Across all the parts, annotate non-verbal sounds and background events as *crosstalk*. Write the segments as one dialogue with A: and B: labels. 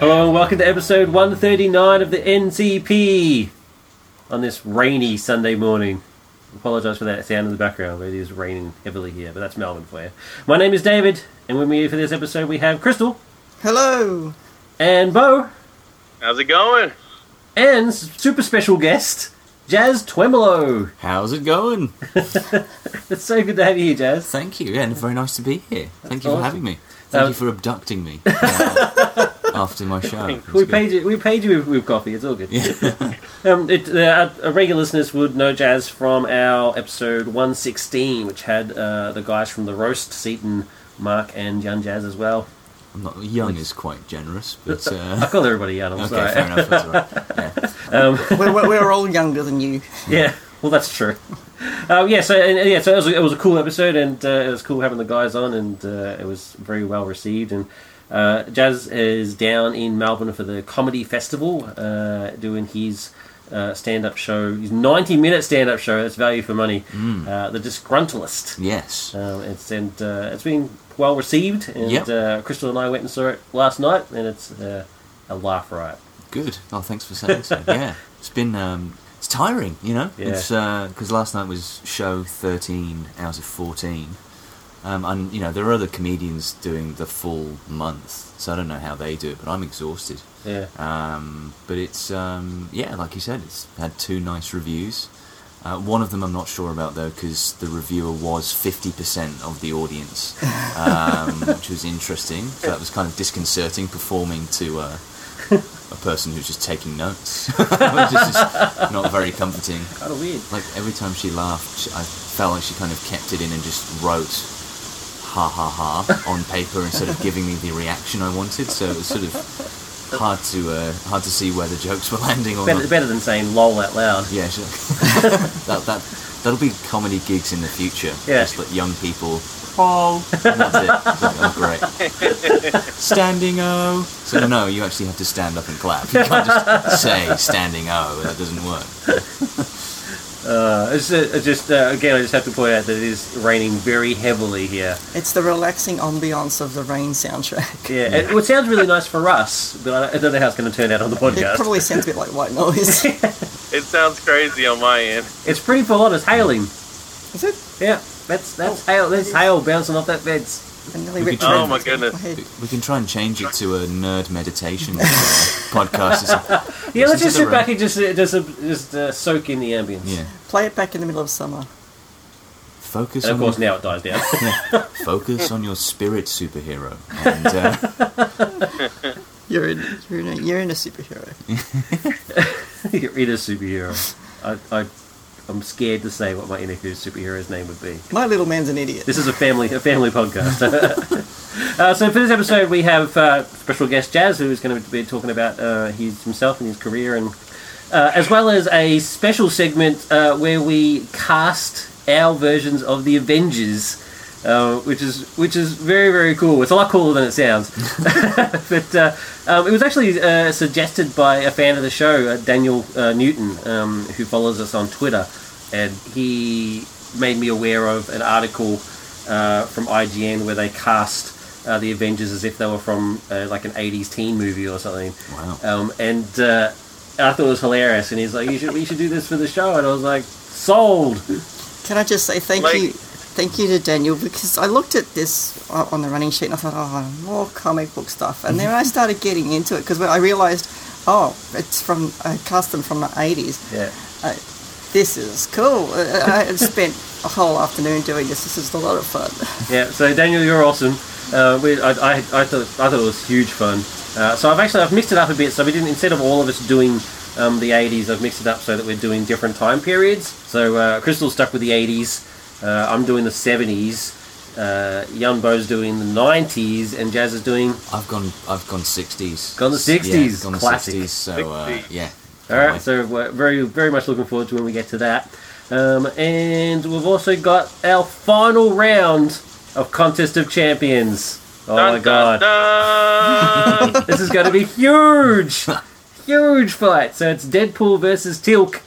A: Hello and welcome to episode 139 of the NCP on this rainy Sunday morning. Apologise for that sound in the background, but it is raining heavily here, but that's Melbourne for you. My name is David, and with me for this episode we have Crystal
B: Hello.
A: and Bo
C: How's it going?
A: and s- super special guest, Jazz Twemelo.
D: How's it going?
A: It's so good to have you here, Jazz.
D: Thank you, yeah, and very nice to be here. Thank you
A: awesome.
D: for having me. Thank
A: Um,
D: you *laughs* for abducting me uh, after my show. It was
A: We
D: good.
A: paid you. We paid you with, with coffee. It's all good.
D: Yeah.
A: *laughs* Um, it, uh, our- our regular listeners would know Jazz from our episode 116, which had uh, the guys from the roast, Seaton, Mark, and Young Jazz as well.
D: I'm not young is quite generous, but
A: I *laughs*
D: uh,
A: call everybody young. I'm
D: okay,
A: sorry.
D: fair enough. That's all right. Yeah.
B: we're, we're, we're all younger than you.
A: Yeah, well, that's true. *laughs* um, yeah, so and, and yeah, so it was, a, it was a cool episode, and uh, it was cool having the guys on, and uh, it was very well received. And uh, Jazz is down in Melbourne for the comedy festival, uh, doing his. Uh, stand-up show, his ninety-minute stand-up show. That's value for money. Uh, the Disgruntlist.
D: Yes.
A: Um, it's and uh, it's been well received. And
D: Yep.
A: uh, Crystal and I went and saw it last night, and it's uh, a laugh riot.
D: Good. Oh, thanks for saying so. Yeah, it's been um, it's tiring, you know.
A: Yeah.
D: It's because last night was show thirteen hours of fourteen, um, and you know there are other comedians doing the full month, so I don't know how they do it, but I'm exhausted.
A: Yeah.
D: Um, but it's um, yeah, like you said, it's had two nice reviews. Uh, one of them I'm not sure about though, because the reviewer was 50% of the audience, um, which was interesting. So that was kind of disconcerting performing to uh, a person who's just taking notes, *laughs* which is just not very comforting.
A: Kind of weird.
D: Like every time she laughed, she, I felt like she kind of kept it in and just wrote ha ha
A: *laughs*
D: ha on paper instead of giving me the reaction I wanted. So it was sort of hard to uh, hard to see where the jokes were landing or
A: Better,
D: not.
A: better than saying "lol" out loud. *laughs*
D: Yeah, sure. that that that'll be comedy gigs in the future.
A: Yeah.
D: Just like young people. Oh, and that's it. It's like, oh, great. Standing O. So no, you actually have to stand up and clap. You can't
A: *laughs*
D: just say standing O. That doesn't work.
A: Uh, it's, uh, it's just uh, again, I just have to point out that it is raining very heavily here.
B: It's the relaxing ambiance of the rain soundtrack.
A: Yeah, It, well, it sounds really nice for us, but I don't, I don't know how it's going to turn out on the
B: It
A: podcast.
B: probably sounds a bit like white noise.
C: It sounds crazy on my end.
A: it's pretty full on. It's hailing.
B: Is it?
A: Yeah, that's that's hail. That's hail bouncing off that fence.
B: I nearly
D: We
B: ripped
D: could-
B: it
D: Oh
B: off
C: my goodness.
B: head.
D: We can try and change it to a nerd meditation *laughs* uh, podcast. or something.
A: Yeah, let's just
D: Listen to the
A: sit back
D: rain.
A: and just uh, just uh, just uh, soak in the ambience.
D: Yeah.
B: Play it back in the middle of summer.
D: Focus
A: And of
D: on
A: course, now it dies down. *laughs*
D: *laughs* Focus on your spirit superhero. And, uh,
A: *laughs*
B: You're in, you're in, a, you're in a superhero.
A: Your inner superhero. I, I, I'm scared to say what my inner superhero's name would be.
B: My little man's an idiot.
A: This is a family a family podcast. *laughs* uh, so for this episode, we have uh, special guest Jazz, who is going to be talking about uh, his himself and his career, and uh, as well as a special segment uh, where we cast our versions of the Avengers. Uh, which is which is very very cool. It's a lot cooler than it sounds. *laughs* but uh, um, it was actually uh, suggested by a fan of the show, uh, Daniel uh, Newton, um, who follows us on Twitter, and he made me aware of an article uh, from IGN where they cast uh, the Avengers as if they were from uh, like an '80s teen movie or something.
D: Wow.
A: Um, and uh, I thought it was hilarious, and he's like, "You should, we should do this for the show," and I was like, "Sold."
B: Can I just say thank
C: Like-
B: you, thank you to Daniel because I looked at this o- on the running sheet and I thought, oh, more comic book stuff, and then I started getting into it because I realised, oh, it's from I cast them from the eighties.
A: Yeah.
B: Uh, this is cool. Uh, I have spent a whole afternoon doing this. This is a lot of fun.
A: Yeah, so Daniel, you're awesome. Uh, we, I, I, I, thought, I thought it was huge fun. Uh, so I've actually I've mixed it up a bit. So we didn't instead of all of us doing um, the 80s, I've mixed it up so that we're doing different time periods. So uh, Crystal's stuck with the 80s. Uh, I'm doing the 70s. Uh, Yunbo's doing the 90s, and Jazz is doing.
D: I've gone. I've gone sixties.
A: Gone to 60s,
D: Yeah, gone to
A: classic.
D: sixties. So uh,
C: 60s.
D: yeah.
A: All right, so we're very very much looking forward to when we get to that. Um, and we've also got our final round of contest of champions. Oh my god. Um,
C: Dun, dun.
A: This is going to be huge, huge fight. So it's Deadpool versus Tilk.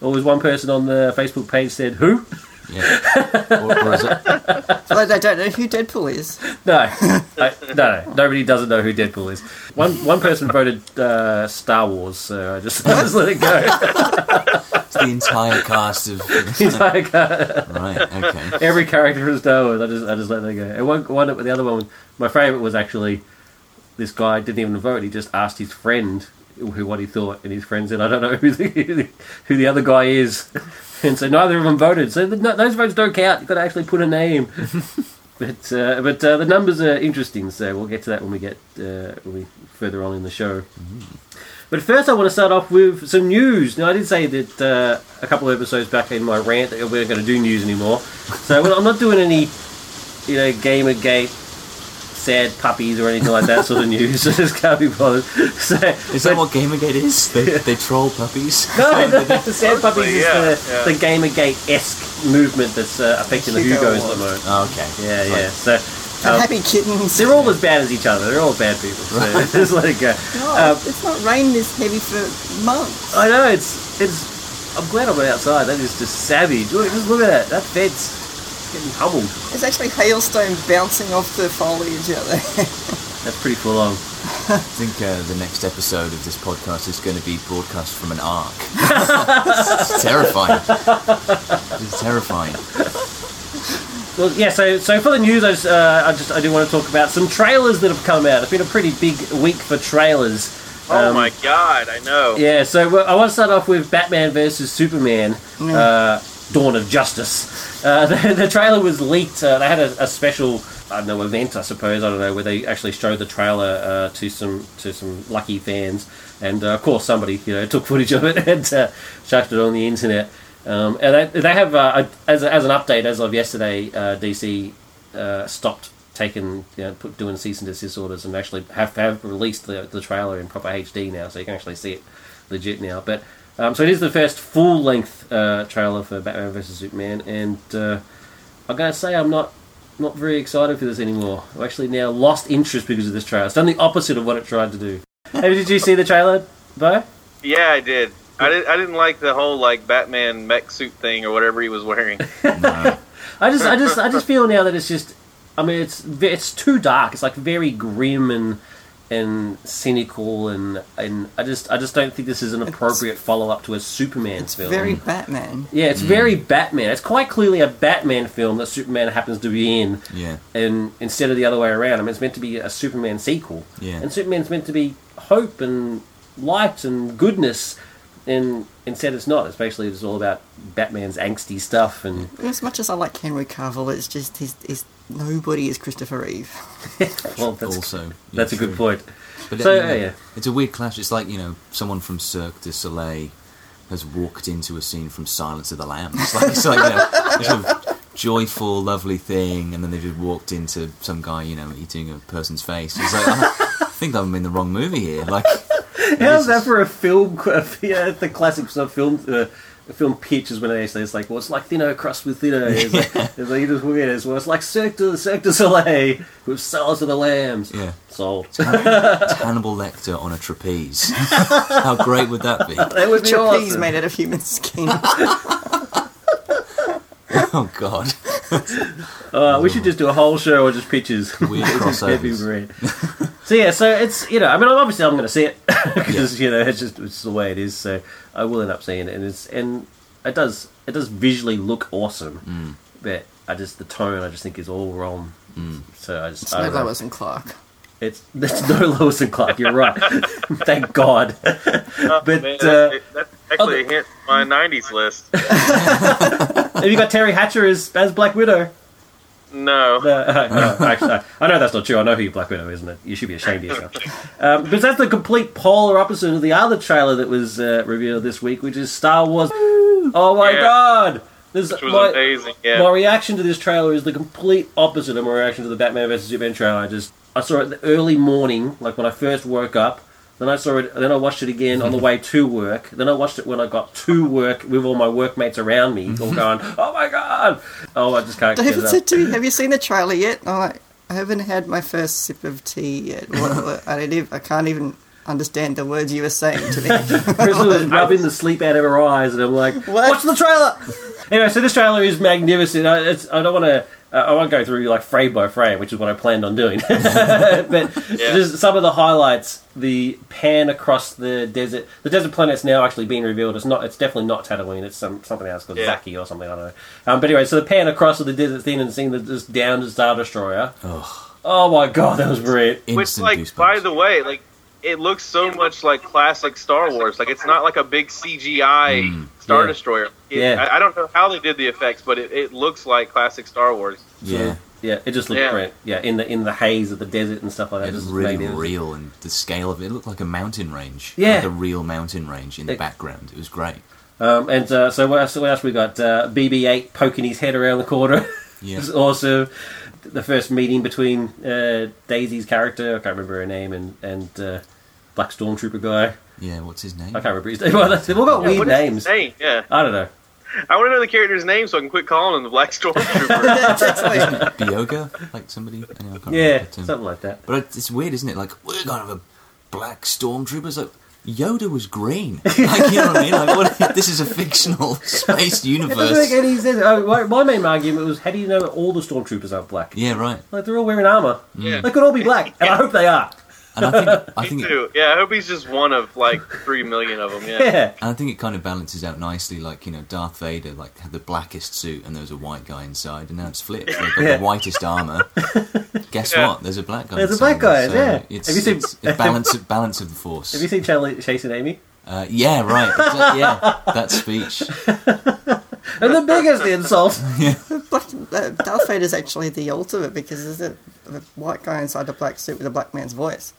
A: Or as one person on the Facebook page said, who?
D: Yeah.
A: *laughs*
D: Or, or is it?
B: But I don't know who Deadpool is.
A: No, I, no, no, nobody doesn't know who Deadpool is. One one person voted uh, Star Wars, so I just, *laughs* I just let it go.
D: It's the entire cast of. *laughs*
A: It's like, uh,
D: right. Okay.
A: *laughs* every character is Star Wars. I just I just let that go. And one one the other one, my favourite was actually this guy didn't even vote. He just asked his friend who what he thought, and his friend said, "I don't know who the, who the, who the other guy is," *laughs* and so neither of them voted. So the, no, those votes don't count. You've got to actually put a name. But uh, but uh, the numbers are interesting, so we'll get to that when we get uh, when we further on in the show. But first, I want to start off with some news. Now, I did say that uh, a couple of episodes back in my rant that we're not going to do news anymore. So well, I'm not doing any, you know, Gamergate, sad puppies or anything like that sort of news. *laughs* I just can't be bothered. So,
D: Is that what Gamergate is? They, they troll puppies.
A: no, no, *laughs* the sad puppies
C: yeah,
A: is the,
C: yeah.
A: the Gamergate esque movement that's uh, affecting the
B: Hugo
A: Hugos at the
B: Awards.
A: moment.
D: Oh, okay.
A: Yeah,
D: Right.
A: yeah. So.
B: The
A: um,
B: happy kittens.
A: they're all as bad as each other. They're all bad people. So *laughs* just let it go.
B: No,
A: Um,
B: it's not rained this heavy for months.
A: I know it's it's. I'm glad I'm outside. That is just savage. Look, just look at that. That fence getting humbled.
B: There's actually hailstone bouncing off the foliage out there.
A: That's pretty full on.
D: I think uh, the next episode of this podcast is going to be broadcast from
A: *laughs*
D: an ark. it's terrifying. It's terrifying.
A: Well, yeah. So, so for the news, I just, uh, I just I do want to talk about some trailers that have come out. It's been a pretty big week for trailers.
C: Oh
A: Um,
C: my god, I know.
A: Yeah, so well, I want to start off with Batman versus Superman, uh, Dawn of Justice. Uh, *laughs* the, the trailer was leaked. Uh, they had a, a special, I don't know, event, I suppose. I don't know where they actually showed the trailer uh, to some to some lucky fans, and uh, of course somebody you know *laughs* took footage of it and uh, chucked it on the internet. Um, and they, they have uh, a- as, a- as an update as of yesterday, uh, DC uh, stopped taking you know, put, doing cease and desist orders and actually have have released the, the trailer in proper HD now, so you can actually see it legit now. But um, so it is the first full length uh, trailer for Batman vs Superman, and uh, I'm gonna say I'm not not very excited for this anymore. I've actually now lost interest because of this trailer. It's done the opposite of what it tried to do. hey, did you see the trailer, Bo?
C: Yeah, I did. I, did, I didn't like the whole like Batman mech suit thing or whatever he
A: *laughs*
C: was wearing.
D: No.
A: I just, I just, I just feel now that it's just. I mean, it's ve- it's too dark. It's like very grim and and cynical and and I just I just don't think this is an appropriate follow up to a Superman
B: It's
A: film.
B: very Batman.
A: yeah, it's very
D: Mm.
A: Batman. It's quite clearly a Batman film that Superman happens to be in,
D: Yeah.
A: and instead of the other way around. I mean, it's meant to be a Superman sequel,
D: Yeah.
A: and Superman's meant to be hope and light and goodness, and instead it's not. It's basically just all about Batman's angsty stuff and.
B: As much as I like Henry Cavill, it's just his, his nobody is Christopher Reeve.
A: Well, that's,
D: also, yeah,
A: that's a good
D: true.
A: point.
D: But
A: So,
D: you know,
A: yeah, yeah.
D: it's a weird clash. It's like you know, someone from Cirque du Soleil has walked into a scene from Silence of the Lambs. *laughs* It's like, it's like you know, sort of joyful, lovely thing, and then they've just walked into some guy, you know, eating a person's face. It's like I think I'm in the wrong movie here. Like,
A: How's that for a film? *laughs* uh, Yeah, the classic sort of film. Uh, film pitch is when they say it's like, well, it's like Thinner crossed with Thinner. It's
D: *laughs*
A: like, it's like, it is weird. It's, well, it's like Cirque du, Cirque du Soleil with Silence of the Lambs.
D: Yeah.
A: Sold.
D: it's Hannibal Lecter on a trapeze. *laughs* How great would that be?
A: That would be
B: Trapeze
A: awesome.
B: made out of
A: *laughs*
B: human skin.
D: Oh God,
A: Uh, we should just do a whole show on just pictures.
D: *laughs* Weird
A: Happy
D: crossovers.
A: breed.
D: *laughs*
A: so yeah, so it's you know, I mean, obviously I'm going to see it *laughs* because you know it's just it's the way it is. So I will end up seeing it, and it's and it does it does visually look awesome,
D: Mm.
A: but I just the tone I just think is all wrong. So I just
B: It's
A: I
B: no
A: don't know.
B: Lois and Clark.
A: It's it's *laughs* no Lewis and Clark. You're
B: *laughs*
A: right. Thank
D: *laughs*
A: God.
C: Oh, Man,
A: but
C: that's,
A: uh,
C: that's actually a hint to my '90s list.
A: have you got Terry Hatcher as as Black Widow? *laughs*
C: No,
A: Uh, no, actually, I- I know that's not true. I know who your Black Widow is, and you should be ashamed of yourself. Um, because that's the complete polar opposite of the other trailer that was uh, revealed this week, which is Star Wars. Oh my
C: Yeah.
A: god! This
C: which was
A: my,
C: amazing. Yeah,
A: my reaction to this trailer is the complete opposite of my reaction to the Batman vs Superman trailer. I just I saw it the early morning, like when I first woke up. Then I saw it. Then I watched it again on the way to work. Then I watched it when I got to work with all my workmates around me,
C: *laughs*
A: all going, "Oh my god!" Oh, I just can't. get
B: David
A: it up.
B: said to
A: *laughs*
B: me, *laughs* "Have you seen
A: *laughs*
B: the trailer yet?" And I'm like, "I haven't had my first sip of tea yet. What, what- I don't even. I can't even understand the words you were saying
A: *laughs*
B: to me. *laughs*
A: Crystal
C: *laughs*
A: is rubbing the sleep out of her eyes, and I'm like,
B: What?
A: "Watch the
B: *laughs*
A: trailer." Anyway, so this trailer is magnificent. I, it's, I don't want to. Uh, I won't go through like frame by frame, which is what I planned on doing. *laughs* but just some of the highlights: the pan across the desert. The desert planet's now actually been revealed. It's not. It's definitely not Tatooine. It's some something else called
C: Yeah.
A: Zaki or something. I don't know. Um, but anyway, so the pan across of the desert thing and seeing the, this downed Star Destroyer.
D: Oh,
A: Oh my god, that was brilliant.
C: Which,
D: instant
C: like,
D: goosebumps.
C: by the way, like it looks so much like classic Star Wars. Like it's not like a big CGI
D: Hmm.
C: Star
A: yeah.
C: Destroyer. It-
A: Yeah.
C: I, I don't know how they did the effects, but it, it looks like classic Star Wars.
D: yeah,
A: Yeah, it just looked
C: Yeah.
A: great. Yeah, in the in the haze of the desert and stuff like that.
D: it was
A: just
D: really
A: magnificent.
D: real, and the scale of it, it looked like a mountain range.
A: Yeah.
D: like a real mountain range in the
A: It-
D: background. It was great.
A: Um, and uh, so what else, what else we got? Uh, BB-8 poking his head around the corner. *laughs*
D: Yeah.
A: it's awesome. The first meeting between uh, Daisy's character, I can't remember her name, and and uh, Black Stormtrooper guy.
D: Yeah, what's his name?
A: I can't remember his name. *laughs* Well, that's, they've all got
C: Yeah,
A: weird
C: what is his
A: names.
C: name? Yeah,
A: I don't know.
C: I want to know the character's name so I can quit calling him the
D: *laughs*
C: Black Stormtrooper.
B: That's actually-
D: Bioga, like somebody. I know, I can't remember
A: Yeah,
D: the term.
A: something like that.
D: But Oh, it- it's weird, isn't it? Like we're gonna have a black stormtroopers. Like Yoda
A: *laughs*
D: was green. Like you know what I mean? Like what, *laughs* this is a fictional space
A: It doesn't make
D: universe.
A: any sense. Oh, my, my main argument was, how do you know that all the stormtroopers aren't black?
D: Yeah, right.
A: Like they're all wearing armor.
C: Yeah.
A: They could all be black, and I hope they are.
D: And I think
A: *laughs*
D: I
C: Me
D: think it,
C: too. Yeah, I hope he's just one of like three million of them. *laughs* Yeah.
A: Yeah.
D: and I think it kind of balances out nicely. Like you know, Darth Vader like had the blackest suit, and there was a white guy inside, and now it's flipped. They've got
A: Yeah.
D: the
A: *laughs*
D: whitest armor. Guess
C: Yeah.
D: what? There's a black guy.
A: There's a
D: inside,
A: black guy,
D: so
A: yeah.
D: It's,
A: Have you seen-
D: it's a balance balance of the
A: *laughs*
D: force.
A: Have you seen Charlie, Chase and Amy?
D: Uh, yeah,
A: *laughs*
D: right. Exa- yeah, that speech.
A: And the biggest
D: *laughs*
A: insult.
B: Black, uh, Darth Vader's actually the ultimate because there's a, a white guy inside a black suit with a black man's voice.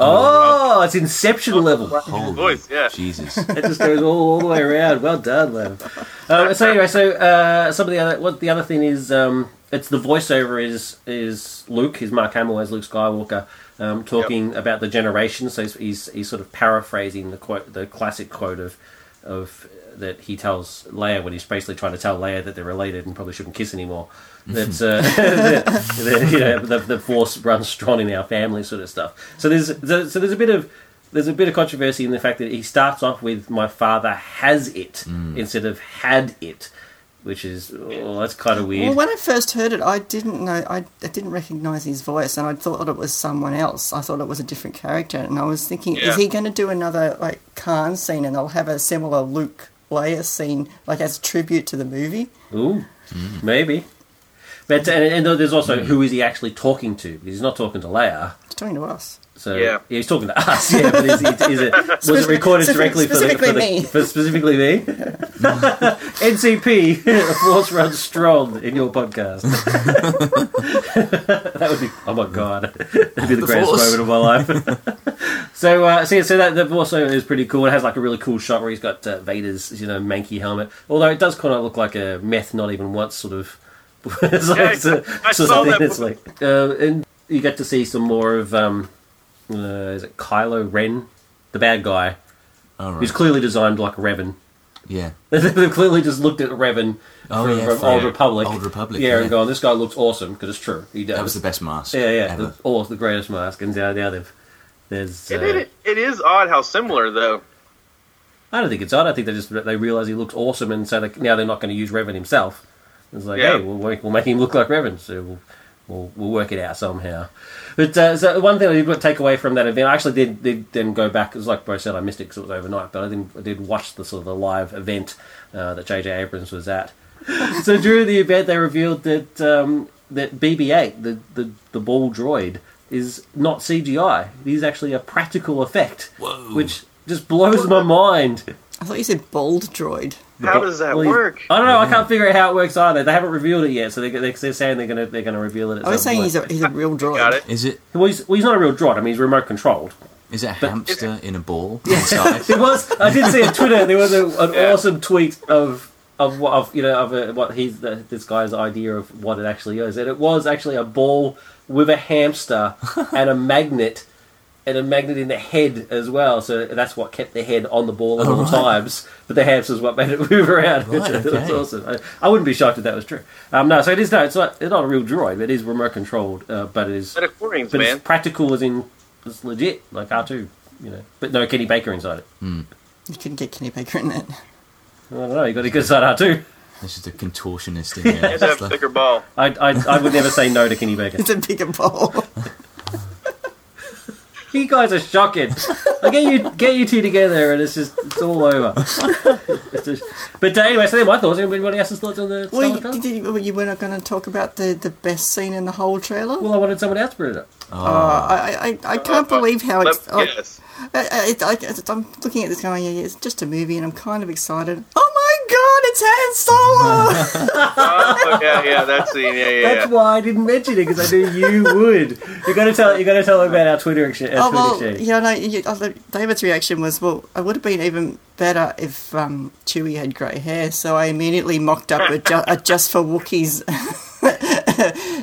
A: Oh, it's Inception level.
D: Holy
C: voice, yeah.
D: Jesus.
A: It just goes all, all the way around. Well done, Lev. Um, so anyway, so uh, some of the other what the other thing is, um, it's the voiceover is is Luke, is Mark Hamill as Luke Skywalker, um, talking about the generation. So he's, he's he's sort of paraphrasing the quote, the classic quote of of that he tells Leia when he's basically trying to tell Leia that they're related and probably shouldn't kiss anymore. That, uh, *laughs* that, that, you know, the, the force runs strong in our family, sort of stuff. So there's so, so there's a bit of there's a bit of controversy in the fact that he starts off with "my father has it" instead of "had it," which is oh, that's kind of weird.
B: Well, when I first heard it, I didn't know, I, I didn't recognize his voice, and I thought it was someone else. I thought it was a different character, and I was thinking,
C: Yeah.
B: is he going to do another like Khan scene, and they'll have a similar Luke Leia scene, like as a tribute to the movie?
A: Ooh, maybe. But and, and there's also who is he actually talking to? He's not talking to Leia.
B: It's talking to us.
A: So
C: Yeah.
A: he's talking to us. *laughs* Yeah, but is, it- is it was it recorded
B: Specific-
A: directly for the, for
B: specifically
A: the
B: me.
A: for specifically me? *laughs* NCP, a force runs strong in your podcast. *laughs* that would be oh my god, that'd be the,
D: The
A: greatest
D: Force.
A: moment of my life. *laughs* so uh, so yeah, so that the also is pretty cool. It has like a really cool shot where he's got uh, Vader's you know manky helmet. Although it does kind of look like a meth, not even once sort of. it's like,
C: Yeah,
A: it's a-
C: I
A: sort
C: saw
A: of thing
C: that
A: that's like, uh, and you get to see some more of um, uh, is it Kylo Ren, the bad guy,
D: All
A: who's
D: right.
A: clearly designed like Revan. *laughs*
D: Yeah.
A: They've clearly just looked at Revan
D: Oh,
A: from,
D: yeah,
A: from
D: from
A: Old Republic,
D: Old Republic,
A: yeah, and
D: yeah.
A: gone, this guy looks awesome because it's true, he does.
D: That was the best mask.
A: yeah, yeah,
D: Ever.
A: the, oh, the greatest mask, and now, now they've there's. Uh,
C: It, it, it is odd how similar though.
A: I don't think it's odd. I think they just they realize he looks awesome, and so they, now they're not going to use Revan himself. It's like,
C: Yeah.
A: hey, we'll, make- we'll make him look like Revan, so we'll we'll, we'll work it out somehow. But uh, so one thing I did take away from that event, I actually did, did then go back. It was like Bro said, I missed it because it was overnight, but I did I did watch the sort of the live event uh, that JJ Abrams was at. so during the event, they revealed that um, that BB-8, the the, the ball droid, is not CGI. He's actually a practical effect,
D: Whoa.
A: which just blows my mind.
B: I thought you said bold droid.
C: How does that
A: Well, you-
C: work?
D: Oh.
A: I don't know. I can't figure out how it works either. They haven't revealed it yet, so they, they- they're saying they're gonna they're gonna reveal it. At
B: I was
A: some
B: saying
A: point.
B: he's a, he's
C: *laughs*
B: a real droid.
C: Got it.
D: Is it
A: well, he's, well, he's not a real droid. I mean, he's remote controlled.
D: is it a hamster in a ball inside?
A: *laughs* There was I did see on Twitter there was a, an
C: Yeah.
A: awesome tweet of of what of you know of uh what he's the, this guy's idea of what it actually is, and it was actually a ball with a hamster and a magnet. And a magnet in the head as well, so that's what kept the head on the ball at
D: Oh,
A: all
D: right.
A: times. But the hamster's what made it *laughs* move around.
D: Right,
A: That's
D: okay.
A: awesome. I, I wouldn't be shocked if that was true. Um, no, so it is. No, it's not. It's not a real droid. But it is remote controlled. Uh, but it is.
C: Metachlorines,
A: But
C: man.
A: it's practical as in it's legit, like R two. you know, but no Kenny Baker inside it.
B: You couldn't get Kenny Baker in it. *laughs*
A: I don't know. You got a good side art too.
D: This is the contortionist in here.
C: You have to
D: It's
C: have a
D: like-
C: thicker ball.
A: I, I, I would never say no to Kenny Baker.
B: *laughs* It's a bigger bowl.
A: You guys are shocking. I get you get you two together, and it's just it's all over. It's just- but uh, anyway, so they're my thoughts. Anybody else's thoughts on the? Star
B: well,
A: Wars
B: you,
A: cast?
B: did you, well, you were not going to talk about the, the best scene in the whole trailer.
A: well, I wanted someone else to bring it up.
B: oh,
C: uh,
B: I, I, I can't believe how
C: Let's
B: it's. oh,
C: guess.
B: I- I- it, I, it's- I'm looking at this going, yeah, yeah, it's just a movie, and I'm kind of excited. Oh my god, it's Han Solo!
C: Oh, yeah, yeah, that scene. Yeah, yeah, yeah.
A: That's why I didn't mention it because I knew you would. You got to tell you got to tell them about our Twitter action. Our
B: oh well,
A: Twitter exchange.
B: yeah, no. You, I thought David's reaction was, well, it would have been even better if um, Chewie had grey hair. So I immediately mocked up a, ju- a just for Wookiees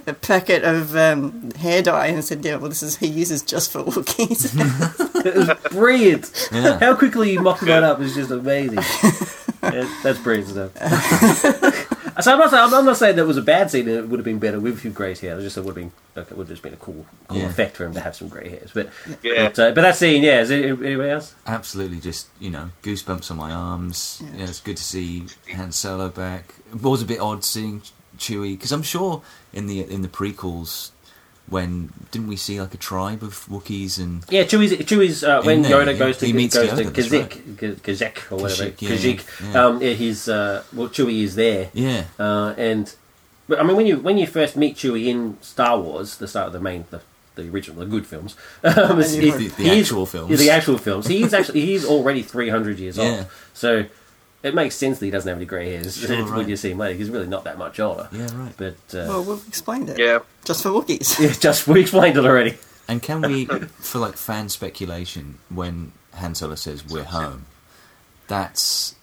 B: *laughs* a packet of um, hair dye and said, yeah, well, this is he uses just for Wookiees. *laughs*
A: It was brilliant.
D: Yeah.
A: How quickly you mocked that up is just
D: *laughs*
A: amazing. Yeah, that's brilliant stuff. so I'm not, saying, I'm not saying that it was a bad scene. It would have been better with you grey hair. I just it would have been like, it would have just been a cool, cool
D: Yeah.
A: effect for him to have some grey hairs. But
C: Yeah.
A: but, uh, but that scene, yeah. Is it anybody else?
D: absolutely just you know goosebumps on my arms. Yeah, it's good to see Han Solo back. It was a bit odd seeing Chewie because I'm sure in the in the prequels when didn't we see like a tribe of Wookiees and
A: Yeah, Chewie's, Chewie's uh, when
D: In there,
A: Yoda
D: yeah.
A: goes to
D: He meets
A: goes
D: Yoda,
A: to
D: that's
A: Kazik, Kazik or whatever
D: Kashyyyk, yeah,
A: Kazik.
D: yeah.
A: Um, yeah, he's uh, well, Chewie is there.
D: yeah
A: Uh, and but I mean, when you when you first meet Chewie in Star Wars, the start of the main the, the original the good films, um, is-
B: The-
D: the
A: he is-
D: actual films.
A: yeah, the actual films. He's actually he's already three hundred years
D: Yeah.
A: old, so it makes sense that he doesn't have any grey hairs
D: Sure,
A: *laughs* when
D: right.
A: you see him later. He's really not that much older.
D: yeah right.
A: But uh,
B: well, we've explained it.
C: Yeah.
B: just for
A: *laughs*
B: Wookiees.
A: yeah, just we explained it already.
D: And
B: *laughs*
D: can we, for like fan speculation, when Han Solo says we're home, that's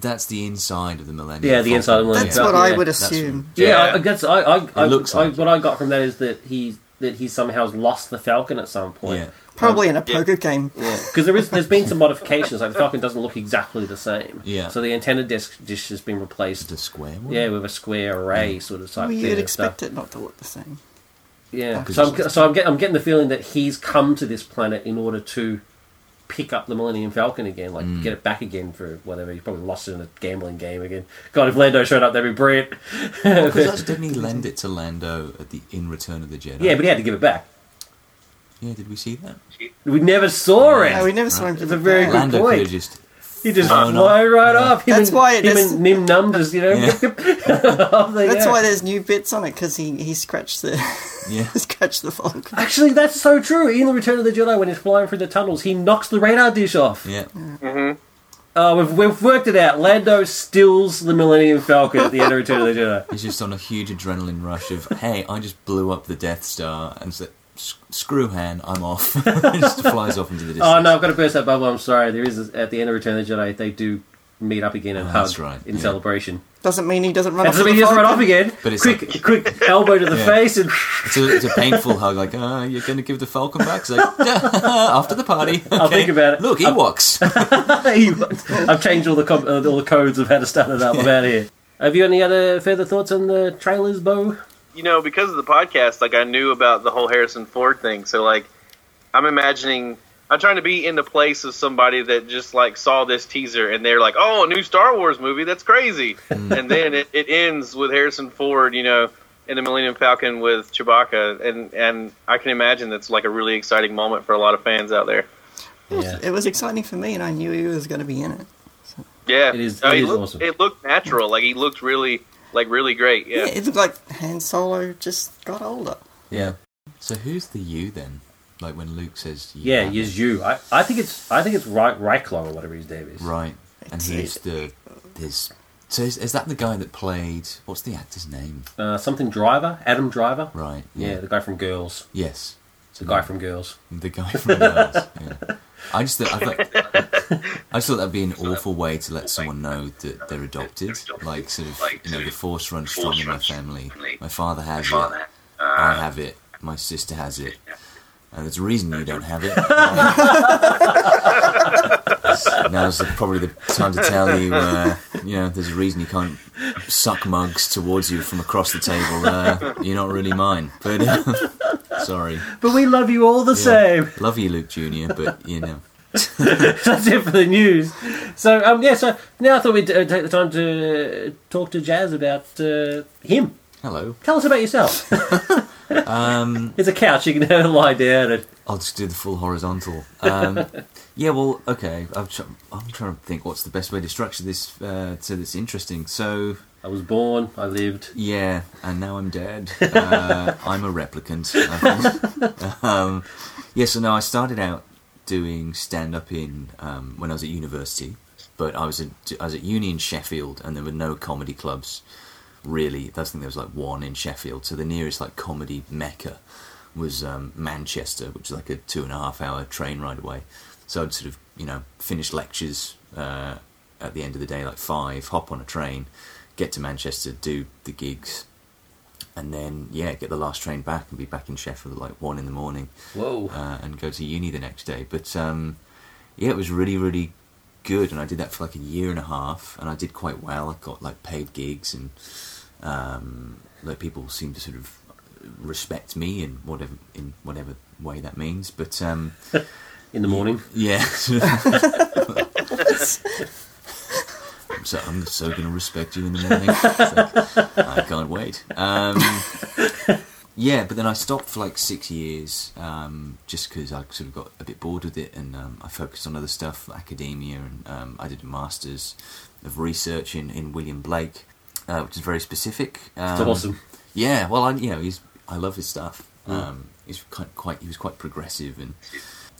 D: that's the inside of the Millennium.
A: Yeah, the
D: Falcon.
A: inside of the Millennium
B: That's
A: Yeah.
B: what
A: Yeah,
B: I would
D: that's-
B: assume.
A: Yeah,
C: Yeah.
A: I, that's I. I, I,
D: looks
A: I
D: like
A: what I got from that is that he that he somehow lost the Falcon at some point.
D: Yeah.
B: Probably in a
C: Yeah.
B: poker game.
A: *laughs* Because there is, there's been some modifications. Like the Falcon doesn't look exactly the same.
D: Yeah.
A: So the antenna disc dish has been
D: The
A: replaced.
D: square one.
A: Yeah, with a square array sort of type.
B: Well,
A: thing
B: you'd
A: and
B: expect
A: stuff.
B: it not to look the same.
A: Yeah.
D: Because
A: So I'm,
D: it's-
A: ge- so I'm, get, I'm getting the feeling that he's come to this planet in order to pick up the Millennium Falcon again, like
D: Mm.
A: get it back again for whatever. He probably lost it in a gambling game again. God, if Lando showed up, that'd be brilliant. *laughs*
D: Because didn't he lend it to Lando at the in Return of the Jedi?
A: yeah, but he had to give it back.
D: yeah. Did we see that?
A: We never saw it.
B: No, we never saw him.
D: Right.
B: do
A: It's a
B: it
A: very
B: back.
A: good
D: Lando
A: point.
D: could have just.
A: He just
D: Oh,
A: fly
D: no.
A: right off. Him
B: That's
A: and,
B: why
A: him
B: this-
A: and Nim Num just you know.
D: Yeah.
A: *laughs* off they
B: That's
A: go.
B: why there's new bits on it because he, he scratched the *laughs*
D: Yeah.
B: scratched the fog.
A: Actually, that's so true. In the Return of the Jedi, when he's flying through the tunnels, he knocks the radar dish off.
D: Yeah.
A: Oh, we've, we've worked it out. Lando steals the Millennium Falcon at the end of Return of the Jedi.
D: *laughs* He's just on a huge adrenaline rush of hey, I just blew up the Death Star and said. "S- Screw Han, I'm off. *laughs* just flies off into the distance.
A: Oh no, I've got to burst that bubble. I'm sorry. There is at the end of Return of the Jedi, they do meet up again and
D: Oh,
A: hug
D: that's right,
A: in
D: yeah.
A: celebration.
B: Doesn't mean he doesn't run
A: And
B: off.
A: so
B: with
A: he
B: the
A: just run
B: Falcon.
A: off again.
D: But it's
A: quick,
D: *laughs*
A: quick elbow to the
D: Yeah.
A: face, and *laughs*
D: It's a, it's a painful hug, like, ah, you're going to give the Falcon back? It's like, *laughs* after the party.
A: *laughs* I'll
D: okay.
A: think about it.
D: Look,
A: I'll-
D: Ewoks.
A: *laughs* He- I've changed all the com- uh, all the codes of how to start it up. I'm out of here. Have you any other further thoughts on the trailers, Bo?
C: you know, because of the podcast, like I knew about the whole Harrison Ford thing. So like, I'm imagining, I'm trying to be in the place of somebody that just like saw this teaser and they're like, "Oh, a new Star Wars movie? That's crazy!"
A: Mm.
C: and then it, it ends with Harrison Ford, you know, in the Millennium Falcon with Chewbacca, and and I can imagine that's like a really exciting moment for a lot of fans out there.
B: It was,
A: Yeah.
B: it was exciting for me, and I knew he was going to be in it.
C: Yeah,
A: It is-
C: No,
A: it
C: he
A: is
C: looked,
A: awesome.
C: It looked natural. Like he looked really, like really great.
B: Yeah,
C: Yeah.
B: it looked like Han Solo just got older.
D: Yeah. So who's the you then? Like when Luke says you.
A: Yeah,
D: have
A: is you. I, I think it's I think it's right Reichlow or whatever his name is.
D: it. Right. And
B: It's-
D: who's the. His, so is, is that the guy that played. What's the actor's name?
A: Uh, something Driver, Adam Driver.
D: Right.
A: Yeah, the guy from Girls.
D: Yes.
A: The guy from Girls.
D: The guy from Girls. *laughs* yeah. I just, thought, I, thought, I just thought that'd be an awful way to let someone know that they're adopted. Like, sort of, you know, the force runs strong in my family. My father uh, has it. I have it. My sister has it. And there's a reason you don't *laughs* have it. Now's the- probably the time to tell you, uh, you know, there's a reason you can't suck mugs towards you from across the table. Uh, you're not really mine. But *laughs* sorry.
A: But we love you all the
D: Yeah.
A: same. *laughs*
D: Love you, Luke Jr., but, you know,
A: That's it for the news. So um, yeah, so now I thought we'd uh, take the time to uh, talk to Jazz about uh, him.
D: Hello.
A: Tell us about yourself.
D: *laughs*
A: um, *laughs* it's a couch you can lie down and
D: I'll just do the full horizontal. Um, yeah, well, okay. I'm, tr- I'm trying to think what's the best way to structure this uh, so that's interesting. So,
A: I was born, I lived.
D: yeah, and now I'm dead. Uh, I'm a replicant. I think. *laughs* um, yeah, so no, I started out doing stand up in um, when I was at university, but I was at I was at uni in Sheffield, and there were no comedy clubs really. I think there was like one in Sheffield, so the nearest like comedy mecca was um, Manchester, which is like a two and a half hour train ride away. So I'd sort of you know finish lectures uh, at the end of the day, like five, hop on a train, get to Manchester, do the gigs. And then, yeah, get the last train back and be back in Sheffield at like one in the morning
A: Whoa.
D: uh, and go to uni the next day. But um, yeah, it was really, really good, and I did that for like a year and a half, and I did quite well. I got like paid gigs, and um, like people seemed to sort of respect me in whatever in whatever way that means. But um,
A: In the morning.
D: yeah. I'm so I'm so gonna respect you in the morning. It's like, I can't wait. Um, yeah, but then I stopped for like six years, um, just because I sort of got a bit bored with it, and um, I focused on other stuff, academia, and um, I did a masters of research in, in William Blake, uh, which is very specific. Um,
A: awesome.
D: yeah, well, I, you know, he's I love his stuff. Um, he's quite, quite he was quite progressive, and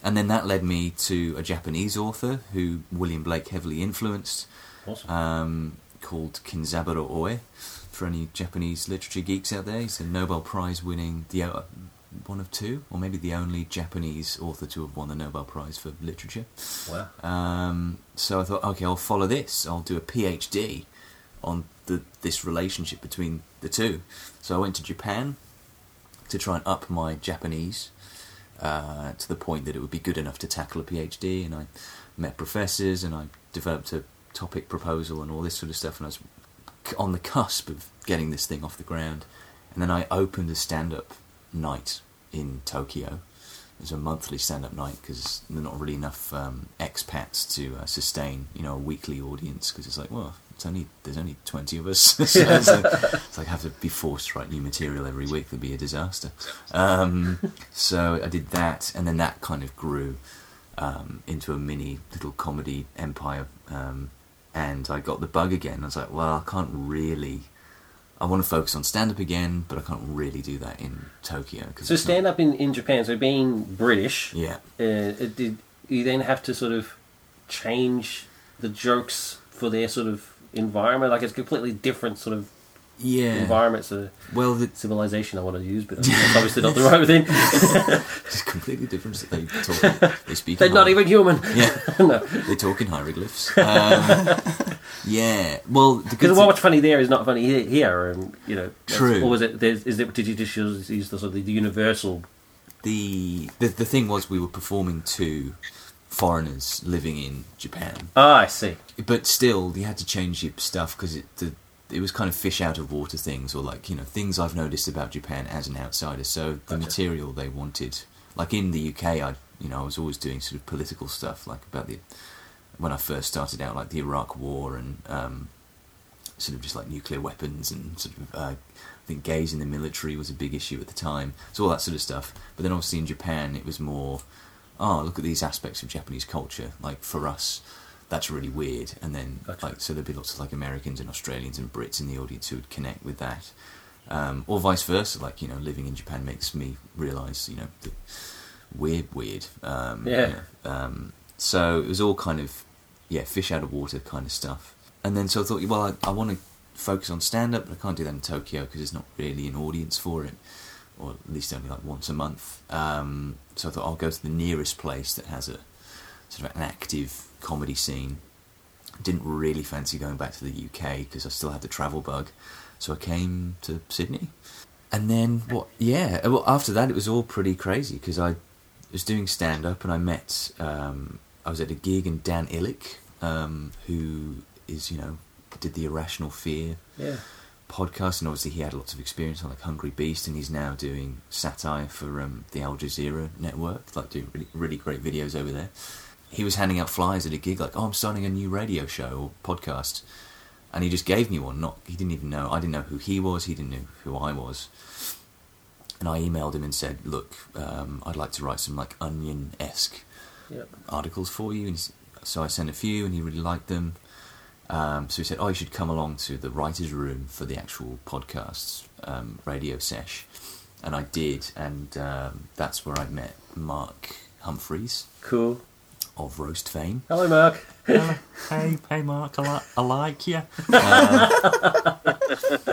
D: and then that led me to a Japanese author who William Blake heavily influenced,
A: Awesome.
D: um, called Kinzaburo Oe. For any Japanese literature geeks out there, he's a Nobel Prize winning the uh, one of two, or maybe the only Japanese author to have won the Nobel Prize for literature.
A: wow.
D: Um, so I thought, okay, I'll follow this. I'll do a PhD on the, this relationship between the two. So I went to Japan to try and up my Japanese uh, to the point that it would be good enough to tackle a PhD. And I met professors and I developed a topic proposal and all this sort of stuff. And I was c- on the cusp of getting this thing off the ground. And then I opened a stand up night in Tokyo. It was a monthly stand up night because there's not really enough um, expats to uh, sustain, you know, a weekly audience because it's like, well, it's only there's only 20 of us. *laughs* so it's, like, it's like I have to be forced to write new material every week. That'd be a disaster. Um, so I did that, and then that kind of grew um, into a mini little comedy empire. Um, and I got the bug again. I was like, well, I can't really. I want to focus on stand up again, but I can't really do that in Tokyo. Cause
A: So
D: it's not-
A: stand up in, in Japan. So being British,
D: Yeah.
A: uh, it did you then have to sort of change the jokes for their sort of environment? Like it's completely different sort of
D: Yeah.
A: environment, sort of
D: Well, the,
A: civilization. I want to
D: *laughs*
A: use, but that's obviously not the right thing.
D: it's completely different. that They talk.
A: *laughs*
D: They speak.
A: They're
D: in
A: not
D: hier-
A: even human. *laughs*
D: Yeah,
A: no,
D: they talk in
A: *laughs*
D: hieroglyphs. Um, yeah. Well, the good
A: because what's
D: thing-
A: funny there is not funny he- here, and you know, that's-
D: True.
A: Or was it? There's, is it? Did you just use use the sort of the universal?
D: the, the the thing was we were performing to foreigners living in Japan,
A: Ah, I see.
D: but still you had to change your stuff because it the, it was kind of fish out of water things or like you know things I've noticed about Japan as an outsider. So the material they wanted, like in the UK, I you know I was always doing sort of political stuff like about the when I first started out like the Iraq War and um, sort of just like nuclear weapons and sort of uh, I think gays in the military was a big issue at the time, so all that sort of stuff. But then obviously in Japan it was more, oh look at these aspects of Japanese culture. Like for us, that's really weird. And then
A: Gotcha.
D: like so there'd be lots of like Americans and Australians and Brits in the audience who would connect with that, um, or vice versa. Like you know living in Japan makes me realise you know that we're weird. Um,
A: Yeah.
D: you know, um, so it was all kind of, yeah, fish out of water kind of stuff. And then so I thought, well, I, I want to focus on stand up, but I can't do that in Tokyo because there's not really an audience for it, or at least only like once a month. Um, so I thought I'll go to the nearest place that has a sort of an active comedy scene. Didn't really fancy going back to the UK because I still had the travel bug. So I came to Sydney. And then what? Yeah. Well, after that, it was all pretty crazy because I was doing stand up and I met. Um, I was at a gig and Dan Illick, um, who is you know did the Irrational Fear
A: Yeah.
D: podcast, and obviously he had lots of experience on like Hungry Beast, and he's now doing satire for um, the Al Jazeera network, like doing really, really great videos over there. he was handing out flyers at a gig, like, "Oh, I'm starting a new radio show or podcast," and he just gave me one. Not he didn't even know. I didn't know who he was. He didn't know who I was. And I emailed him and said, "Look, um, I'd like to write some like onion esque
A: Yep.
D: articles for you." And s- so I sent a few, and he really liked them. Um, so he said, "Oh, you should come along to the writers' room for the actual podcast um, radio sesh," and I did, and um, that's where I met Mark Humphreys
A: Cool.
D: of Roast Fame.
A: Hello, Mark. *laughs*
D: Uh, hey, hey, Mark, I, li- I like you. Um,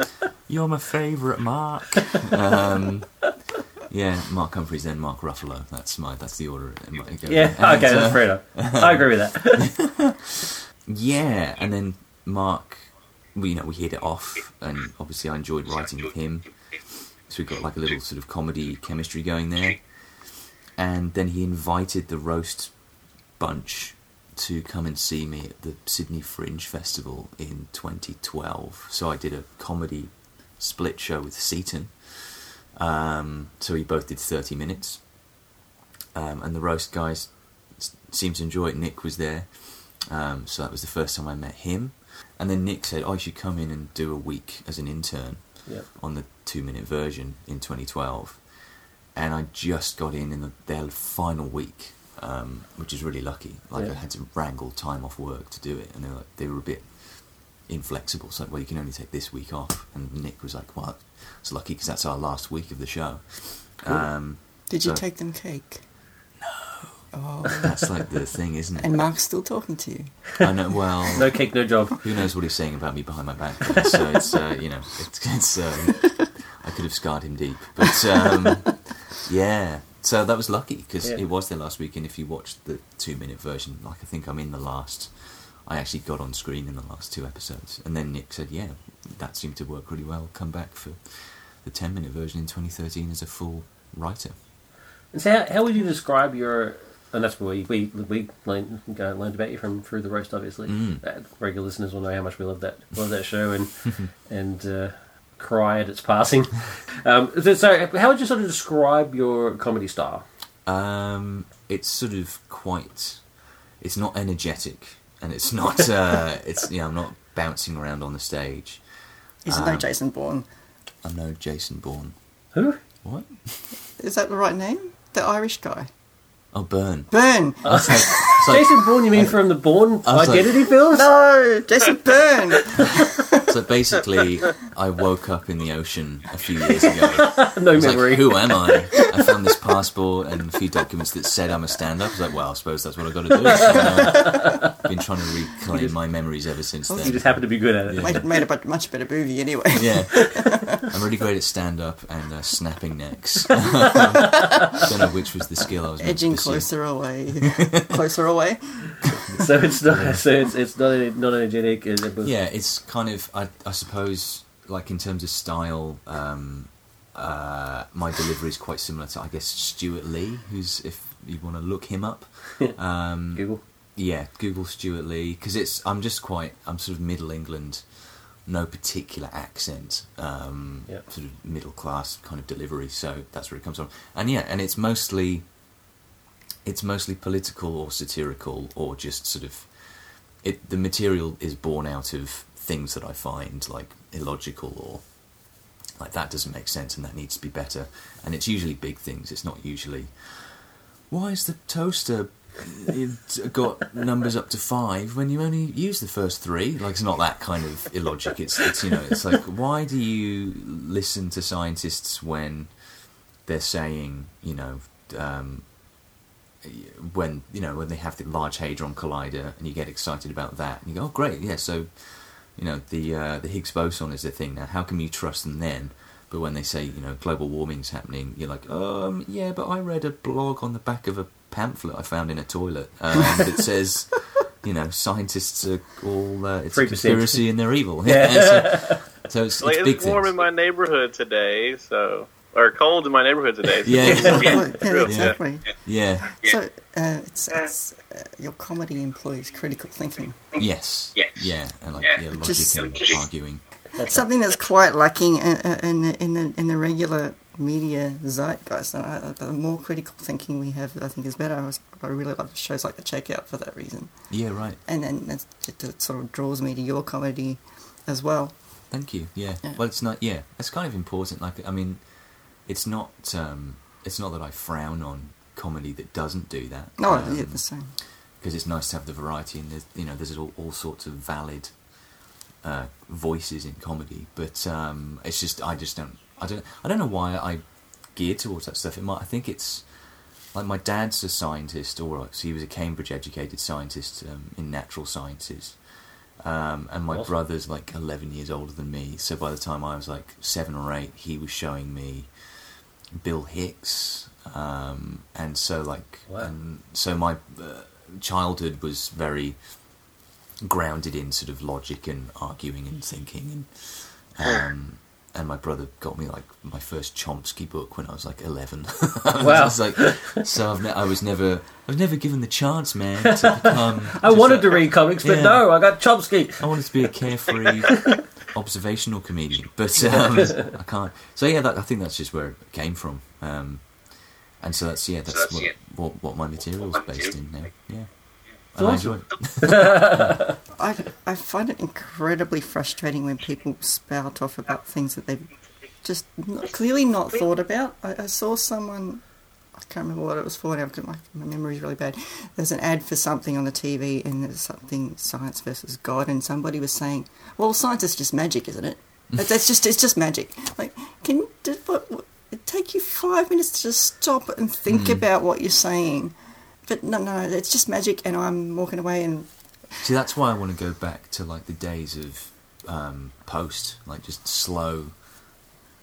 D: you're my favourite, Mark. Um, yeah, Mark Humphreys, then Mark Ruffalo. That's my. That's the order. it might go.
A: Yeah.
D: And,
A: okay,
D: uh,
A: that's fair enough. I agree with
D: *laughs*
A: that. *laughs*
D: Yeah, and then Mark, we you know we hit it off, and obviously I enjoyed writing with him, so we got like a little sort of comedy chemistry going there. And then he invited the roast bunch to come and see me at the Sydney Fringe Festival in 2012. So I did a comedy split show with Seaton. Um, so we both did 30 minutes, um, and the roast guys s- seemed to enjoy it. Nick was there. Um, so that was the first time I met him. And then Nick said, oh, you should come in and do a week as an intern
A: Yep.
D: on the two minute version in 2012. And I just got in in the, their final week, um, which is really lucky. Like,
A: Yeah.
D: I had to wrangle time off work to do it. And they were, like, they were a bit inflexible. So, like, well, you can only take this week off. And Nick was like, well, it's lucky because that's our last week of the show. Um,
B: Did you
D: So-
B: take them cake? No. Oh, *laughs*
D: that's like the thing, isn't it?
B: and Mark's still talking to you.
D: I know, well.
A: *laughs* No cake, no job.
D: Who knows what he's saying about me behind my back? then, So it's uh, you know, it's, it's um, I could have scarred him deep, but um, yeah. So that was lucky because
A: Yeah.
D: it was there last week, and if you watch the two-minute version, like I think I'm in the last. I actually got on screen in the last two episodes, and then Nick said, "Yeah, that seemed to work really well. Come back for the ten-minute version in 2013 as a full writer."
A: And so, how, how would you describe your? And that's where we we, we learned, uh, learned about you from through the roast, obviously.
D: Mm.
A: Uh, regular listeners will know how much we love that love that show and *laughs* and uh, cry at its
D: *laughs*
A: passing. Um, so, so how would you sort of describe your comedy style?
D: Um, it's sort of quite. It's not energetic, and it's not.
A: *laughs*
D: Uh, it's you know, I'm not bouncing around on the stage.
B: He's no
A: Um,
B: Jason Bourne.
D: I'm no Jason Bourne.
A: Who?
D: What?
B: Is that the right name? The Irish guy.
D: Oh, Burn.
B: Burn.
D: It's like- it's like-
A: Uh, Jason Bourne? You mean from the Bourne
D: I was like-
A: Identity films?
B: *laughs* No, Jason *laughs* Byrne.
D: so basically, I woke up in the ocean a few
A: *laughs*
D: years ago.
A: No
D: I was
A: memory.
D: like, who am I? I found this passport and a few documents that said I'm a stand-up. I was like, well, I suppose that's what I've got to do. So, uh, I've been trying to reclaim my memories ever since then.
A: you just happen to be good at it.
D: Yeah.
B: Made, made a bu- much better movie anyway. *laughs*
D: Yeah. I'm really great at stand up and uh,
B: *laughs*
D: snapping necks. Don't know which was the skill I was meant to
B: Edging
D: pursue.
B: closer away. closer away.
A: So it's not. So it's, it's not not energetic. uh, It it was,
D: Yeah, it's kind of, I, I suppose, like in terms of style, um, uh, my delivery is quite similar to, I guess, Stuart Lee, who's, if you want to look him up,
A: Google.
D: yeah, Google Stuart Lee because it's I'm just quite I'm sort of middle England, no particular accent, um,
A: Yeah.
D: sort of middle class kind of delivery. So that's where it comes from, and yeah, and it's mostly it's mostly political or satirical or just sort of it. The material is born out of things that I find like illogical or like that doesn't make sense and that needs to be better. And it's usually big things. It's not usually why is the toaster it's got numbers up to five when you only use the first three? Like it's not that kind of illogic. It's, it's you know it's like why do you listen to scientists when they're saying you know um, when you know when they have the Large Hadron Collider and you get excited about that and you go oh great yeah so you know the uh, the Higgs boson is the thing now. How can you trust them then? But when they say you know global warming's happening, you're like, um, yeah, but I read a blog on the back of a pamphlet I found in a toilet um, that says, you know, scientists are all uh, it's a
A: 3%.
D: conspiracy and they're evil. Yeah. *laughs* so, so it's,
C: Like,
D: it's big
C: it's warm
D: things.
C: in my neighborhood today, so or cold in my neighborhood today. So
D: Oh, Yeah, exactly.
B: Well, *laughs* yeah,
C: Yeah.
B: exactly.
D: yeah.
B: So uh, it's, it's uh, your comedy employs critical thinking.
D: Yes.
C: Yes.
D: Yeah. And like
C: Yeah.
D: yeah, logic
B: Just-
D: and arguing.
B: Something that's quite lacking in, in, the, in the in the regular media zeitgeist. And I, the more critical thinking we have, I think, is better. I, was, I really love shows like The Checkout for that reason.
D: Yeah, right.
B: And then that's, it, it sort of draws me to your comedy as well.
D: Thank you. Yeah.
B: Yeah.
D: Well, it's not. Yeah, it's kind of important. Like, I mean, it's not. Um, it's not that I frown on comedy that doesn't do that.
B: No,
D: Um,
B: yeah, the same.
D: because it's nice to have the variety and there's you know there's all, all sorts of valid uh, voices in comedy but um, it's just I just don't I don't I don't know why I gear towards that stuff it might I think it's like my dad's a scientist or so he was a Cambridge educated scientist um, in natural sciences um, and my
A: Awesome.
D: brother's like 11 years older than me so by the time I was like 7 or 8 he was showing me Bill Hicks, um, and so like,
A: Wow.
D: and so my uh, childhood was very grounded in sort of logic and arguing and thinking, and um, and my brother got me like my first Chomsky book when I was like eleven. *laughs* I
A: Wow.
D: was like, so I've ne- I was never, I was never given the chance,
A: *laughs*
D: man, to become.
A: I wanted to read comics, but
D: Yeah.
A: no, I got Chomsky.
D: I wanted to be a *laughs* carefree observational comedian, but um, I can't. So yeah, that, I think that's just where it came from, um, and so that's yeah, that's,
C: that's
D: what,
C: it.
D: what what my material's
C: What my
D: based in now.
C: material-
D: Yeah,
A: It's
D: and I
A: awesome.
D: enjoy it.
B: I, I find it incredibly frustrating when people spout off about things that they've just not, clearly not thought about. I, I saw someone, I can't remember what it was for now because my, my memory's really bad. There's an ad for something on the TV and there's something science versus God, and somebody was saying, Well, science is just magic, isn't it? But That's just it's just magic. Like, can did, what, what, it take you five minutes to just stop and think about what you're saying? But no, no, it's just magic, and I'm walking away and
D: See, that's why I want to go back to like the days of um, post, like just slow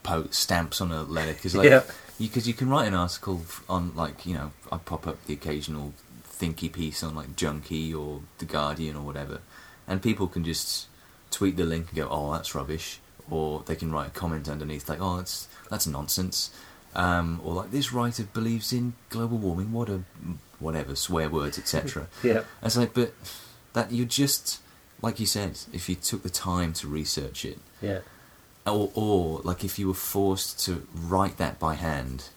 D: post stamps on a letter, because like
A: Yeah.
D: you, cause you can write an article f- on like you know I pop up the occasional thinky piece on like Junkie or the Guardian or whatever, and people can just tweet the link and go, oh that's rubbish, or they can write a comment underneath like oh that's that's nonsense, um, or like this writer believes in global warming, what a whatever swear words etc.
A: Yeah.
D: I was like, but that you just, like you said, if you took the time to research it,
A: Yeah.
D: or, or like if you were forced to write that by hand,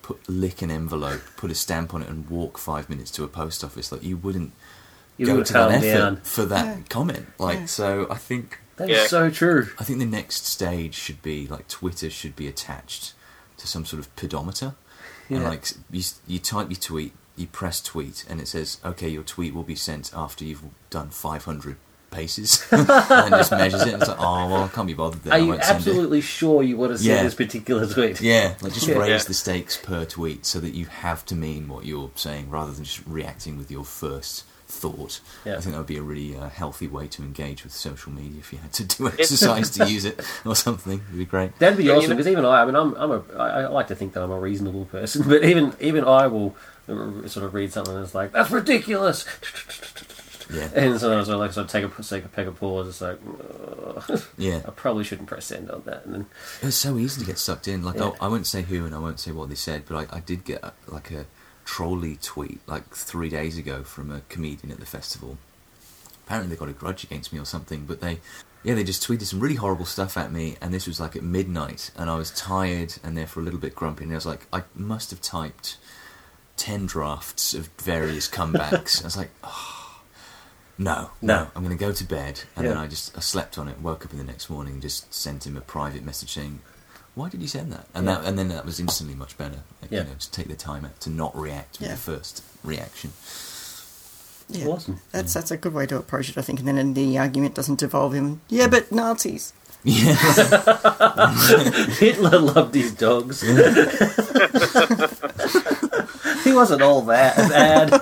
D: put lick an envelope, put a stamp on it, and walk five minutes to a post office, like you wouldn't
A: You
D: go
A: would
D: to that
A: calm
D: effort
A: down.
D: for that
B: Yeah.
D: comment. Like, so I think
A: That is
C: Yeah.
A: so true.
D: I think the next stage should be like Twitter should be attached to some sort of pedometer, and
A: Yeah.
D: like s- you, s- you type your tweet, you press tweet, and it says, "Okay, your tweet will be sent after you've done 500 paces," *laughs* and it just measures it. And it's like, "Oh well, I can't be bothered." Then
A: Are
D: I
A: you
D: won't send it."
A: absolutely sure you want to see
D: Yeah.
A: this particular tweet?
D: Yeah, like just
A: Yeah.
D: raise
C: Yeah.
D: the stakes per tweet so that you have to mean what you're saying rather than just reacting with your first thought.
A: Yeah.
D: I think that would be a really uh, healthy way to engage with social media if you had to do exercise to use it or something. It'd be great.
A: That'd be
C: Yeah, you
A: awesome
C: know-
A: because even I, I mean, I'm, I'm a, I, I like to think that I'm a reasonable person, *laughs* but even even I will uh, sort of read something that's like that's ridiculous,
D: Yeah,
A: and so I sort of like so I take a take a peck of pause. It's like "Ugh,
D: yeah.
A: I probably shouldn't press send on that, and then *laughs*
D: It's so easy to get sucked in. Like
A: Yeah.
D: I, I won't say who and I won't say what they said, but I, I did get uh, like a trolley tweet like three days ago from a comedian at the festival. Apparently they got a grudge against me or something, but they yeah they just tweeted some really horrible stuff at me, and this was like at midnight, and I was tired and therefore a little bit grumpy, and I was like I must have typed ten drafts of various comebacks. I was like. Oh, no,
A: No.
D: I'm going to go to bed, and then
A: Yeah.
D: I just I slept on it. Woke up in the next morning, and just sent him a private message saying, "Why did you send that?" And
A: Yeah.
D: that, and then that was instantly much better. Like,
A: Yeah.
D: You know, just take the time out to not react with
B: Yeah.
D: your first reaction.
B: Yeah.
A: Awesome.
B: That's that's a good way to approach it, I think. And then the argument doesn't devolve in, yeah, but Nazis.
D: Yeah,
A: Hitler loved his dogs. *laughs* he wasn't all that bad.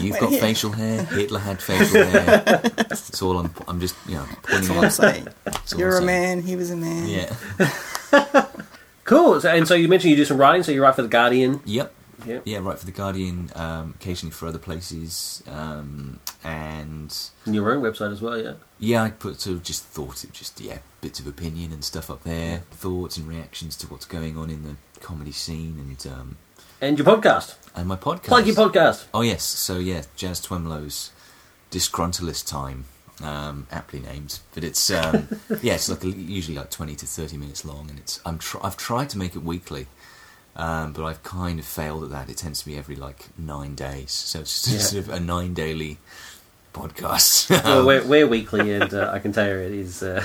D: you've got facial hair. Hitler had facial hair. It's all I'm. I'm just you know pointing
B: All I'm
D: out.
B: saying,
D: *laughs* That's all
B: you're a
D: I'm saying.
B: man. He was a man.
D: Yeah.
A: Cool. So, and so you mentioned you do some writing, so you write for the Guardian.
D: Yep.
A: Yeah.
D: Yeah. Right for the Guardian. Um, occasionally for other places. Um, and
A: And your own website as well. Yeah.
D: Yeah, I put sort of just thought it just yeah, bits of opinion and stuff up there, thoughts and reactions to what's going on in the comedy scene and um,
A: And your podcast.
D: and my podcast.
A: Plug your podcast.
D: Oh yes, so yeah, Jazz Twemlow's Disgruntlist Time um, aptly named. But it's um,
A: *laughs*
D: yeah, it's like usually like twenty to thirty minutes long, and it's I'm tr- I've tried to make it weekly, um, but I've kind of failed at that. It tends to be every like nine days, so it's just
A: Yeah.
D: *laughs* sort of a nine daily podcast. *laughs* Um,
A: Well, we're, we're weekly, and uh, I can tell you it is. Uh,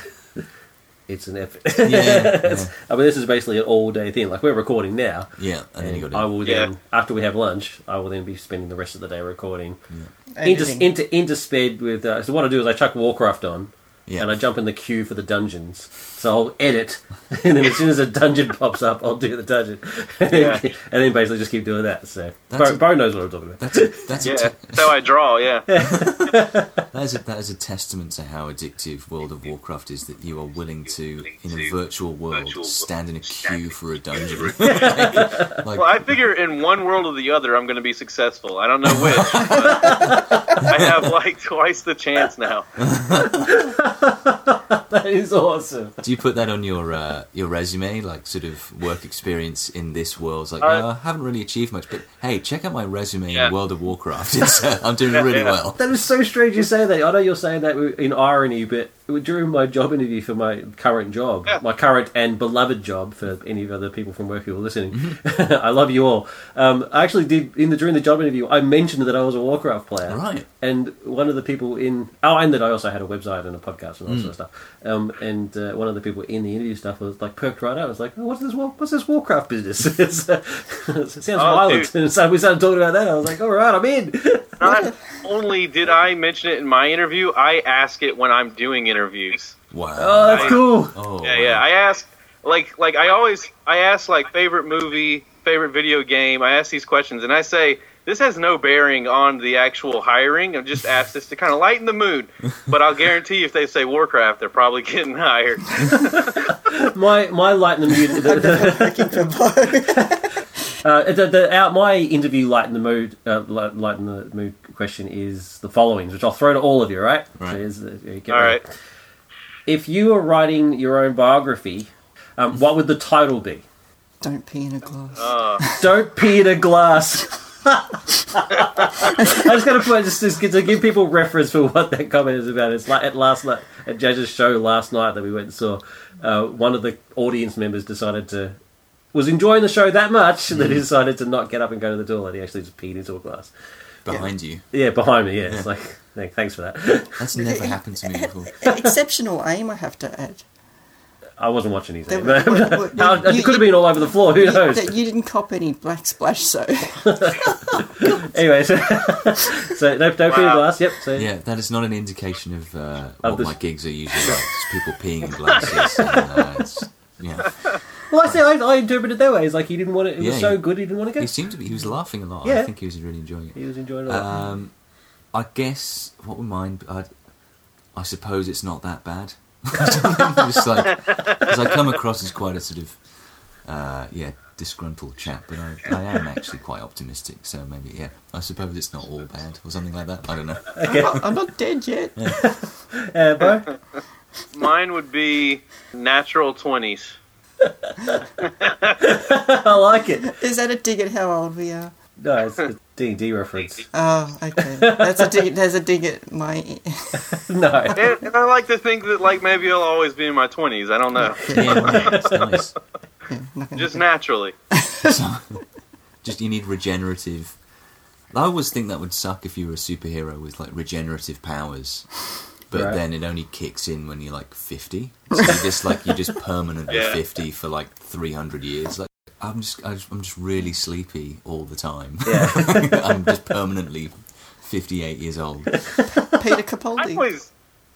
A: *laughs* it's an effort.
D: yeah,
A: *laughs*
D: yeah,
A: I mean, this is basically an all-day thing. Like we're recording now,
D: yeah, and then you
A: and
D: got
A: I will then
C: Yeah.
A: after we have lunch, I will then be spending the rest of the day recording,
D: Mm.
A: inter-
B: Editing.
A: inter- intersped with. Uh, so what I do is I chuck Warcraft on,
D: Yeah.
A: and I jump in the queue for the dungeons. So I'll edit, *laughs* and then as soon as a
D: *laughs*
A: dungeon pops up, I'll do the dungeon, *laughs* and, then,
C: Yeah.
A: and then basically just keep doing that. So
D: That's
A: Bo,
D: a-
A: Bo knows what I'm talking about. *laughs*
D: That's a, that's *laughs*
C: Yeah,
D: a te-
C: that's how I draw. Yeah,
D: That is, a, that is a testament to how addictive World of Warcraft is that you are willing to, in a virtual world, stand in a queue for a dungeon. *laughs* like,
C: Well, I figure in one world or the other, I'm going to be successful. I don't know which. but I have like twice the chance now.
A: That is awesome.
D: do you put that on your uh, your resume, like sort of work experience in this world? It's like,
C: Uh,
D: "No, I haven't really achieved much, but hey, check out my resume
C: Yeah.
D: in World of Warcraft. *laughs* It's, uh, I'm doing really
C: yeah.
D: well.
A: That is so strange you say that. I know you're saying that in irony, but during my job interview for my current job,
C: Yeah.
A: my current and beloved job for any of the other people from work who are listening, *laughs* I love you all. Um, I actually did in the during the job interview, I mentioned that I was a Warcraft player,
D: Right.
A: And one of the people in oh, and that I also had a website and a podcast and all that sort of stuff. Um, and uh, one of the people in the interview stuff was like perked right up. I was like, oh, "What's this? War- What's this Warcraft business?" *laughs* it sounds violent.
C: Oh, dude.
A: And *laughs* so we started talking about that. and I was like, "All right, I'm
C: *laughs*
A: in."
C: Not only did I mention it in my interview, I ask it when I'm doing interviews.
D: Wow.
A: Oh, that's cool.
D: Oh,
C: Yeah, yeah.
D: wow.
C: I ask like like I always I ask like favorite movie, favorite video game. I ask these questions and I say this has no bearing on the actual hiring. I'm just asked this to kind of lighten the mood. But I'll guarantee if they say Warcraft, they're probably *laughs* getting hired.
A: My my light in the mood. The, the, *laughs* uh, the, the, out my interview light in the mood uh, light, light in the mood question is the following, which I'll throw to all of you. Right?
D: Right.
A: So here's the- here you go.
C: All right.
A: If you were writing your own biography, um, what would the title be?
B: Don't pee in a glass.
A: Don't pee in a glass. I just gotta put just, just to give people reference for what that comment is about. It's like at last night at Judge's show last night that we went and saw. Uh, one of the audience members decided to was enjoying the show that much that he decided to not get up and go to the toilet. He actually just peed into a glass.
D: Behind you.
A: Yeah, behind me. Yeah, it's like thank- thanks for that.
D: That's never happened to me before.
B: Exceptional aim, I have to add.
A: I wasn't watching his name.
B: That- w-
A: *laughs*
B: w-
A: How-
B: w-
A: it
B: you-
A: could have been all over the floor. Who
B: You,
A: knows?
B: that you didn't cop any black splash, so *laughs*
A: Anyway, so, *laughs* so don't, don't pee in a
C: Wow.
A: glass. Yep. So
D: Yeah, that is not an indication of uh,
A: Of
D: what
A: the-
D: my gigs
A: *laughs*
D: are usually like. It's people peeing in glasses. and, uh, it's- yeah.
A: Well, I say I, I interpreted it that way. It's like he didn't want it. It
D: Yeah,
A: was so
D: he-
A: good he didn't want to go.
D: He seemed to be. He was laughing a lot.
A: Yeah.
D: I think he was really enjoying
A: He
D: it.
A: was enjoying it. a lot.
D: Um, I guess what would mine? be- I'd, I suppose it's not that bad. *laughs* Just like, 'cause I come across as quite a sort of, uh, yeah, disgruntled chap, but I, I am actually quite optimistic. So maybe, yeah, I suppose it's not all bad or something like that.
A: *laughs*
D: I don't know.
B: I'm, not, I'm not dead yet.
A: Uh, Bo?
C: Mine would be natural twenties.
A: I like it.
B: Is that a dig at how old we are?
A: No, it's a D D reference. *laughs*
B: Oh, okay. That's a dig. There's a dig at my. *laughs*
A: No,
C: And, and I like to think that like maybe I'll always be in my twenties. I don't know.
D: Yeah, right, it's nice.
B: Yeah, nothing
C: Just
B: like
C: naturally.
D: So, just you need regenerative. I always think that would suck if you were a superhero with like regenerative powers, but
A: Right.
D: then it only kicks in when you're like fifty. So you're just like you're just permanently
C: Yeah.
D: fifty for like three hundred years. Like I'm just I just- I'm just really sleepy all the time. *laughs* I'm just permanently fifty eight years old.
B: that. Peter
C: I
B: Capaldi.
C: always,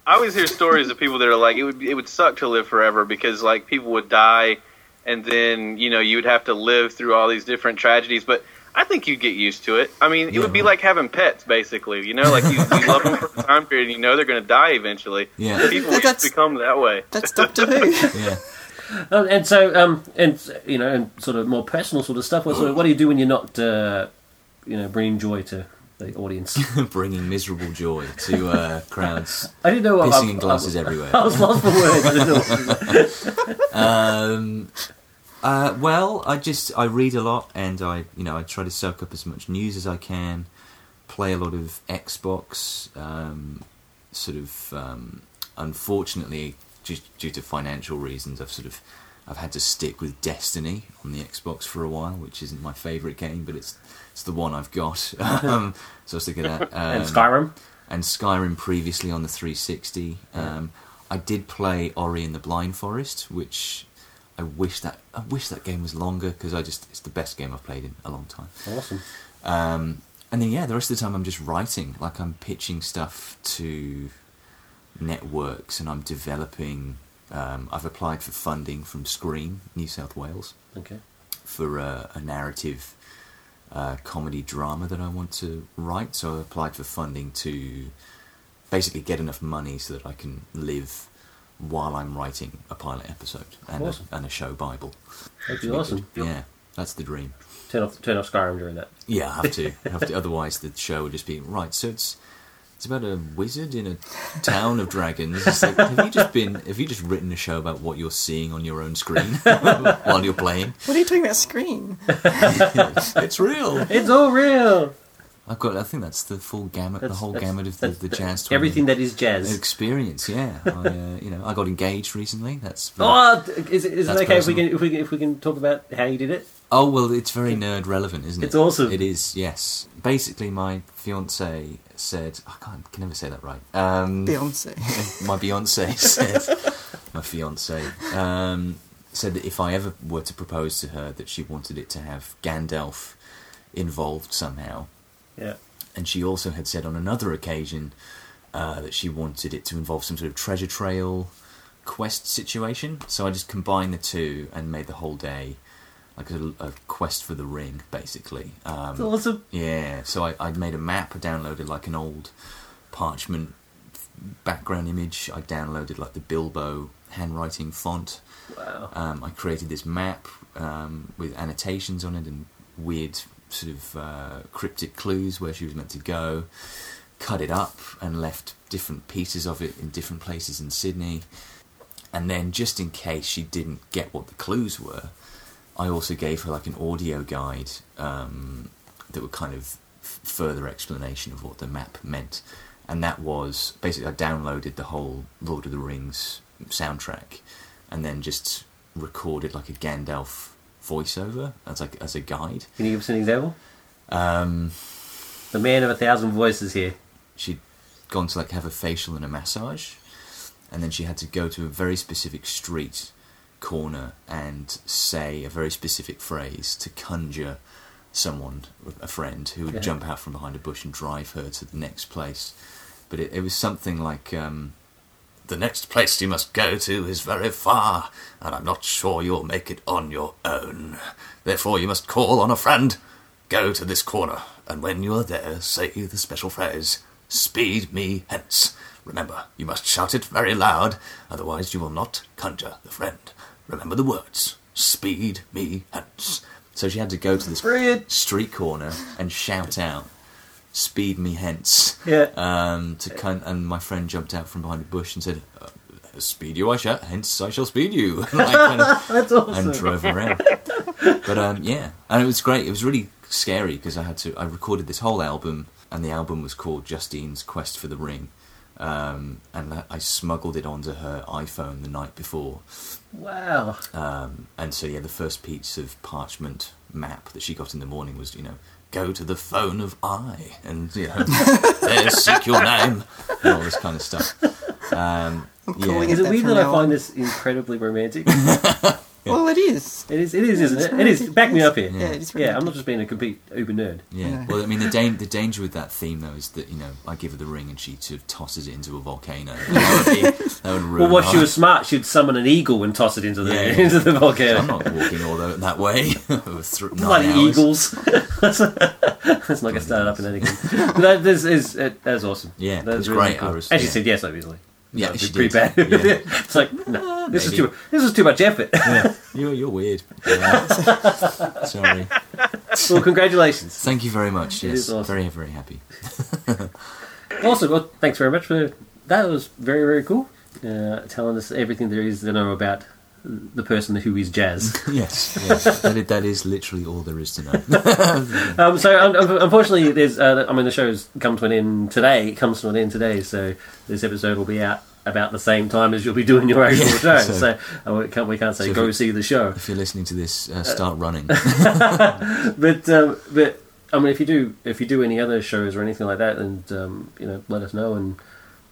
C: I always hear stories of people that are like, it would, it would suck to live forever because like people would die, and then you know you would have to live through all these different tragedies. But I think you'd get used to it. I mean, it
D: Yeah,
C: would be
D: right.
C: like having pets, basically. You know, like you, you love them for a time period, and you know they're going to die eventually.
D: Yeah.
C: People
B: But
C: used
B: that's-
C: to become that way.
B: That's Doctor Who.
D: Yeah. *laughs*
A: Um, and so um, and you know, and sort of more personal sort of stuff. What, sort of, what do you do when you're not, uh, you know, bringing joy to the audience?
D: Bringing miserable joy to uh, crowds,
A: I didn't know. what-
D: pissing in
A: I- *laughs*
D: glasses
A: I,
D: everywhere.
A: I was lost for words. I didn't know
D: *laughs*
A: what to do.
D: Um, uh, well, I just I read a lot, and I you know I try to soak up as much news as I can. Play a lot of Xbox. Um, sort of um, unfortunately due, due to financial reasons I've sort of I've had to stick with Destiny on the Xbox for a while, which isn't my favourite game, but it's it's the one I've got. *laughs* um, so I stick at that. Um,
A: and Skyrim.
D: and Skyrim previously on the 360. Um, I did play Ori and the Blind Forest, which I wish that I wish that game was longer because I just it's the best game I've played in a long time.
A: Awesome.
D: Um, and then yeah, the rest of the time I'm just writing, like I'm pitching stuff to networks, and I'm developing. Um, I've applied for funding from Screen New South Wales
A: Okay.
D: for a, a narrative uh, comedy drama that I want to write. So I applied for funding to basically get enough money so that I can live while I'm writing a pilot episode and,
A: Awesome.
D: a, and a show bible.
A: That'd be awesome.
D: Yeah, that's the dream.
A: Turn off, turn off Skyrim during that.
D: Yeah, I have to. I have *laughs* to. Otherwise, the show would just be right. So it's it's about a wizard in a town of dragons. It's like, have you just been? Have you just written a show about what you're seeing on your own screen *laughs* while you're playing?
B: What are you talking about? Screen?
D: *laughs* It's real.
A: It's all real.
D: I've got. I think that's the full gamut, the
A: That's-
D: whole
A: that's-
D: gamut of the,
A: that's
D: the jazz.
A: Everything that is
D: tournament
A: jazz.
D: experience. Yeah, I, uh, *laughs* you know, I got engaged recently. That's very-
A: Oh, d- is, it- is it
D: That's
A: okay if we can if we can, if we can talk about how you did it?
D: Oh well, it's very nerd relevant, isn't it?
A: It's awesome.
D: It is. Yes. Basically, my fiance said, I can't can never say that right. Um,
A: *laughs*
B: Beyonce.
D: my Beyonce said, my fiance um, said that if I ever were to propose to her, that she wanted it to have Gandalf involved somehow.
A: Yeah.
D: And she also had said on another occasion uh, that she wanted it to involve some sort of treasure trail quest situation. So I just combined the two and made the whole day like a, a quest for the ring, basically. Um,
A: It's awesome.
D: yeah, so I, I made a map. I downloaded like an old parchment background image. I downloaded like the Bilbo handwriting font.
A: Wow.
D: Um, I created this map um, with annotations on it and weird sort of uh, cryptic clues where she was meant to go. Cut it up and left different pieces of it in different places in Sydney. And then, just in case she didn't get what the clues were, I also gave her like an audio guide um, that would kind of f- further explanation of what the map meant. And that was basically I downloaded the whole Lord of the Rings soundtrack and then just recorded like a Gandalf voiceover as like as a guide.
A: Can you give us an example?
D: Um,
A: The man of a thousand voices here.
D: she'd gone to like have a facial and a massage, and then she had to go to a very specific street corner and say a very specific phrase to conjure someone, a friend, who would
A: Yeah.
D: jump out from behind a bush and drive her to the next place. But it, it was something like. Um, the next place you must go to is very far, and I'm not sure you'll make it on your own. Therefore, you must call on a friend. Go to this corner, and when you are there, say the special phrase, Speed me hence. Remember, you must shout it very loud, otherwise, you will not conjure the friend. Remember the words, Speed me hence. So she had to go to this
A: Brilliant.
D: street corner and shout out, Speed me hence
A: Yeah.
D: um, to con- and my friend jumped out from behind a bush and said, uh, "Speed you, I shall. Hence, I shall speed you." *laughs* and, I
A: *laughs*
D: kind of-
A: That's awesome.
D: and drove around. But um, yeah, and it was great. It was really scary because I had to. I recorded this whole album, and the album was called Justine's Quest for the Ring. Um, and I- I smuggled it onto her iPhone the night before,
A: Wow.
D: um, and so, yeah, the first piece of parchment map that she got in the morning was, you know, go to the phone of I, and
B: *laughs*
D: you know, there seek your name, and all this kind of stuff. Um,
B: I'm
D: yeah.
B: calling
A: Is it
B: that
A: weird
B: from
A: that I
B: now
A: find
B: on.
A: this incredibly
D: *laughs*
A: romantic?
B: Well, it is. *laughs*
A: It is, it is, isn't
B: it's
A: it? It is.
B: romantic.
A: Back me up here.
B: Yeah, it is
A: Yeah, I'm
B: romantic.
A: not just being a complete uber nerd.
D: Yeah.
B: Yeah.
D: Well, I mean, the, dan- the danger with that theme though is that you know I give her the ring and she sort of tosses it into a volcano. And that would be that would ruin.
A: Well, what
D: her.
A: she was smart, she'd summon an eagle and toss it into the
D: Yeah, yeah.
A: *laughs* into the
D: So
A: volcano.
D: I'm not walking all tho- that way. *laughs* Through nine
A: Bloody
D: hours.
A: eagles!
D: *laughs*
A: Let's not get started up in that again. But that, this is it, that was awesome.
D: Yeah,
A: that
D: it's great, I was-
A: and she
D: yeah.
A: said yes, obviously.
D: Yeah,
A: That
D: she
A: would be
D: did.
A: pretty bad.
D: Yeah.
A: *laughs* it's like no, this is
D: maybe.
A: too this is too much effort.
D: *laughs*
A: *laughs*
D: Yeah. You're you're weird. Yeah. Sorry.
A: well, congratulations.
D: Thank you very much.
A: It
D: Yes,
A: is awesome.
D: very very happy.
A: Awesome. Well, thanks very much for that. Was very very cool. Uh, telling us everything there is to know about the person who is Jazz.
D: Yes, yes. that, is, that is literally all there is
A: *laughs*
D: to know.
A: Um, so un- un- unfortunately, there's. Uh, I mean, the show's come to an end today. It comes to an end today. So this episode will be out about the same time as you'll be doing your actual
D: Yeah,
A: show.
D: *laughs* so-
A: So, uh, we can't we can't say
D: So if
A: go
D: you-
A: see the show.
D: if you're listening to this, uh,
A: *laughs*
D: start running.
A: But um, but I mean, if you do if you do any other shows or anything like that, and um, you know, let us know and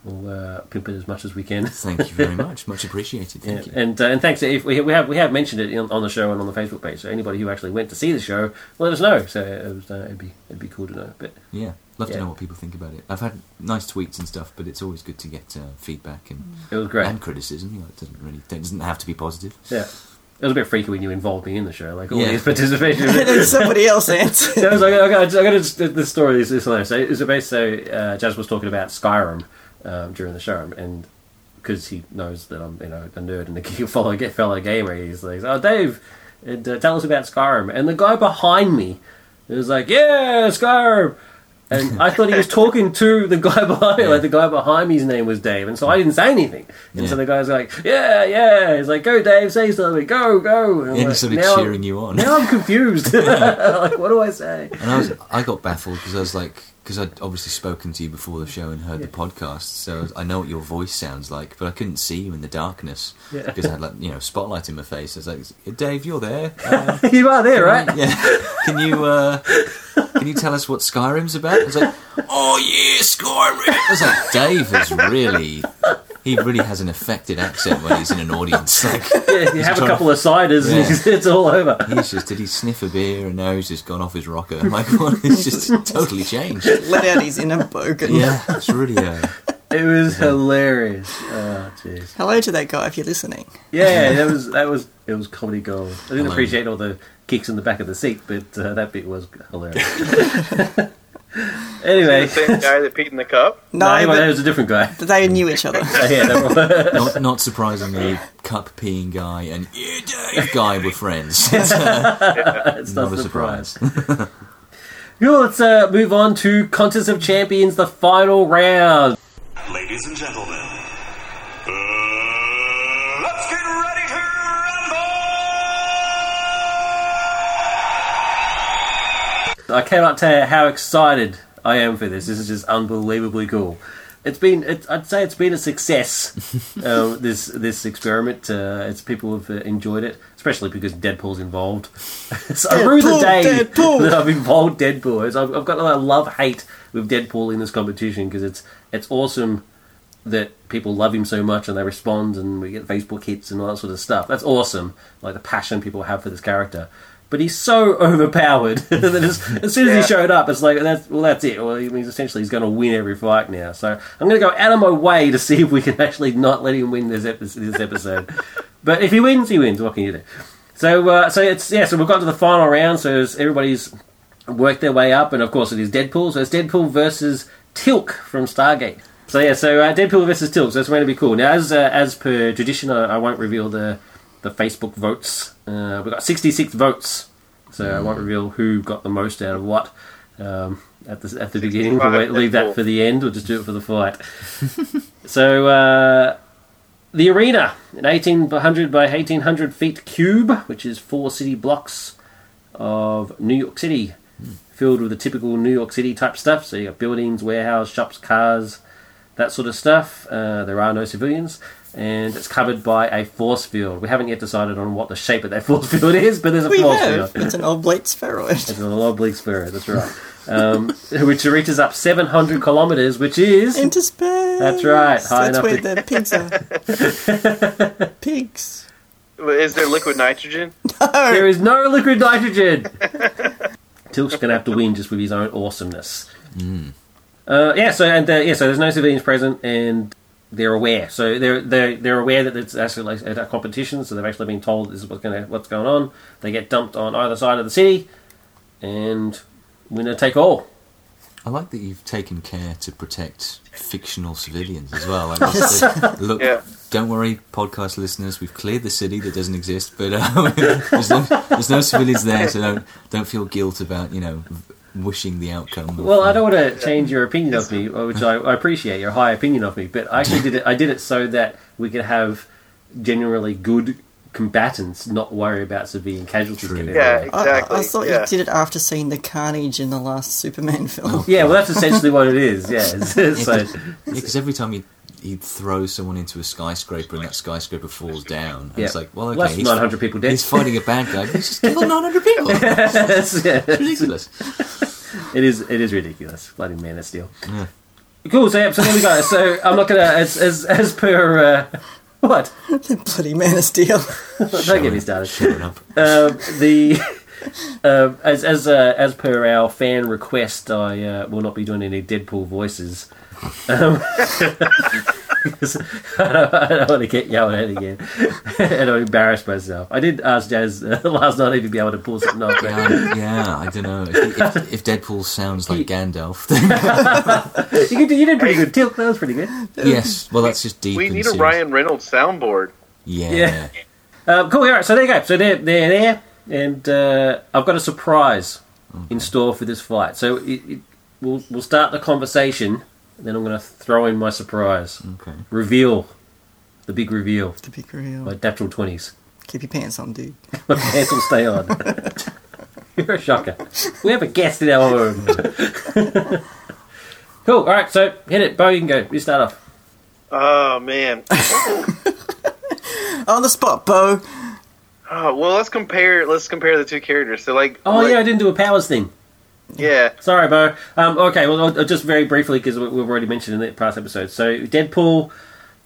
A: we'll uh, pimp it as much as we can.
D: Thank you very much. Much appreciated. Thank
A: Yeah, *laughs*
D: you.
A: And uh, and thanks if we, we have we have mentioned it on, on the show and on the Facebook page. So anybody who actually went to see the show, let us know. So it was, uh, it'd be it'd be cool to know. But
D: Yeah, love
A: Yeah.
D: to know what people think about it. I've had nice tweets and stuff, but it's always good to get uh, feedback and
A: it was great.
D: and criticism. You know, it doesn't really it doesn't have to be positive.
A: Yeah. It was a bit freaky when you involved me in the show, like all
D: Yeah.
A: these participation.
B: *laughs* And then somebody
A: *laughs*
B: else answered.
A: So I was like, I got, I got this story is, is hilarious. So it was basically so uh, Jazz was talking about Skyrim um, during the show, and because he knows that I'm you know a nerd and a geek- *laughs* fellow get fellow gamer, he's like, "Oh, Dave, and, uh, tell us about Skyrim." And the guy behind me was like, "Yeah, Skyrim." And I thought
D: *laughs*
A: he was talking to the guy *laughs* behind me.
D: Yeah.
A: Like the guy behind me's name was Dave, and so I didn't say anything. And so the
D: Yeah.
A: guy's like, "Yeah, yeah." He's like, "Go, Dave, say something. Go, go." And I'm
D: Yeah,
A: like,
D: he's sort of
A: now-
D: cheering you on.
A: now I'm
D: *laughs*
A: confused. like, what do I say?
D: And I was, I got baffled because I was like, because I'd obviously spoken to you before the show and heard the podcast, so I was- I know what your voice sounds like, but I couldn't see you in the darkness
A: Yeah.
D: because I had like you know spotlight in my face. I was like, Dave, you're there. Uh,
A: you are there, right?
D: yeah. Can you uh, can you tell us what Skyrim's about? I was like, oh yeah, Skyrim. I was like, Dave is really. He really has an affected accent when he's in an audience. Like,
A: Yeah, you have a couple of ciders
D: Yeah.
A: and it's, *laughs* it's all over.
D: he's just did he sniff a beer and now he's just gone off his rocker. Like, what? It's just totally changed.
B: Let out his inner bogan.
D: Yeah, it's really. Uh,
A: It was hilarious. Oh, jeez.
B: Hello to that guy if you're listening.
A: Yeah, that was that was it was comedy gold. I didn't
D: Hello.
A: appreciate all the kicks in the back of the seat, but uh, that bit was
D: *laughs*
A: hilarious.
C: The
A: anyway,
C: same guy that peed in the cup.
B: No,
A: no,
B: but
A: that was a different guy. *laughs*
B: but they knew each other.
A: Yeah, that was-
D: not, not surprisingly, cup peeing guy and yeah, Dave guy were friends.
A: it's
D: not
A: not
D: a surprise.
A: Cool, let's uh, move on to Contest of Champions, the final round.
E: Ladies and gentlemen, uh, let's get ready to rumble!
A: I cannot tell you how excited I am for this. This is just unbelievably cool. It's been, it, I'd say, it's been a
B: *laughs*
A: success. uh, this this experiment, uh, it's people have uh, enjoyed it, especially because Deadpool's involved. *laughs* so I rue the
B: Deadpool,
A: day
B: Deadpool.
A: that I've involved Deadpool. It's, I've, I've got a love hate with Deadpool in this competition because it's it's awesome that people love him so much and they respond and we get Facebook hits and all that sort of stuff. That's awesome. Like the passion people have for this character. But he's so *laughs* overpowered that as, as soon as
C: Yeah.
A: he showed up, it's like that's well, that's it. Well, he means essentially he's going to win every fight now. So I'm going to go out of my way to see if we can *laughs* actually not let him win this, epi- this episode. *laughs* but if he wins, he wins. What can you do? So uh, so it's yeah. So we've got to the final round. So it's- everybody's worked their way up, and of course it is Deadpool. So it's Deadpool versus Tilk from Stargate. So yeah, so uh, Deadpool versus Tilk. So that's going to be cool. Now, as uh, as per tradition, I, I won't reveal the the Facebook votes. Uh, we got sixty six votes, so I won't reveal who got the most out of what. Um, at the at the beginning, we'll wait- leave that for the end. We'll just do it for the fight. *laughs* so uh, the arena, an eighteen hundred by eighteen hundred feet cube, which is four city blocks of New York City,
B: Hmm.
A: filled with the typical New York City type stuff. So you got buildings, warehouse, shops, cars, that sort of stuff. Uh, there are no civilians, and it's covered by a force field. We haven't yet decided on what the shape of that *laughs* force field is, but there's a
B: We
A: force
B: have.
A: field.
B: It's an oblate spheroid.
A: It's an oblique spirit. That's right. Um, *laughs* which reaches up 700 kilometers, which is
B: *laughs* Into space.
A: That's right, high
B: That's
A: enough
B: where
A: to-
B: the pigs are.
A: *laughs*
B: pigs.
C: Is there liquid nitrogen?
A: There is no liquid nitrogen. Tilk's gonna have to win just with his own awesomeness. Uh, yeah. So and uh, yeah. So there's no civilians present, and they're aware. So they're they're they're aware that it's actually like a competition. So they've actually been told this is what's gonna what's going on. They get dumped on either side of the city, and winner take all.
D: I like that you've taken care to protect fictional civilians
A: *laughs*
D: as well. Like, just to- look,
C: Yeah.
D: don't worry, podcast listeners. We've cleared the city that doesn't exist, but um, *laughs* there's, no, there's no civilians there, so don't don't feel guilt about you know wishing the outcome. of- uh,
A: Well, I don't want to change your opinion of me, uh, which I, I appreciate your high opinion of me, but I actually did it. I did it so that we could have generally good combatants not worry about civilian casualties.
D: True.
A: getting
C: Yeah,
A: there.
B: I-
C: exactly.
B: I, I thought
C: yeah.
B: you did it after seeing the carnage in the last Superman *laughs* film.
A: Yeah, well, that's essentially what it is.
D: *laughs*
A: Yeah, *laughs* It's- so
D: because every time he he throws someone into a skyscraper and that skyscraper falls down, and
A: yeah.
D: it's like, well, okay,
A: that's
D: he's,
A: 900 people dead.
D: he's fighting a bad guy, but he's just killed 900 people.
A: *laughs*
D: It's
A: Yes, yeah.
D: ridiculous.
A: It is. It is ridiculous. Bloody Man of Steel. Cool. So yeah. So there we go. So I'm not gonna as as as per uh, *laughs* what?
B: Bloody Man of Steel. *laughs*
A: Don't get me started.
D: Shut up.
A: Um, the *laughs* um, as as uh, as per our fan request, I uh, will not be doing any Deadpool voices. Um, 'cause *laughs* I, don't, I don't want to get yelled at again, *laughs* and I embarrass myself. I did ask Jazz uh, *laughs* last night if he'd be able to pull something off.
D: *laughs*
A: but-
D: Um, yeah, I don't know. If, if, if Deadpool sounds like Gandalf, then
A: You, could, do- you did pretty good, Tilt. That was pretty good.
D: yes. Well, that's just deep.
C: We
D: and
C: need a
D: serious.
C: Ryan Reynolds soundboard.
D: Yeah.
A: Yeah. Um, cool. All right. So there you go. So they're they're there, and uh, I've got a surprise in store for this fight. So it, it, we'll we'll start the conversation, and then I'm going to throw in my surprise
D: Okay.
A: reveal, the big reveal.
B: the big reveal.
A: My natural twenties.
B: Keep your pants on, dude.
A: My pants will stay on. *laughs* You're a shocker. We have a guest in our room. *laughs* cool. All right. So hit it, Bo. You can go. You start off.
B: *laughs*
C: Oh man.
B: On the spot, Bo.
C: Oh, well, let's compare. Let's compare the two characters. So like.
A: Oh
C: like-
A: yeah, I didn't do a powers thing.
C: Yeah.
A: Sorry, Bo. Um, okay, well, I'll- I'll just very briefly because we've already mentioned in the past episode. So Deadpool,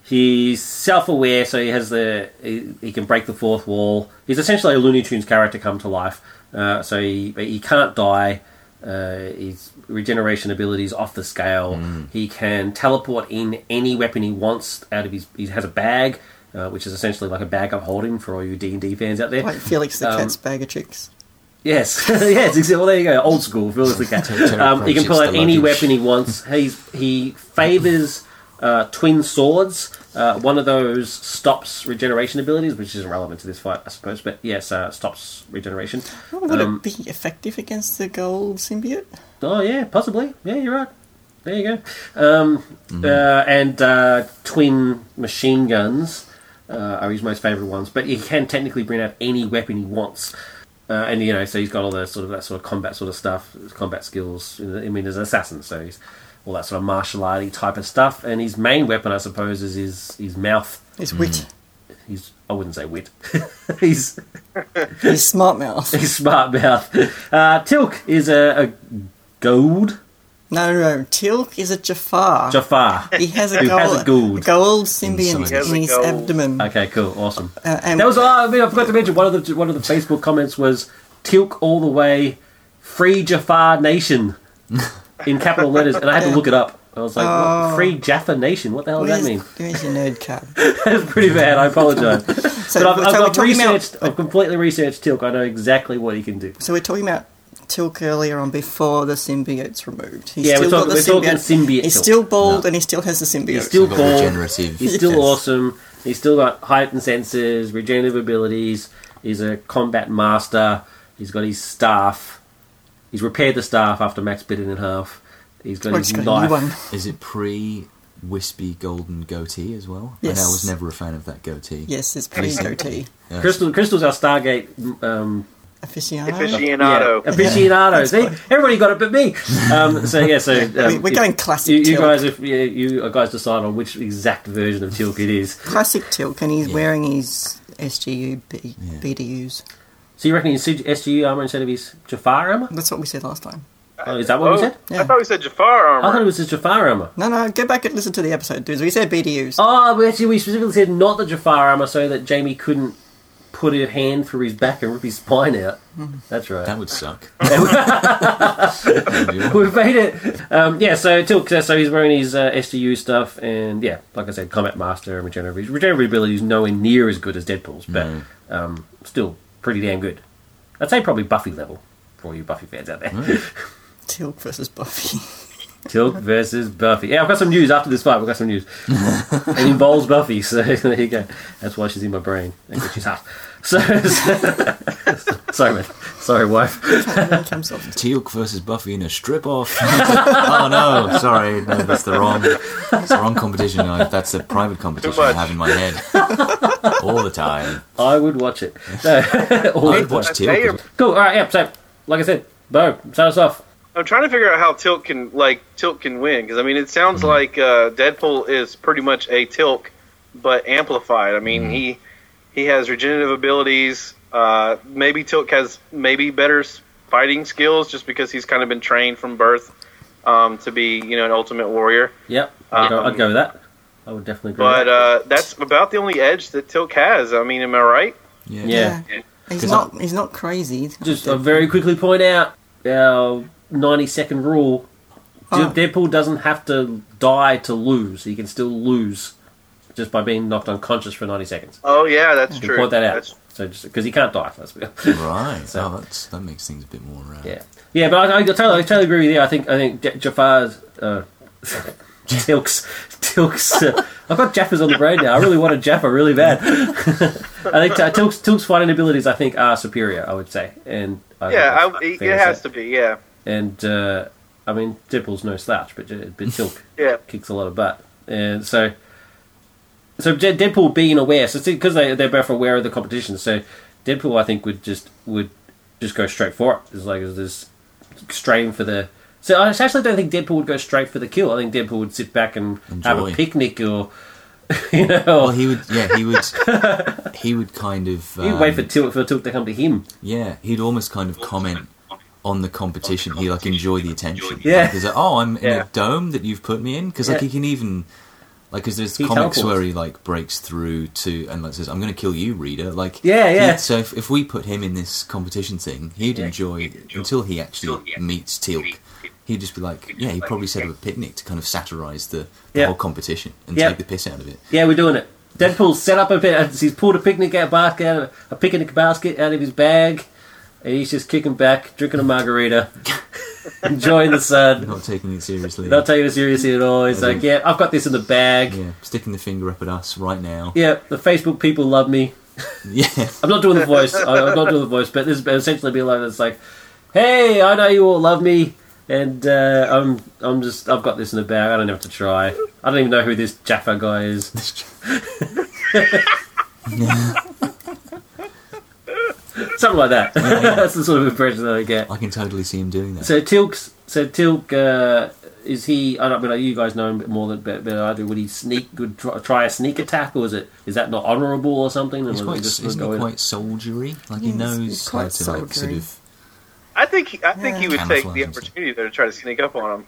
A: he's self-aware, so he has the he, he can break the fourth wall. He's essentially a Looney Tunes character come to life. Uh, so he but he can't die. Uh, his regeneration abilities off the scale. He can teleport in any weapon he wants out of his. He has a bag, uh, which is essentially like a bag of holding for all you D and D fans out there.
B: Like Felix the
A: Um,
B: Cat's bag of tricks.
A: Yes, *laughs* yes. Exactly. Well, there you go. Old school. Feels like that.
D: Terry
A: Um, he can pull
D: Pratchett's
A: out
D: the
A: any
D: luggage.
A: weapon he wants. He's he favors uh, twin swords. Uh, one of those stops regeneration abilities, which isn't relevant to this fight, I suppose. But yes, uh, stops regeneration.
B: Would
A: um,
B: it be effective against the gold symbiote?
A: Oh yeah, possibly. Yeah, you're right. There you go. Um, uh, and uh, twin machine guns uh, are his most favourite ones, but he can technically bring out any weapon he wants. Uh, and you know, so he's got all the sort of that sort of combat sort of stuff, his combat skills. you know, I mean, he's an assassin, so he's all that sort of martial arty type of stuff. And his main weapon, I suppose, is his his mouth.
B: His wit.
A: He's I wouldn't say wit. *laughs* he's
B: His
A: *laughs*
B: smart mouth.
A: his smart mouth. Uh, Tilk is a, a gold
B: No, no, Tilk is a Jafar.
A: Jafar.
B: he has a
A: Who
B: gold,
A: has a gold.
B: gold
D: Inside.
B: symbiote
D: He has
C: a
B: in his
C: gold.
B: abdomen.
A: Okay, cool, awesome.
B: Uh, and
A: That was oh, I, mean, I forgot to mention one of the one of the Facebook comments was Tilk all the way, free Jafar
B: *laughs*
A: Nation, in capital letters, and I had to look it up. I was like,
B: Oh.
A: what, "Free Jaffa Nation? What the hell does that mean?" *laughs*
B: Where's your nerd card?
A: That's pretty bad. I
B: *laughs*
A: apologise, but
B: So,
A: I've,
B: so we're
A: I've, I've
B: talking about-
A: researched. I've completely researched Tilk. I know exactly what he can do.
B: So we're talking about Tilk earlier on before the symbiote's removed. He's
A: Yeah, we're talking-
B: got the
A: we're talking symbiote
B: He's
A: Tilk.
B: still bald
D: No.
B: and he still has the symbiote.
A: He's still
D: Got
A: bald.
D: regenerative.
A: He's still
D: defense.
A: awesome. He's still got heightened senses, regenerative abilities. He's a combat master. He's got his staff. He's repaired the staff after Max bit it in half. He's got
B: Well,
A: his
B: Oh, he's got a new
A: knife.
B: one.
D: Is it pre wispy golden goatee as well? And I
B: Yes.
D: was never a fan of that goatee.
B: Yes, it's pretty goatee.
D: Yeah.
A: Crystal, Crystal's our Stargate um,
B: Aficionado.
A: yeah,
C: Aficionado.
A: aficionado. See, everybody got it but me. Um, so yeah, so
B: *laughs* We-
A: um,
B: We're going classic
A: You, you
B: Tilk.
A: guys, if you, you guys decide on which exact version of Tilk it is.
B: Classic Tilk, and he's
D: Yeah.
B: wearing his SGU B-
D: Yeah.
B: BDUs.
A: So you reckon he's SGU armor instead of his Jafar armor?
B: That's what we said last time.
A: Oh, is that what we
C: Oh,
A: said?
B: Yeah.
C: I thought we said Jafar
A: I thought
C: armor.
A: it was his Jafar armor.
B: No, no, go back and listen to the episode, dudes. We said BDUs.
A: Oh, we actually we specifically said not the Jafar armor so that Jamie couldn't put a hand through his back and rip his spine out. That's right.
D: That would suck.
A: *laughs* We've made it. Um, yeah, so Tilk, so he's wearing his uh, SGU stuff, and yeah, like I said, Combat Master and regenerative regenerative ability is nowhere near as good as Deadpool's, but um, still pretty damn good. I'd say probably Buffy level for all you Buffy fans out there.
B: Tilk versus Buffy. *laughs*
A: Tilk versus Buffy. Yeah, I've got some news after this fight. We've got some news. it involves Buffy, so *laughs* there you go. That's why she's in my brain. Because she's hot. So, *laughs* sorry, man. Sorry, wife.
B: That comes off.
D: *laughs* Teal'c versus Buffy in a strip off. *laughs* oh no, sorry, no, that's the wrong, that's the wrong competition. I, that's the private competition I
C: much.
D: have in my
A: *laughs*
D: head all the time.
A: I would watch it. *laughs* No, all
D: I'd
A: the
D: watch
A: time.
C: They are-
D: Teal'c.
A: Cool. All right. Yeah. So, like I said, Bo, start us off.
C: I'm trying to figure out how Tilt can like Tilt can win because I mean it sounds like uh, Deadpool is pretty much a Tilt but amplified. I mean he he has regenerative abilities. Uh, maybe Tilt has maybe better s- fighting skills just because he's kind of been trained from birth um, to be you know an ultimate warrior.
A: Yep. I'd, go,
C: Um,
A: I'd go with that. I would definitely agree.
C: But
A: with
C: uh, that's about the only edge that Tilt has. I mean, am I right?
D: Yeah.
A: Yeah.
B: He's
D: 'Cause
B: not. He's not crazy. He's
A: that.
B: not
A: Just
B: dead.
A: uh, very quickly point out our 90 second rule.
C: Ah.
B: Oh.
A: Deadpool doesn't have to die to lose. He can still lose just by being knocked unconscious for 90 seconds.
C: Oh yeah, that's
A: You
C: true.
A: Point that out.
C: That's-
A: so just because he *laughs* can't die. Let's be honest.
D: Right.
A: So-
D: oh, that's, that makes things a bit more. Uh,
A: Yeah, yeah, but I, I totally, I totally agree with you. I think, I think Ja- Jafar's, uh, *laughs* Tilk's, Tilk's. Uh, I've got Jaffa's on the brain now. I really wanted Jaffa really bad. *laughs* I think uh, Tilk's, Tilk's fighting abilities, I think, are superior. I would say, and I think
C: yeah,
A: that's
C: I, it,
A: fair
C: it
A: say.
C: has to be. Yeah,
A: And uh, I mean, Dipple's no slouch, but, J- but Tilk
C: yeah.
A: kicks a lot of butt, and so. So J- Deadpool being aware, so because they they're both aware of the competition, so Deadpool I think would just would just go straight for it. It's like there's straying for the. So I actually don't think Deadpool would go straight for the kill. I think Deadpool would sit back and have a
D: Enjoy.
A: picnic or you know
D: Well, he would. Yeah, he would.
A: *laughs*
D: he would kind of.
A: he'd
D: um,
A: wait for Tilt for Tilt to come to him.
D: Yeah, he'd almost kind of comment on the competition. He like enjoy the attention.
A: Yeah.
D: Like, he's like, oh, I'm in
A: Yeah.
D: a dome that you've put me in because like
A: Yeah.
D: he can even like because there's
A: He
D: comics
A: teleports.
D: where he like breaks through to and like says, I'm going to kill you, reader. Like
A: Yeah,
D: he-
A: yeah.
D: so if, if we put him in this competition thing, he'd enjoy until he actually meets Teal'c. He'd just be like, yeah, he probably set up a picnic to kind of satirize the, the
A: Yeah.
D: whole competition and
A: Yeah.
D: take the piss out of it.
A: Yeah, we're doing it. Deadpool's set up a bit. He's pulled a picnic out basket, out of, a picnic basket out of his bag, and he's just kicking back, drinking a margarita, *laughs* enjoying the sun.
D: Not taking it seriously.
A: Not taking it seriously at all. He's
D: I
A: like,
D: think-
A: yeah, I've got this in the bag. Yeah.
D: yeah, sticking the finger up at us right now.
A: the Facebook people love me.
D: *laughs* yeah.
A: I'm not doing the voice. *laughs* I, I'm not doing the voice, but this is essentially be like it's like, hey, I know you all love me, and uh, I'm I'm just I've got this in the bag. I don't have to try. I don't even know who this Jaffa guy is. *laughs* Something like that. *laughs* That's the sort of impression that I get.
D: I can totally see him doing that.
A: So Tilk's so Tilk uh, is he? I don't know. You guys know him a bit more than better than I do. Would he sneak? Would try, try a sneak attack, or is it is that not honourable or something? Or
D: He's
A: would
D: quite,
A: he just
D: isn't
A: go
D: he
A: in-
D: quite soldiery?
B: Yeah,
D: Like he
B: he's-
D: knows
B: he's quite
D: how to like sort
B: soldiery.
D: of
C: I think he- I think he would
D: Yeah.
C: take
D: Camouflage
C: the
D: and stuff.
C: opportunity there to try to sneak up on him.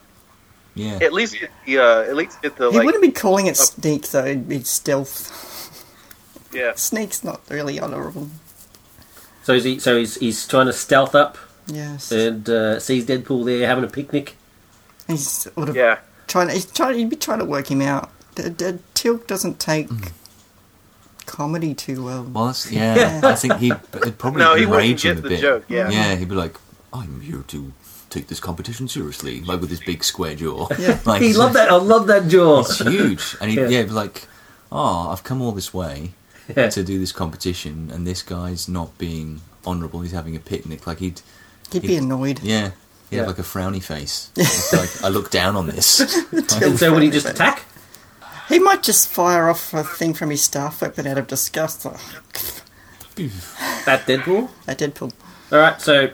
D: yeah.
C: At least get the uh, at least get the
B: He
C: like oh.
B: wouldn't be calling it sneak though. It'd be stealth.
C: yeah.
B: Sneak's not really honourable.
A: So is he? So he's he's trying to stealth up
B: Yes.
A: and uh, sees Deadpool there having a picnic.
B: He's sort of
C: Yeah,
B: trying. He's trying. He'd be trying to work him out. D- d- Tilk doesn't take comedy too well.
D: Mm. Well, that's, yeah. I think he would probably
C: No, he wouldn't
D: enrage him
C: get
D: a
C: the
D: bit.
C: joke, yeah.
D: he'd be like, "I'm here to take this competition seriously," like with his big square jaw. *laughs*
B: Yeah.
D: like,
A: He loved that. I love that jaw. *laughs*
D: It's huge, and he'd,
A: Yeah.
D: yeah. he'd be like, "Oh, I've come all this way
A: Yeah.
D: to do this competition, and this guy's not being honourable. He's having a picnic." Like he'd,
B: He'd be annoyed.
D: yeah,
A: Yeah.
D: he'd have like a
A: *laughs*
D: frowny face. it's like I look down on this. *laughs*
A: And so would he just attack?
B: He might just fire off a thing from his staff weapon out of disgust. Like,
A: That Deadpool.
B: that Deadpool.
A: All right, so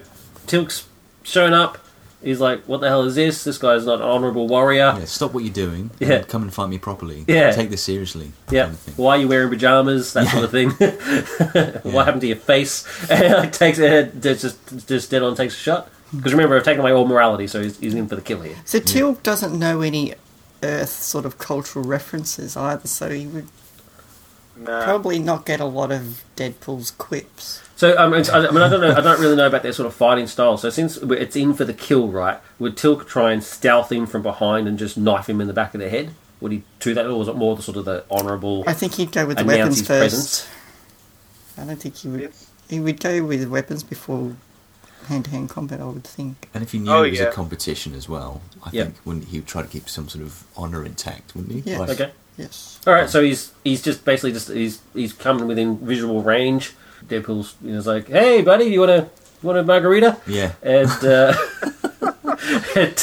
A: Tilk's shown up. He's like, "What the hell is this? This guy's not an honourable warrior."
D: Yeah, stop what you're doing.
A: Yeah.
D: And come and fight me properly.
A: Yeah.
D: Take this seriously.
A: Yeah.
D: kind of thing.
A: Why are you wearing pajamas? That sort of thing. *laughs* What
D: Yeah.
A: happened to your face? And like, takes it. Just just dead on takes a shot. Because remember, I've taken away all morality, so he's, he's in for the kill here.
B: So Tilk doesn't know any Earth sort of cultural references either, so he would
A: Uh,
C: nah.
B: probably not get a lot of Deadpool's quips.
A: So um, it's, I, I mean, I don't know. I don't really know about their sort of fighting style. So since we- it's in for the kill, right? Would Tilk try and stealth him from behind and just knife him in the back of the head? Would he do that, or was it more the sort of the honourable?
B: I think he'd go with the
A: Announce
B: weapons
A: his
B: first.
A: presence.
B: I don't think he would.
C: It's-
B: He would go with weapons before hand to hand combat, I would think.
D: And if you knew
C: Oh,
D: it was
C: yeah.
D: a competition as well, I
A: Yeah.
D: think wouldn't he would try to keep some sort of honor intact, wouldn't he?
B: Yeah.
D: Like,
A: Okay.
B: Yes.
A: All right, so he's he's just basically just he's he's coming within visual range. Deadpool's you know, is like, "Hey, buddy, do you want to want a margarita?"
D: Yeah.
A: and uh, *laughs* and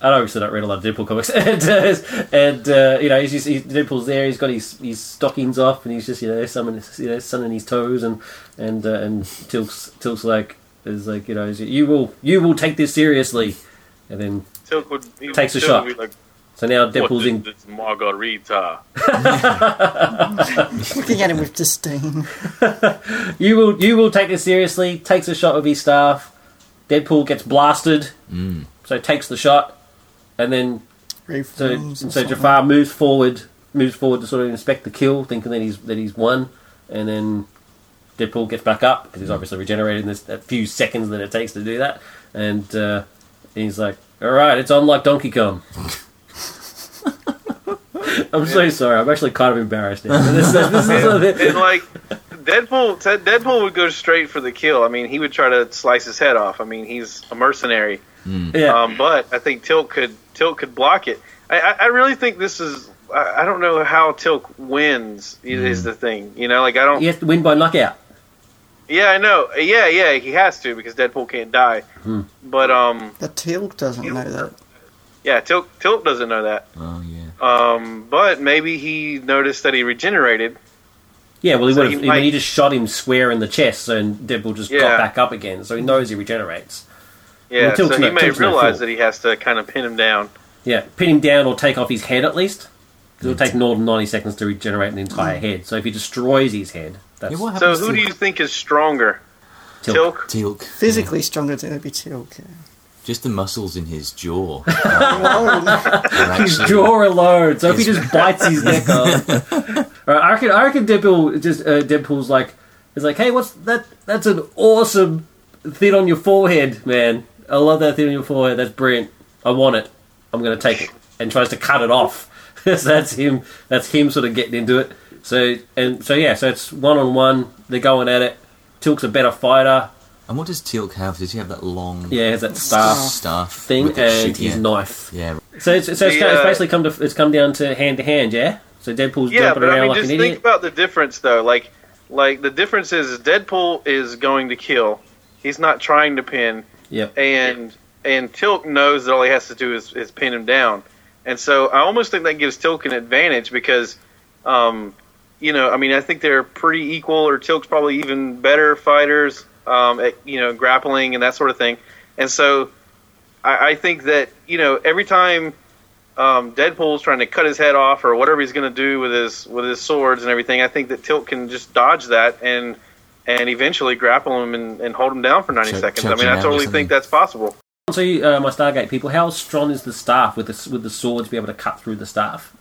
A: I obviously don't read a lot of Deadpool comics, *laughs* and uh, and uh, you know he's just, he, Deadpool's there. He's got his, his stockings off, and he's just you know sunning you know sunning his toes, and and uh, and Tilk's Tilk's like is like you know is, you will you will take this seriously, and then
C: Silk would, he
A: Takes a
C: Silk
A: shot.
C: would be Like,
A: so now
C: what
A: Deadpool's
C: is
A: in
C: this margarita?
B: Looking at him with
A: *laughs*
B: disdain.
A: You will you will take this seriously. Takes a shot with his staff. Deadpool gets blasted, so takes the shot, and then so
B: Reforms or
A: so
B: Oh, something.
A: Jafar moves forward, moves forward to sort of inspect the kill, thinking that he's that he's won, and then Deadpool gets back up because he's obviously regenerated in this that few seconds that it takes to do that, and uh, he's like, "All right, it's on like Donkey Kong." *laughs* I'm so sorry. I'm actually kind of embarrassed now. This, this, this is *laughs*
C: and like Deadpool, Ted- Deadpool would go straight for the kill. I mean, he would try to slice his head off. I mean, he's a mercenary.
A: yeah.
C: Um, but I think Tilt could Tilt could block it. I, I, I really think this is. I, I don't know how Tilt wins is, is
A: Mm-hmm.
C: the thing. You know, like I don't.
A: He
C: Yeah.
A: has to win by knockout.
C: I know. Yeah, yeah, he has to because Deadpool can't die.
A: Hmm.
C: But um,
B: The Teal'c doesn't know that.
C: yeah, Tilt Tilt doesn't know that.
D: Oh yeah.
C: Um, but maybe he noticed that he regenerated.
A: Yeah, well, he
C: So
A: would
C: he
A: have. I
C: might-
A: mean, he just shot him square in the chest, so and Deadpool just
C: Yeah.
A: got back up again. So he knows he regenerates.
C: Yeah,
A: Well, Tilt's
C: so he
A: not-
C: may
A: Tilt's not
C: realize
A: fool.
C: that he has to kind of pin him down.
A: Yeah, pin him down or take off his head at least. 'Cause
D: Mm.
A: it'll take more than ninety seconds to regenerate an entire head. So if he destroys his head, that's
D: yeah what
C: So
D: happens
C: who do
D: to
C: you think is stronger,
A: Tilk.
C: Tilt
D: Teal'c?
B: Physically stronger than it'd be Teal'c. yeah.
D: Yeah. Just the muscles in his
A: *laughs*
D: jaw.
B: Oh,
A: his jaw alone. So if he just bites his neck
D: *laughs*
A: off, Alright, I reckon. I reckon Deadpool just uh, Deadpool's like, is like, hey, what's that? That's an awesome thing on your forehead, man. I love that thing on your forehead. That's brilliant. I want it. I'm gonna take it. And tries to cut it off. *laughs* so that's him. That's him sort of getting into it. So and so yeah. So it's one on one. They're going at it. Tilk's a better fighter.
D: And what does Teal'c have? Does he have that long
A: Yeah, he has that staff
D: staff
A: thing
D: with the
A: and
D: shit-
A: his
D: yeah.
A: knife.
D: Yeah.
A: So it's, so it's,
C: The,
A: kind of-
C: uh,
A: it's basically come to it's come down to hand to hand, yeah. So Deadpool's
C: Yeah,
A: jumping
C: but I
A: around
C: mean,
A: like
C: just
A: an
C: think
A: idiot.
C: about the difference, though. Like, like the difference is Deadpool is going to kill. He's not trying to pin,
A: Yep.
C: and and Tilk knows that all he has to do is, is pin him down. And so I almost think that gives Tilk an advantage because, um, you know, I mean, I think they're pretty equal, or Tilk's probably even better fighters um, at you know grappling and that sort of thing. And so I, I think that you know every time um, Deadpool's trying to cut his head off or whatever he's going to do with his with his swords and everything, I think that Tilt can just dodge that and and eventually grapple him and, and hold him down for ninety
D: Choke-
C: seconds.
D: choke
C: I mean,
D: him
C: I
D: out or
C: totally
D: something.
C: think that's possible.
A: So you, uh, my Stargate people, how strong is the staff with the s- with the sword to be able to cut through the staff?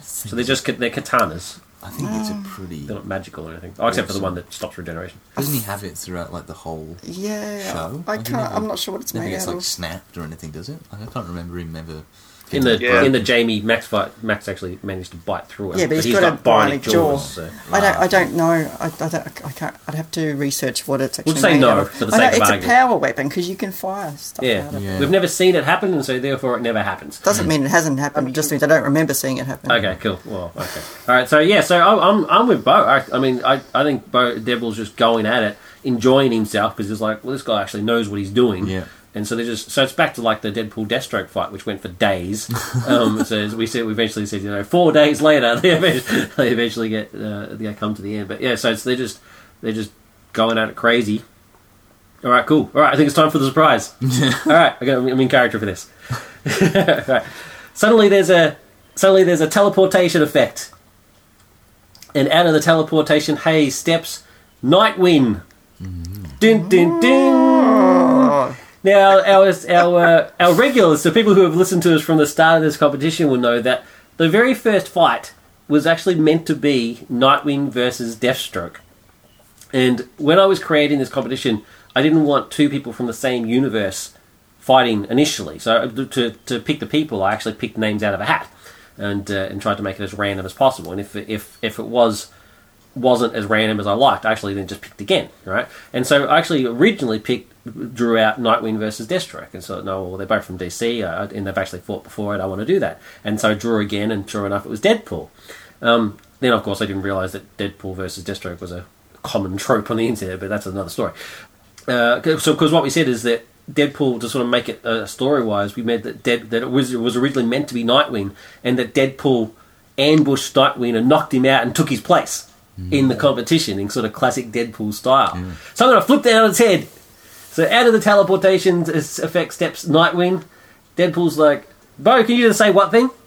A: So Ah. they're just ka- they're katanas.
D: I think it's a pretty.
A: They're not magical or anything, oh, except for the one that stops regeneration.
D: Doesn't he have it throughout like the whole?
B: *laughs* yeah.
D: Show?
B: I
D: I don't
B: can't.
D: know.
B: I'm not sure what it's
D: Never
B: made
D: gets
B: out
D: like
B: of.
D: snapped or anything, does it? I can't remember him ever.
A: In the
C: Yeah.
A: in the Jamie Max fight, Max actually managed to bite through it.
B: Yeah, but he's got
A: got
B: a bionic jaw.
A: jaws, so- ah.
B: I don't. I don't know. I, I, don't, I can't. I'd have to research what it's actually.
A: We'll say
B: made
A: no
B: out of.
A: for the
B: I know,
A: sake of
B: It's
A: argument.
B: a power weapon because you can fire stuff.
A: Yeah.
B: Out of it.
D: Yeah.
A: we've never seen it happen, and so therefore it never happens.
B: Doesn't mean it hasn't happened. it just means I don't remember seeing it happen.
A: Okay, cool. Well, okay. All right. So yeah. So I'm I'm, I'm with Bo. I, I mean, I, I think Bo Devil's just going at it, enjoying himself because it's like, well, this guy actually knows what he's doing.
D: Yeah.
A: And so they just so it's back to like the Deadpool Deathstroke fight, which went for days. um, so as we said, we eventually said, you know, four days later *laughs* they eventually, they eventually get uh, they come to the end. But yeah, so it's, they're just they're just going at it crazy. All right, cool. All right, I think it's time for the surprise. All right, I got, I'm in character for this. *laughs* All right. Suddenly there's a suddenly there's a teleportation effect, and out of the teleportation haze steps Nightwing. Dun, dun, dun. Now our our uh, our regulars, the people who have listened to us from the start of this competition, will know that the very first fight was actually meant to be Nightwing versus Deathstroke. And when I was creating this competition, I didn't want two people from the same universe fighting initially. So uh, to, to pick the people, I actually picked names out of a hat and uh, and tried to make it as random as possible. And if if if it was wasn't as random as I liked. I actually then just picked again, right? And so I actually originally picked drew out Nightwing versus Deathstroke, and so no, well, they're both from DC, uh, and they've actually fought before, and I want to do that. And so I drew again, and sure enough, it was Deadpool. Um, then, of course, I didn't realize that Deadpool versus Deathstroke was a common trope on the internet, but that's another story. Uh, 'cause- so, because what we said is that Deadpool, to sort of make it uh, story-wise, we made that Dead, that it was it was originally meant to be Nightwing, and that Deadpool ambushed Nightwing and knocked him out and took his place in the competition in sort of classic Deadpool style. So I'm going to flip that on its head. So out of the teleportation effect steps Nightwing. Deadpool's like, Bo, can you just say what thing?
D: *laughs*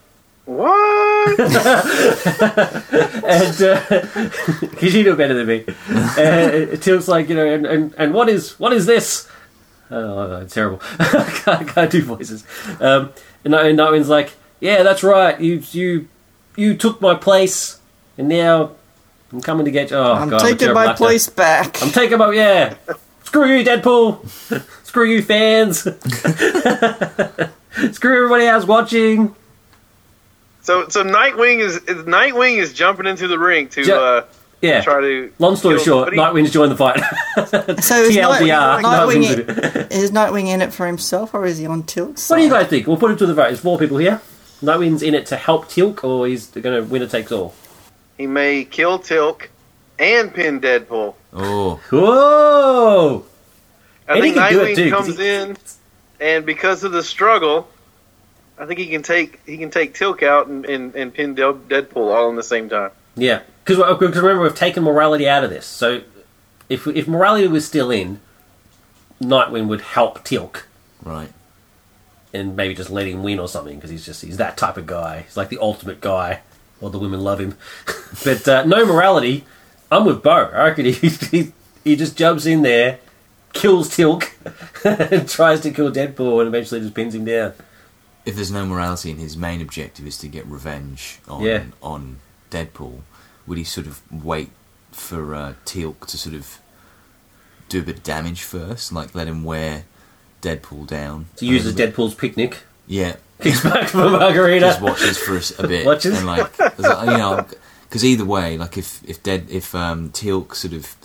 C: What?
A: and because *laughs* you know better than me, uh, Tim's like, you know, and, and, and what is what is this? Oh, it's terrible. *laughs* I can't, can't do voices. Um, and Night- and Nightwing's like, yeah, that's right. You you you took my place, and now I'm coming to get you. Oh,
B: I'm
A: God,
B: taking
A: terrible
B: my
A: actor.
B: place back.
A: I'm taking my yeah. Screw you, Deadpool. *laughs* Screw you, fans. *laughs* Screw everybody else watching.
C: So so Nightwing is, is Nightwing is jumping into the ring to
A: Ju-
C: uh,
A: Yeah.
C: try to.
A: Long story
C: kill
A: short,
C: somebody.
A: Nightwing's joined the fight.
B: *laughs*
A: *laughs*
B: so is Night-
A: TLDR,
B: Nightwing,
A: Nightwing's
B: in, is Nightwing in it for himself or is he on tilt?
A: What do you guys think? We'll put it to the vote. There's four people here. Nightwing's in it to help Tilk, or he's going to winner takes all.
C: He may kill Tilk and pin Deadpool.
D: Oh,
A: Whoa!
C: I
A: And
C: think
A: he can do it,
C: Nightwing
A: too, 'cause
C: comes
A: he-
C: in, and because of the struggle, I think he can take he can take Tilk out and, and, and pin Del- Deadpool all in the same time.
A: Yeah, because remember we've taken morality out of this. So if if morality was still in, Nightwing would help Tilk
D: right.
A: and maybe just let him win or something because he's just he's that type of guy. He's like the ultimate guy. All the women love him, *laughs* but uh, no morality. I'm with Bo. I reckon he, *laughs* he he just jumps in there, kills Tilk, *laughs* and tries to kill Deadpool, and eventually just pins him down.
D: If there's no morality and his main objective is to get revenge on
A: Yeah.
D: on Deadpool, would he sort of wait for uh, Teal'c to sort of do a bit of damage first, like let him wear Deadpool down?
A: So he uses
D: Um,
A: Deadpool's picnic,
D: Yeah,
A: kicks back from a margarita.
D: just *laughs* watches for us a bit,
A: Watches.
D: and like 'cause, you know, because either way, like if if dead if um, Teal'c sort of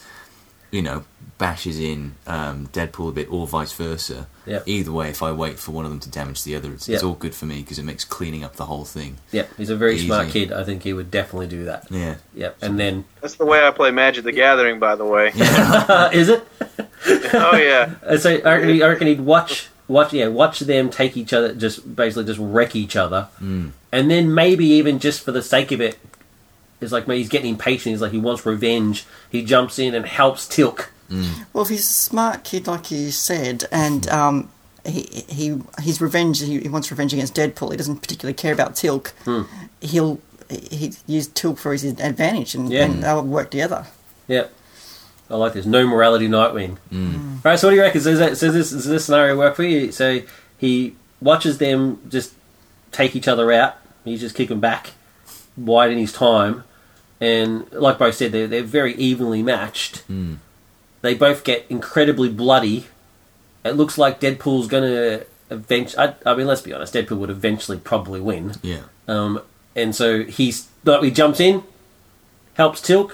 D: you know bashes in um, Deadpool a bit, or vice versa.
A: Yep.
D: Either way, if I wait for one of them to damage the other, it's,
A: Yep.
D: it's all good for me because it makes cleaning up the whole thing.
A: Yep, he's a very
D: Easy.
A: smart kid. I think he would definitely do that.
D: Yeah.
A: Yep, and then
C: That's the way I play Magic: The Gathering, by the way.
A: uh, *laughs* is it?
C: oh yeah,
A: Uh, So I reckon, I reckon he'd watch, watch, yeah, watch them take each other, just basically just wreck each other, mm. and then maybe even just for the sake of it, it's like maybe he's getting impatient. He's like he wants revenge. He jumps in and helps Tilk.
B: Well, if he's a smart kid, like you said, and um, he he his revenge he, he wants revenge against Deadpool. He doesn't particularly care about Tilk.
A: Hmm.
B: He'll he use Tilk for his advantage, and,
A: Yeah.
B: and they'll work together.
A: Yep, I like this. No morality, Nightwing. Mm. Right. So what do you reckon? So, is that, so this does this scenario work for you? So he watches them just take each other out. He's just kicking back, wide in his time, and like both said, they're they're very evenly matched. They both get incredibly bloody. It looks like Deadpool's gonna eventually. I, I mean, let's be honest. Deadpool would eventually probably win.
D: Yeah.
A: Um, and so he's Nightwing jumps in, helps Tilk.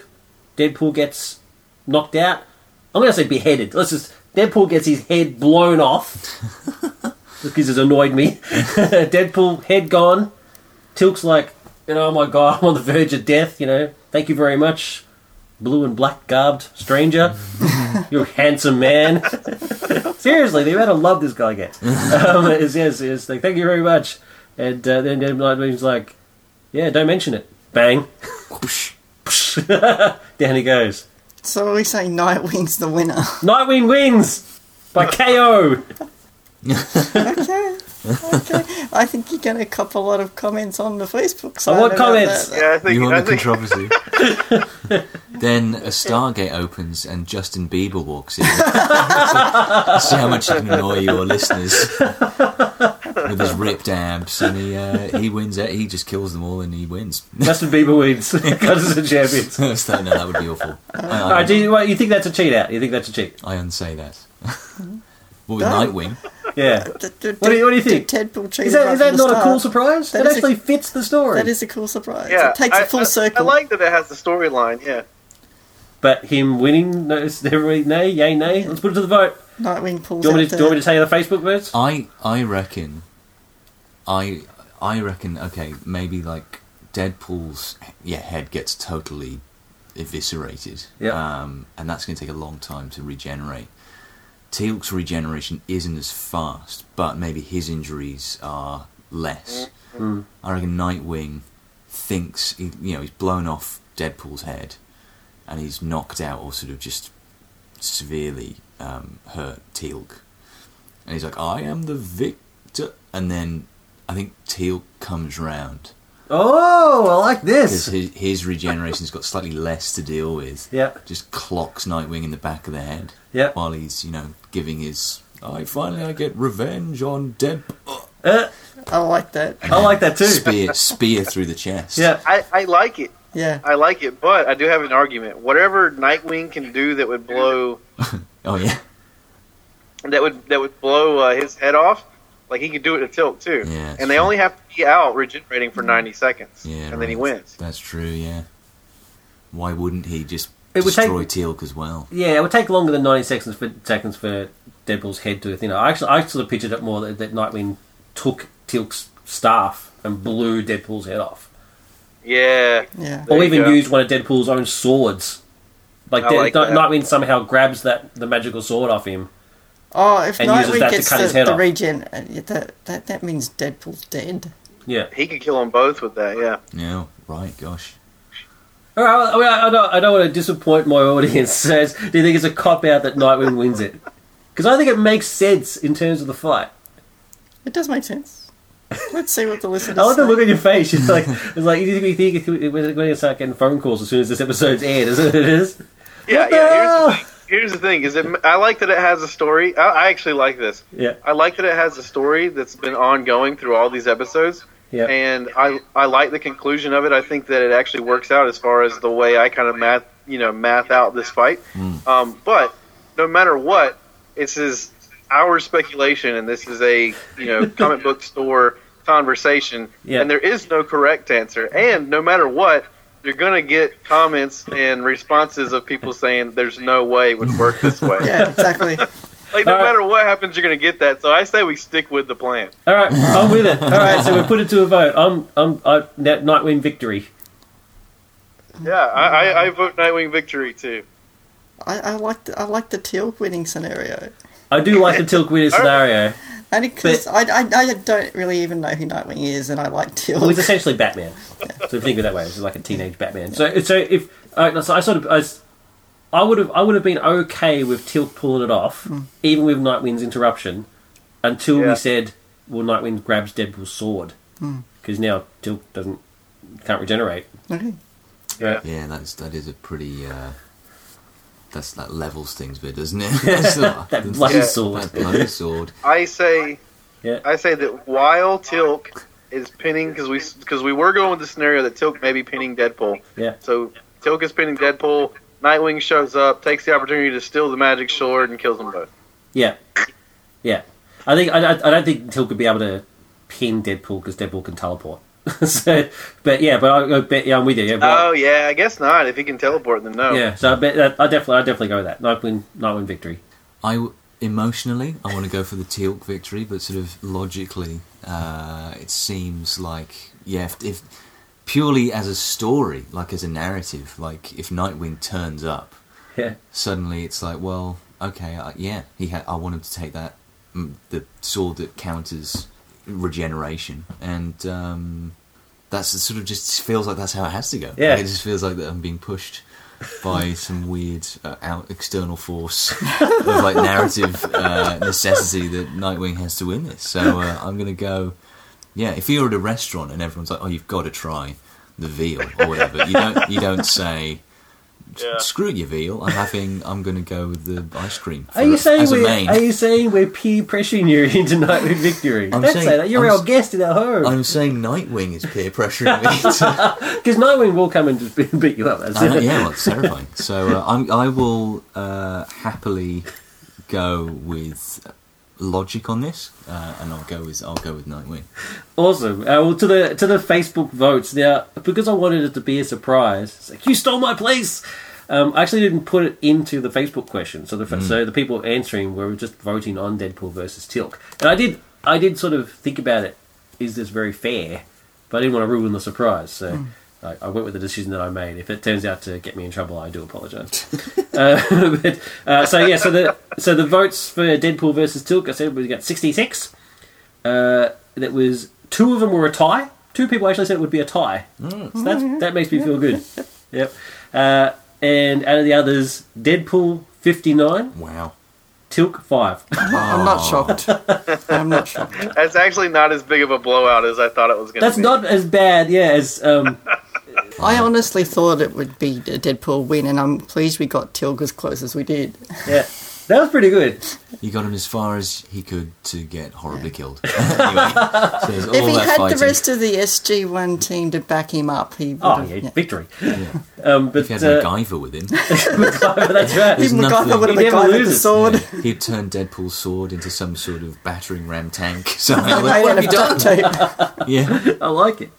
A: Deadpool gets knocked out. I'm going to say beheaded. Let's just Deadpool gets his head blown off because it's annoyed me. *laughs* Deadpool head gone. Tilk's like, you know, oh my god, I'm on the verge of death. You know, thank you very much, blue and black garbed stranger. You're a handsome man. Seriously, the amount of love this guy gets. um, is, yes, is like, thank you very much. And uh, then Nightwing's like, yeah, don't mention it. Bang.
D: Whoosh.
A: *laughs* Down he goes.
B: So we say Nightwing's the winner. *laughs*
A: Nightwing wins by KO.
B: okay, okay. I think you're going to cop a lot of comments on the Facebook side.
A: want
B: about
A: Oh, comments.
B: that.
C: yeah. I think
D: you
C: I
D: want the
C: think
D: controversy? *laughs* then a Stargate opens and Justin Bieber walks in. *laughs* See how much he can annoy your listeners with his ripped abs, and he uh, he wins. it. He just kills them all, and he wins.
A: Justin Bieber wins. *laughs* Because it's the champions.
D: *laughs* so, no, that would be awful. I,
A: All
D: I,
A: right, do you, what, you think that's a cheat out? You think that's a cheat?
D: I unsay that. *laughs* What with
B: No.
D: Nightwing?
A: Yeah.
B: D- d-
A: What do you- what do you
B: d-
A: think?
B: Deadpool cheated
A: Is that,
B: right
A: is that
B: from the
A: not a
B: start.
A: cool surprise?
B: That
A: That,
B: is a-
A: actually fits the story.
B: That is a cool surprise.
C: yeah.
B: it takes
C: I-
B: it full
C: I, I
B: circle.
C: like that it has the storyline. Yeah,
A: But him winning, no, it's everybody nay, yay, nay. Let's put it to the vote.
B: Nightwing pulls
A: Do you, want
B: out
A: me to, do
B: the,
A: you want me to tell you the Facebook votes?
D: I I reckon, I I reckon. Okay, maybe like Deadpool's yeah head gets totally eviscerated.
A: Yep.
D: Um, and that's going to take a long time to regenerate. Teal'c's regeneration isn't as fast, but maybe his injuries are less. I reckon Nightwing thinks he, you know he's blown off Deadpool's head, and he's knocked out or sort of just severely um, hurt Teal'c. And he's like, I am the victor. And then I think Teal comes round.
A: Oh, I like this.
D: Because his, his regeneration's got slightly less to deal with.
A: Yep.
D: Just clocks Nightwing in the back of the head.
A: Yep.
D: While he's, you know, giving his. I finally I get revenge on
A: *laughs*
D: Dead
A: Uh,
B: I like that.
A: I like that too.
D: spear spear through the chest.
A: Yeah.
C: I, I like it.
B: Yeah.
C: I like it, but I do have an argument. Whatever Nightwing can do that would blow
D: Oh yeah.
C: that would that would blow uh, his head off, like he could do it to Tilt too.
D: Yeah, that's
C: and they
D: true.
C: only have to be out regenerating for ninety seconds,
D: Yeah.
C: and then he
D: right.
C: wins.
D: That's true. Yeah. Why wouldn't he just
A: It would
D: destroy
A: take-
D: Teal'c as well?
A: Yeah, it would take longer than ninety seconds for seconds for Deadpool's head to you know. I actually, I sort of pictured it more that, that Nightwing took Tilk's staff and blew Deadpool's head off,
C: Yeah,
B: Yeah.
C: There
A: or
C: you
A: even
C: go.
A: used one of Deadpool's own swords. Like,
C: I
A: Dead-
C: like
A: Night-
C: that.
A: Nightwing somehow grabs that the magical sword off him.
B: Oh, if
A: And uses that
B: Nightwing
A: to
B: gets
A: cut his
B: the,
A: head
B: the
A: off.
B: regen, uh, yeah, that, that that means Deadpool's dead.
A: Yeah.
C: he could kill them both with that. Yeah,
D: No. Right. Gosh.
A: All right. well, I, mean, I, I don't. I don't want to disappoint my audience. *laughs* So it's- do you think it's a cop out that Nightwing wins it? Because I think it makes sense in terms of the fight.
B: It does make sense. Let's see what the
A: *laughs*
B: listeners.
A: I love the
B: say.
A: look on your face. It's *laughs* like it's like you need to be thinking we're going to start getting phone calls as soon as this episode's aired, isn't it? It is.
C: yeah,
A: What the
C: yeah.
A: hell?
C: Here's the, thing. here's the thing: is it? I like that it has a story. I, I actually like this.
A: Yeah,
C: I like that it has a story that's been ongoing through all these episodes.
A: yeah.
C: and I I like the conclusion of it. I think that it actually works out as far as the way I kind of math you know math out this fight.
A: Hmm.
C: Um, but no matter what, this is our speculation, and this is a
A: *laughs*
C: you know comic book store conversation,
A: Yeah.
C: and there is no correct answer. And no matter what. You're gonna get comments and responses of people saying there's no way it would work
A: *laughs*
C: this way.
B: *laughs* Yeah, exactly.
C: Like no
A: All right.
C: matter what happens, you're gonna get that. So I say we stick with the plan.
A: All right, I'm with it. All right, so we put it to a vote. I'm I'm I, Night- Nightwing victory.
C: Yeah, I, I, I vote Nightwing victory too.
B: I, I like the, I like the teal winning scenario,
A: I do
C: *laughs*
A: like the Tilk winner scenario.
B: and because I, I I don't really even know who Nightwing is, and I like teal.
A: Well, he's essentially Batman. So if you think of it that way, it's like a teenage Batman. So so if uh, so I sort of I, s- I would have I would have been okay with Tilk pulling it off, even with Nightwing's interruption, until
C: Yeah.
A: we said, well, Nightwing grabs Deadpool's sword because now Tilk doesn't can't regenerate.
B: Okay.
A: Yeah.
D: Yeah, that's that is a pretty. Uh, that's that levels things, but doesn't it? *laughs* That's a-
A: *laughs* That bloody
C: Yeah.
A: sword.
D: That bloody sword.
C: I say
A: Yeah.
C: I say that while Tilk is pinning because we because we were going with the scenario that Tilk may be pinning Deadpool.
A: Yeah.
C: So Tilk is pinning Deadpool. Nightwing shows up, takes the opportunity to steal the magic sword, and kills them both.
A: Yeah, yeah. I think I, I I don't think Till could be able to pin Deadpool because Deadpool can teleport. *laughs* so, but yeah, but I, I bet yeah, I'm with you. Yeah, but,
C: Oh yeah, I guess not. If he can teleport, then Oh, no.
A: yeah. So I bet that, I definitely I definitely go with that. Nightwing Nightwing victory.
D: I w- emotionally, I want to go for the Teal'c victory, but sort of logically, uh, it seems like yeah, if, if purely as a story, like as a narrative, like if Nightwing turns up,
A: Yeah,
D: suddenly it's like, well, okay, I, yeah, he ha- I want him to take that mm, the sword that counters regeneration, and um, that's it sort of just feels like that's how it has to go. Like,
A: Yeah.
D: it just feels like that I'm being pushed by some weird uh, out external force of like narrative uh, necessity that Nightwing has to win this. So uh, I'm gonna go. Yeah, if you're at a restaurant and everyone's like, "Oh, you've got to try the veal or whatever," you don't you don't say,
C: Yeah.
D: "Screw your veal." I'm having. I'm going to go with the ice cream.
A: are you
D: for-
A: saying
D: as a
A: we're
D: main?
A: are you saying we're peer pressuring you *laughs* into Nightwing victory?
D: I'm
A: don't
D: saying-
A: say that. You're
D: I'm
A: our
D: s-
A: guest in our home
D: I'm saying Nightwing is peer pressuring me.
A: *laughs*
D: to-
A: because Nightwing will come and *laughs* just beat you up. That's
D: I know,
A: it.
D: yeah, well, it's terrifying. So uh, I'm, I will uh, happily go with logic on this, uh, and I'll go with I'll go with Nightwing.
A: Awesome. Uh, well, to the to the Facebook votes now, because I wanted it to be a surprise. It's like you stole my place. Um, I actually didn't put it into the Facebook question, so the so the people answering were just voting on Deadpool versus Tilk, and I did I did sort of think about it. Is this very fair? But I didn't want to ruin the surprise, so I, I went with the decision that I made. If it turns out to get me in trouble, I do apologise. uh, *laughs* but, uh, so yeah, so the so the votes for Deadpool versus Tilk, I said we got sixty six. Uh, that was two of them were a tie. Two people actually said it would be a tie. So that that makes me feel good. Yep. Uh, and out of the others, Deadpool fifty nine,
D: Wow.
A: Tilk five.
B: I'm not shocked. *laughs* I'm not shocked.
C: That's actually not as big of a blowout as I thought it was going to
A: That's
C: be.
A: not as bad, yeah. As um,
B: I honestly thought it would be a Deadpool win, and I'm pleased we got Tilg as close as we did.
A: yeah, that was pretty good.
D: You got him as far as he could to get horribly killed. *laughs* anyway, so there's all
B: if he
D: that
B: had
D: fighting.
B: the rest of the SG1 team to back him up, he would
A: Oh
B: have,
A: yeah,
B: yeah.
A: victory. Um, but
D: if he had
A: uh, *laughs*
D: MacGyver with him,
C: *laughs*
A: that's right.
D: There's
B: Even MacGyver
D: nothing.
B: would have
A: He never
B: MacGyvered the
A: loses.
B: sword. *laughs*
D: yeah, he'd turn Deadpool's sword into some sort of battering ram
C: *laughs*
D: tank. So
B: Made out of duct tape.
D: yeah,
A: I like it.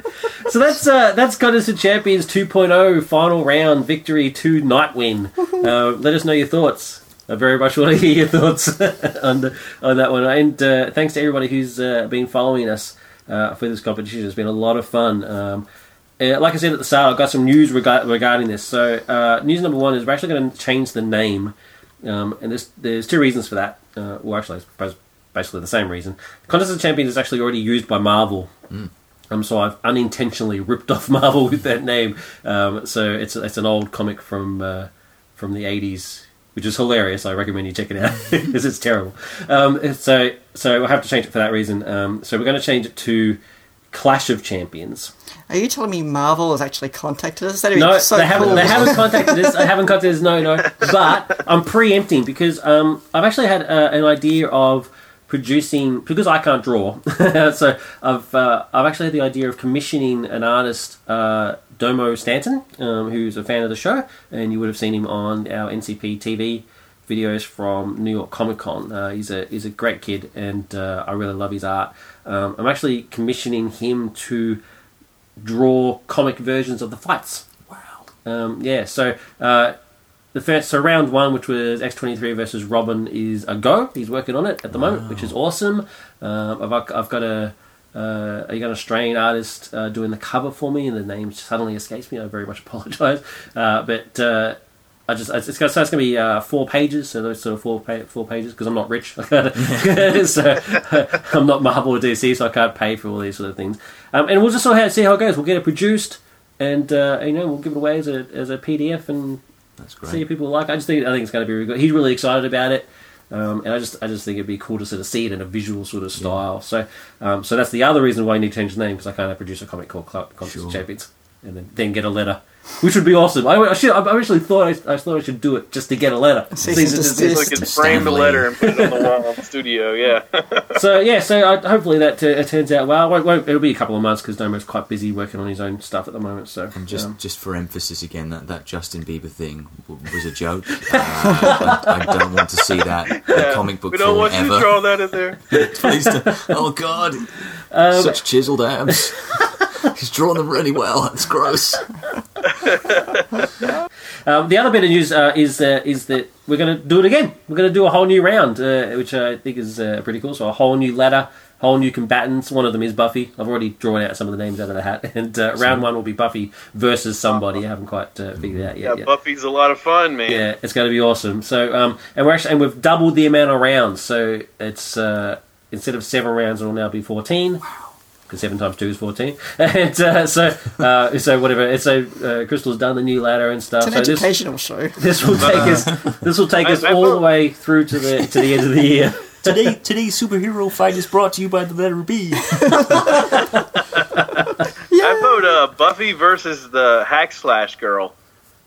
A: So that's uh, that's Contest of Champions 2.0 final round victory to Nightwing. Uh, let us know your thoughts. I very much want to *laughs* hear your thoughts on the, on that one. And uh, thanks to everybody who's uh, been following us uh, for this competition. It's been a lot of fun. Um, uh, like I said at the start, I've got some news rega- regarding this. So uh, news number one is we're actually going to change the name, um, and there's there's two reasons for that. Uh, well, actually, it's bas- basically the same reason. Contest of Champions is actually already used by Marvel. Um, so I've unintentionally ripped off *laughs* Marvel with that name. Um, so it's it's an old comic from uh, from the eighties, which is hilarious. I recommend you check it out *laughs* because it's terrible. Um, so so we'll have to change it for that reason. Um, so we're going to change it to Clash of Champions.
B: Are you telling me Marvel has actually contacted us? That'd be
A: No,
B: so
A: they haven't.
B: cool.
A: They haven't contacted us. I haven't contacted us. No,
B: *laughs*
A: no. But I'm preempting because um, I've actually had uh, an idea of producing because I can't draw. *laughs* so I've uh, I've actually had the idea of commissioning an artist, uh, Domo Stanton, um, who's a fan of the show, and you would have seen him on our NCP TV videos from New York Comic Con. Uh, he's a he's a great kid, and uh, I really love his art. Um, I'm actually commissioning him to draw comic versions of the fights.
D: wow.
A: Um, yeah, so uh, the first so round one, which was X twenty three versus Robin, is a go. He's working on it at the moment, which is awesome. Um, I've I've got a uh, a young Australian artist uh, doing the cover for me, and the name suddenly escapes me. I very much *laughs* apologise, uh, but. Uh, I just it's, it's gonna, so it's gonna be uh, four pages, so those sort of four pa- four pages because I'm not rich, *laughs* so *laughs* I'm not Marvel or DC, so I can't pay for all these sort of things. Um, and we'll just sort of see how it goes. We'll get it produced, and uh, you know we'll give it away as a as a PDF and
D: That's great.
A: see if people like. It. I just think I think it's going to be really good. He's really excited about it, um, and I just I just think it'd be cool to sort of see it in a visual sort of style. So um, so that's the other reason why I need to change the name because I can't produce a comic called Cl- Contest
D: Sure.
A: of Champions and then, then get a letter. Which would be awesome. I, I, should, I originally thought I, I thought I should do it just to get a letter.
B: Cease
A: Cease
B: and
A: and
B: desist.
C: So I
A: desist.
C: could frame the
D: Stanley.
C: letter and put it on the wall in the
A: *laughs*
C: studio. Yeah,
A: so yeah, so I, hopefully that uh, turns out well. It won't, won't, it'll be a couple of months because Domo's quite busy working on his own stuff at the moment. So
D: And just,
A: um,
D: just for emphasis again, that, that Justin Bieber thing w- was a joke. Uh, I, I don't want to see that in comic book
C: we don't
D: form
C: want you to
D: ever.
C: draw that in there.
D: *laughs* Please don't- Oh God,
C: Um,
D: such chiseled
C: *laughs*
D: abs. He's drawn them really well. It's gross.
A: Um, the other bit of news uh, is uh, is that we're going to do it again. We're going to do a whole new round, uh, which I think is uh, pretty cool. So a whole new ladder, whole new combatants. One of them is Buffy. I've already drawn out some of the names out of the hat, *laughs* and uh, round one will be Buffy versus somebody. I haven't quite uh, figured it out
C: Yeah,
A: yet. yet.
C: Buffy's a lot of fun, man.
A: Yeah, it's going to be awesome. So, um, and we're actually and we've doubled the amount of rounds. So it's uh, instead of seven rounds, it'll now be fourteen. Because seven times two is fourteen, *laughs* and uh, so uh, so whatever. And so uh, Crystal's done the new ladder and stuff.
B: It's an
A: so this- *laughs*
B: educational show.
A: this will take us. This will take us
C: uh, I- I
A: all the
C: thought-
A: way through to the to the end of the *laughs* year.
D: Today, today's superhero fight is brought to you by the letter B.
C: I vote uh, Buffy versus the Hack Slash girl.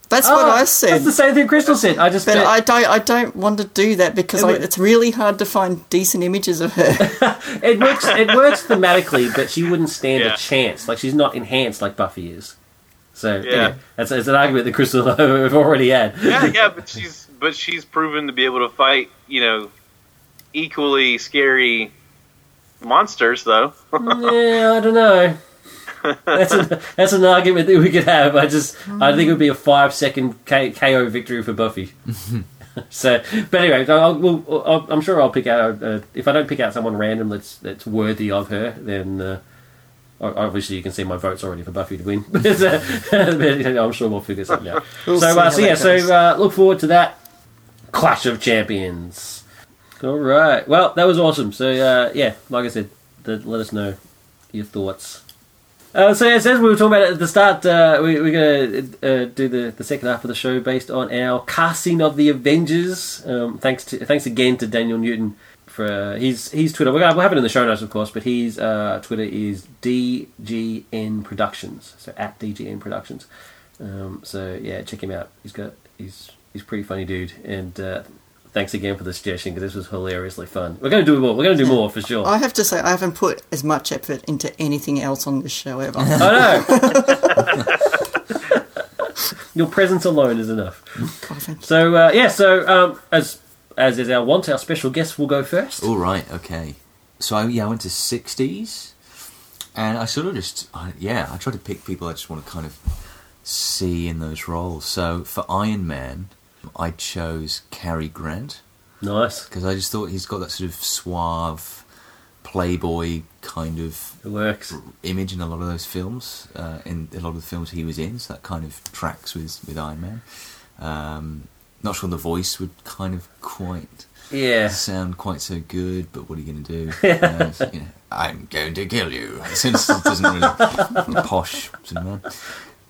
B: That's what
A: Oh,
B: I said.
A: That's the same thing Crystal said. I just
B: But
A: said-
B: I don't. I don't want to do that because
A: It
B: I,
A: would-
B: it's really hard to find decent images of her. *laughs*
A: it works. It works thematically, but she wouldn't stand
C: Yeah.
A: a chance. Like she's not enhanced like Buffy is. So yeah,
C: Yeah.
A: that's, that's an argument that Crystal *laughs* and I have already had.
C: Yeah, yeah, but she's but she's proven to be able to fight, you know, equally scary monsters though.
A: yeah, I don't know. That's
B: *laughs*
A: an, that's an argument that we could have. I just I think it would be a five second K, KO victory for
B: *laughs*
A: Buffy. so, but anyway, I'll, I'll, we'll- I'll, I'm sure I'll pick out. Uh, if I don't pick out someone random that's that's worthy of her, then. Uh, o- Obviously, you can see my vote's already for Buffy to win, *laughs* but, uh, but, you know, I'm sure we'll figure something out.
B: We'll
A: so,
B: see
A: uh,
B: how
A: so
B: that
A: yeah, so
B: goes.
A: uh, look forward to that clash of champions. All right, well, that was awesome. So uh, yeah, like I said, th let us know your thoughts. Uh, so as, as we were talking about at the start, uh, we, we're going to uh, do the, the second half of the show based on our casting of the Avengers. Um, thanks to thanks again to Daniel Newton for uh, his his Twitter. We're gonna, we'll have it in the show notes, of course, but his uh, Twitter is DGN Productions. So at DGN Productions. Um, so yeah, check him out. He's got he's he's a pretty funny dude. And uh, thanks again for the suggestion because this was hilariously fun. We're going to do more. We're going to do more for sure.
B: I have to say, I haven't put as much effort into anything else on this show ever.
A: *laughs* I know. Your presence alone is enough.
B: Oh, thank you.
A: So uh, yeah, so um, as as is our want, our special guest will go first.
D: All right, okay. So I, yeah, I went to sixties, and I sort of just I, yeah, I tried to pick people I just want to kind of see in those roles. So for Iron Man, I chose Cary Grant
A: Nice.
D: because I just thought he's got that sort of suave playboy kind of
A: It works.
D: image in a lot of those films, uh, in a lot of the films he was in, so that kind of tracks with, with Iron Man. Um, not sure the voice would kind of quite
A: Yeah.
D: sound quite so good, but what are you going to do? Uh, you know, I'm going to kill you. Since it doesn't really *laughs* posh sort of man.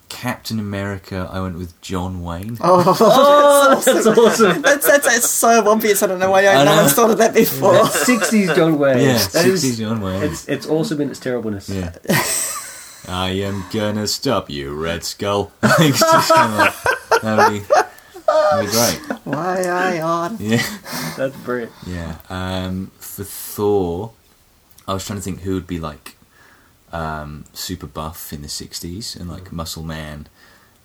D: Captain America, I went with John Wayne.
A: Oh, that's awesome.
B: That's, that's, that's so obvious. I don't know why
D: I
B: I, no
D: know.
B: one's thought of that
A: *laughs*
B: before.
A: Sixties John Wayne.
D: yeah, *laughs*
A: That is-
D: 60s John Wayne.
A: It's it's awesome in its terribleness. *laughs*
D: Yeah. I am gonna stop you, Red Skull. *laughs* It's just kinda like- that'd be, that'd be great.
B: *laughs* Why I on?
D: Yeah.
A: That's brilliant.
D: Yeah. Um, for Thor, I was trying to think who would be like um, super buff in the '60s and like muscle man,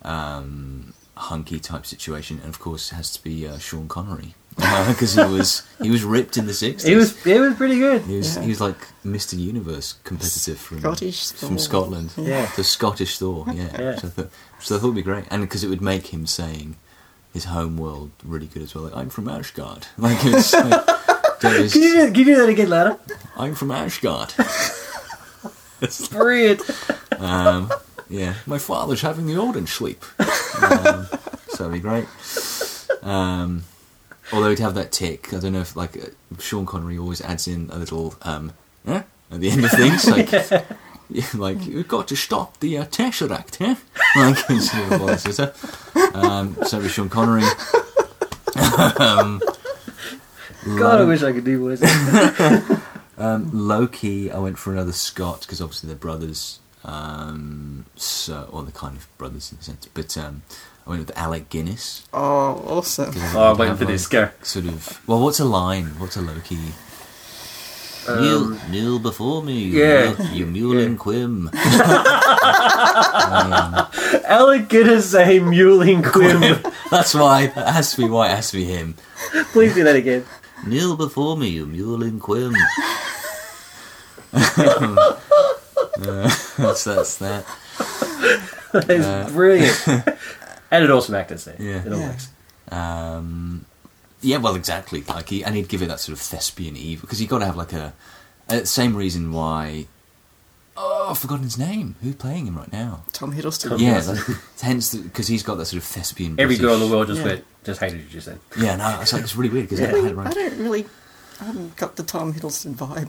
D: um, hunky type situation, and of course it has to be uh, Sean Connery *laughs* because he was he was ripped in the '60s.
A: It was it was pretty good.
D: He was,
B: Yeah.
D: he was like Mr. Universe competitive from
B: Scottish
D: from
B: Thor.
D: Scotland.
A: Yeah.
D: The Scottish Thor, yeah.
A: Yeah.
D: So, I thought, so I thought it would be great. And because it would make him saying his home world really good as well. Like, I'm from Ashgard. *laughs* Like, it's like, that
A: *laughs*
D: is-
A: Can you do, can you do that again louder?
D: I'm from Ashgard.
A: Brilliant.
D: Um, yeah. My father's having the Odin sleep. Um, so it'd be great. Um, although he'd have that tick. I don't know if, like, uh, Sean Connery always adds in a little, um, eh, at the end of things. Like, yeah, like you've got to stop the uh, Tesseract, huh? *laughs* Like it's sort of like, so, um, so with Sean Connery. um,
A: *laughs* God, I wish I could do voice.
D: um, Loki, I went for another Scot because obviously they're brothers, um, so or the kind of brothers in a sense. But um, I went with Alec Guinness.
B: Oh, awesome.
A: Oh, I'm waiting for this. Go.
D: Sort of. Well, what's a line? What's a Loki? kneel, kneel before me.
A: Um, yeah.
D: you mewling quim.
A: *laughs*
D: *laughs*
A: Alec Guinness, a mewling quim.
D: That's why. That has to be why. It has to be him.
A: Please do that again.
D: Kneel before me, you mewling quim. *laughs* that's that's that.
A: *laughs* That is *laughs* brilliant. and it also actors there.
D: Yeah.
A: It all
B: Yeah.
A: works.
D: Um, yeah, well, exactly. Like, he, and he'd give it that sort of thespian evil because you got to have like a, a same reason why. Oh, I've forgotten his name. Who's playing him right now?
B: Tom Hiddleston.
A: Tom
D: Yeah,
A: Yes.
D: like, *laughs* hence because he's got that sort of thespian.
A: Every girl in the
D: British-
A: world just
B: Yeah.
A: went, just hated you just then.
D: Yeah, no, it's like it's really weird because
A: Yeah.
D: I had it
B: I
D: right.
B: don't really. I haven't got the Tom Hiddleston vibe.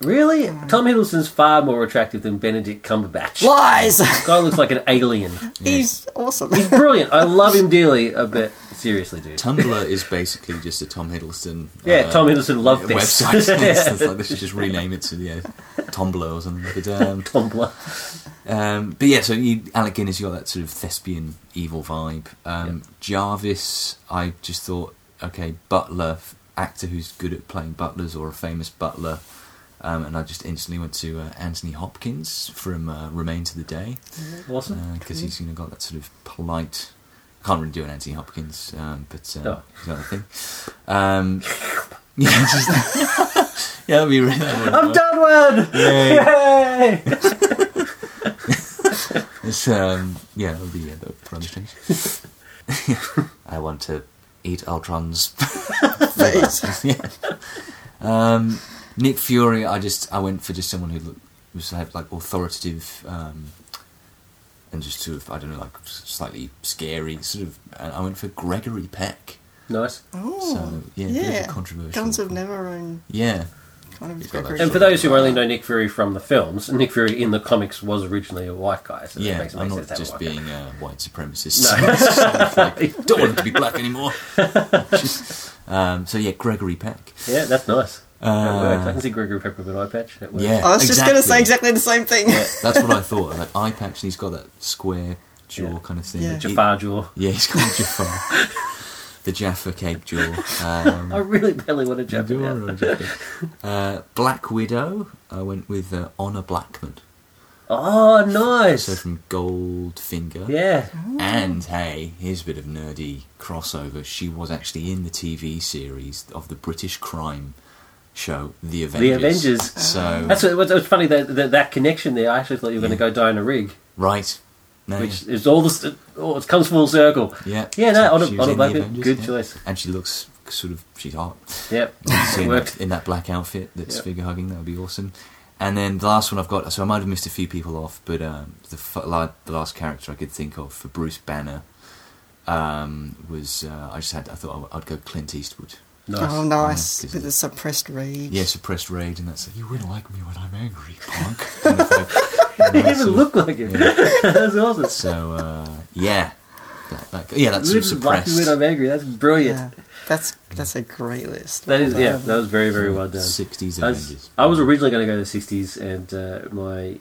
A: Really? Tom Hiddleston's far more attractive than Benedict Cumberbatch. *laughs*
B: Lies!
A: Guy looks like an alien.
B: He's awesome.
A: Brilliant. I love him dearly, uh, but seriously, dude.
D: Tumblr is basically just a Tom Hiddleston.
A: Yeah,
D: uh,
A: Tom Hiddleston loved this. *laughs*
D: website. *laughs* It's like they should just rename it to yeah, Tumblr or something. But, um,
A: Tumblr.
D: Um, but yeah, so you, Alec Guinness, you got that sort of thespian evil vibe. Um, Jarvis, I just thought, okay, butler, f- actor who's good at playing butlers or a famous butler. Um, and I just instantly went to uh, Anthony Hopkins from uh, Remain to the Day
A: Awesome.
D: because Uh, he's you know, got that sort of polite. I can't really do an Anthony Hopkins, um, but uh,
A: Oh.
D: he's got that thing. Um, *laughs* yeah, just, *laughs* yeah, that'd be really.
A: I've done one!
D: Yay.
A: Yay!
D: It's, um, yeah, that'll be yeah, that'll probably change. I want to eat Ultron's face. *laughs* yeah. Um, Nick Fury, I just I went for just someone who looked, was had like authoritative um, and just sort of I don't know like slightly scary sort of. And I went for Gregory Peck.
A: Nice.
B: Oh,
D: So yeah, a bit of a controversial.
B: Guns of Navarone
D: Yeah,
B: kind of
D: You've got
B: Gregory.
D: that
A: And for those who only know Nick Fury from the films, Nick Fury in the comics was originally a white guy, so that
D: yeah.
A: makes,
D: I'm
A: makes
D: not
A: sense to have a
D: just
A: white guy.
D: being a white supremacist. *laughs*
A: *laughs*
D: Like, don't want him to be black anymore. *laughs* Just- um, so yeah, Gregory Peck.
A: Yeah, that's nice. that
D: Uh,
A: works. I can see Gregory Pepper with an eye patch. That works.
D: Yeah,
B: I was just going to say
D: exactly.
B: exactly the same thing.
D: Yeah, that's what I thought. Like eye patch, and he's got that square jaw
A: Yeah.
D: kind of thing.
B: Yeah.
D: It-
A: Jafar jaw.
D: yeah, he's
A: *laughs*
D: got Jafar. the Jaffa cake jaw. Um,
A: I really barely want to
D: I
A: jump
D: do
A: in.
D: wanna
A: out.
D: know Jaffa. Uh, Black Widow. I went with uh, Honor Blackman,
A: Oh,
D: so
A: nice.
D: from Goldfinger.
A: Yeah.
D: And hey, here's a bit of nerdy crossover. She was actually in the TV series of the British crime show, The Avengers.
A: Avengers. Ah.
D: So
A: That's what, it was funny that, that that connection there. I actually thought you were going
D: Yeah.
A: to go Diana Rigg,
D: right, no,
A: which is all the st- oh, it comes full circle.
D: yeah,
A: Yeah, no, on a-
D: She
A: on
D: was
A: a
D: in The
A: black bit.
D: Avengers,
A: Good
D: yeah.
A: choice.
D: And she looks sort of she's hot. *laughs*
A: Yep, *laughs*
D: See
A: it
D: in,
A: worked.
D: that, in that black outfit that's
A: Yeah.
D: figure hugging. That would be awesome. And then the last one I've got, so I might have missed a few people off, but um, the, f- la- the last character I could think of for Bruce Banner um, was uh, I just had I thought I- I'd go Clint Eastwood.
A: Nice. *laughs*
B: *laughs* Oh, nice.
D: Yeah, 'cause
B: With the suppressed rage.
D: Yeah, suppressed rage, and that's like, you wouldn't like me when I'm angry, punk.
A: *laughs*
D: kind of thing.
A: He
D: And that
A: didn't
D: sort of-
A: look like it. *laughs* That's awesome.
D: So uh, yeah, that, that, yeah, that's sort of
A: This is lucky when
D: suppressed.
A: I'm angry. That's brilliant.
B: Yeah. That's that's a great list.
A: That is, yeah,
B: Um,
A: that was very, very well done.
D: Sixties
A: I was,
D: Avengers.
A: I was originally going to go to the 60s, and uh, my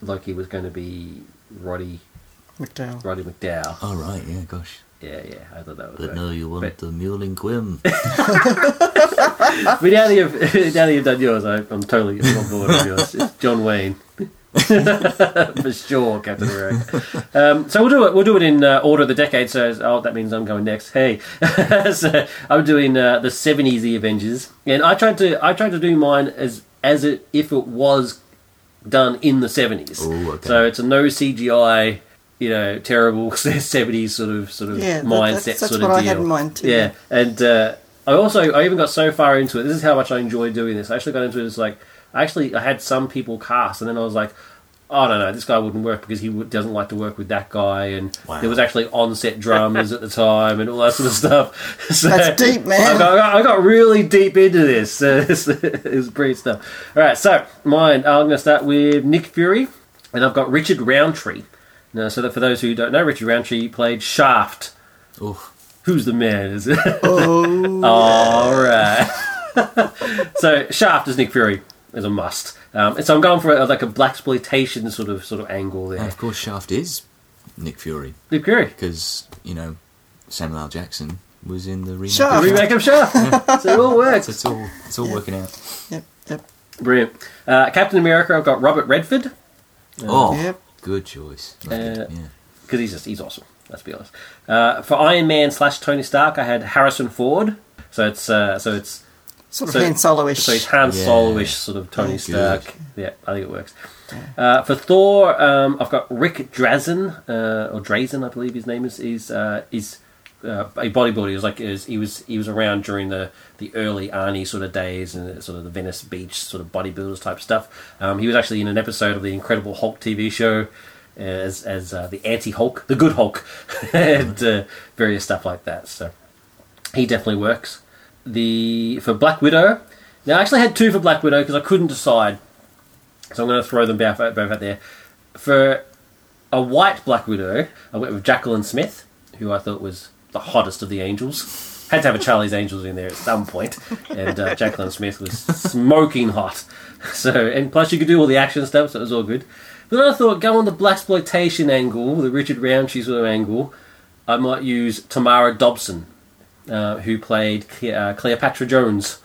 A: Loki was going to be Roddy
B: McDowell.
A: Roddy McDowell.
D: Oh right, yeah, gosh.
A: Yeah, yeah, I thought that was
D: But
A: right.
D: no, you
A: But-
D: want the
A: *laughs*
D: Mewling Quim.
A: But now that you've, now that you've done yours, I, I'm totally on board with yours. It's John
D: *laughs*
A: Wayne. For sure, Captain America. Um, so we'll do it. We'll do it in uh, order of the decade. So oh, that means I'm going next. Hey, *laughs* so I'm doing uh, the '70s The Avengers, and I tried to I tried to do mine as as it if it was done in the '70s.
D: Ooh, okay.
A: So it's a no CGI, you know, terrible *laughs* '70s sort of sort of
B: Yeah, that-
A: mindset
B: that's- that's
A: sort of
B: what I
A: deal.
B: had in mind too.
A: Yeah, and uh, I also I even got so far into it. This is how much I enjoy doing this. I actually got into it as like I actually I had some people cast, and then I was like, oh no no, this guy wouldn't work because he w- doesn't like to work with that guy, and
D: Wow.
A: there was actually on set dramas at the time and all that sort of stuff. *laughs* So
B: That's deep, man.
A: I got, I got, I got really deep into this. *laughs* Uh, this is brilliant stuff. All right, so mine. uh, I'm going to start with Nick Fury, and I've got Richard Roundtree. Now, so that for those who don't know, Richard Roundtree played Shaft.
D: Oh,
A: Who's the man? Is it? *laughs*
B: Oh,
A: All right. *laughs* so Shaft is Nick Fury is a must. Um, and so I'm going for a, like a black exploitation sort of sort of angle
D: and
A: there.
D: of course Shaft is Nick Fury
A: Nick Fury,
D: because you know Samuel L. Jackson was in the remake.
A: the
B: Shaft.
A: remake of Shaft. so it all
D: So
A: works.
D: it's all it's all working out.
B: yep, yep,
A: Brilliant. Uh, Captain America, I've got Robert Redford
D: oh,
B: yep.
D: good choice. Like
A: Uh,
D: it, yeah.
A: because he's just he's awesome. Let's be honest. Uh, for Iron Man slash Tony Stark, I had Harrison Ford. So it's uh, so it's
B: Sort of
A: So-
B: hand soloish.
A: So he's Han
D: Yeah. Oh,
A: Solo-ish sort of Tony
D: Good.
A: Stark. Yeah, I think it works. Uh, for Thor, um, I've got Rick Drazen uh, or Drazen, I believe his name is. Is uh, is uh, a bodybuilder. He was like is, he was he was around during the the early Arnie sort of days and sort of the Venice Beach sort of bodybuilders type stuff. Um, he was actually in an episode of the Incredible Hulk TV show. As, as uh, the anti Hulk, the good Hulk, *laughs* and uh, various stuff like that. So, he definitely works. The for Black Widow. Now I actually had two for Black Widow because I couldn't decide, so I'm going to throw them both, both out there. For a white Black Widow, I went with Jacqueline Smith, who I thought was the hottest of the Angels. Had to have a Charlie's Angels in there at some point, and uh, Jacqueline Smith was smoking hot. *laughs* So, and plus you could do all the action stuff, so it was all good. But then I thought, go on the black exploitation angle, the Richard Roundtree sort of angle. I might use Tamara Dobson, uh, who played Cle- uh, Cleopatra Jones.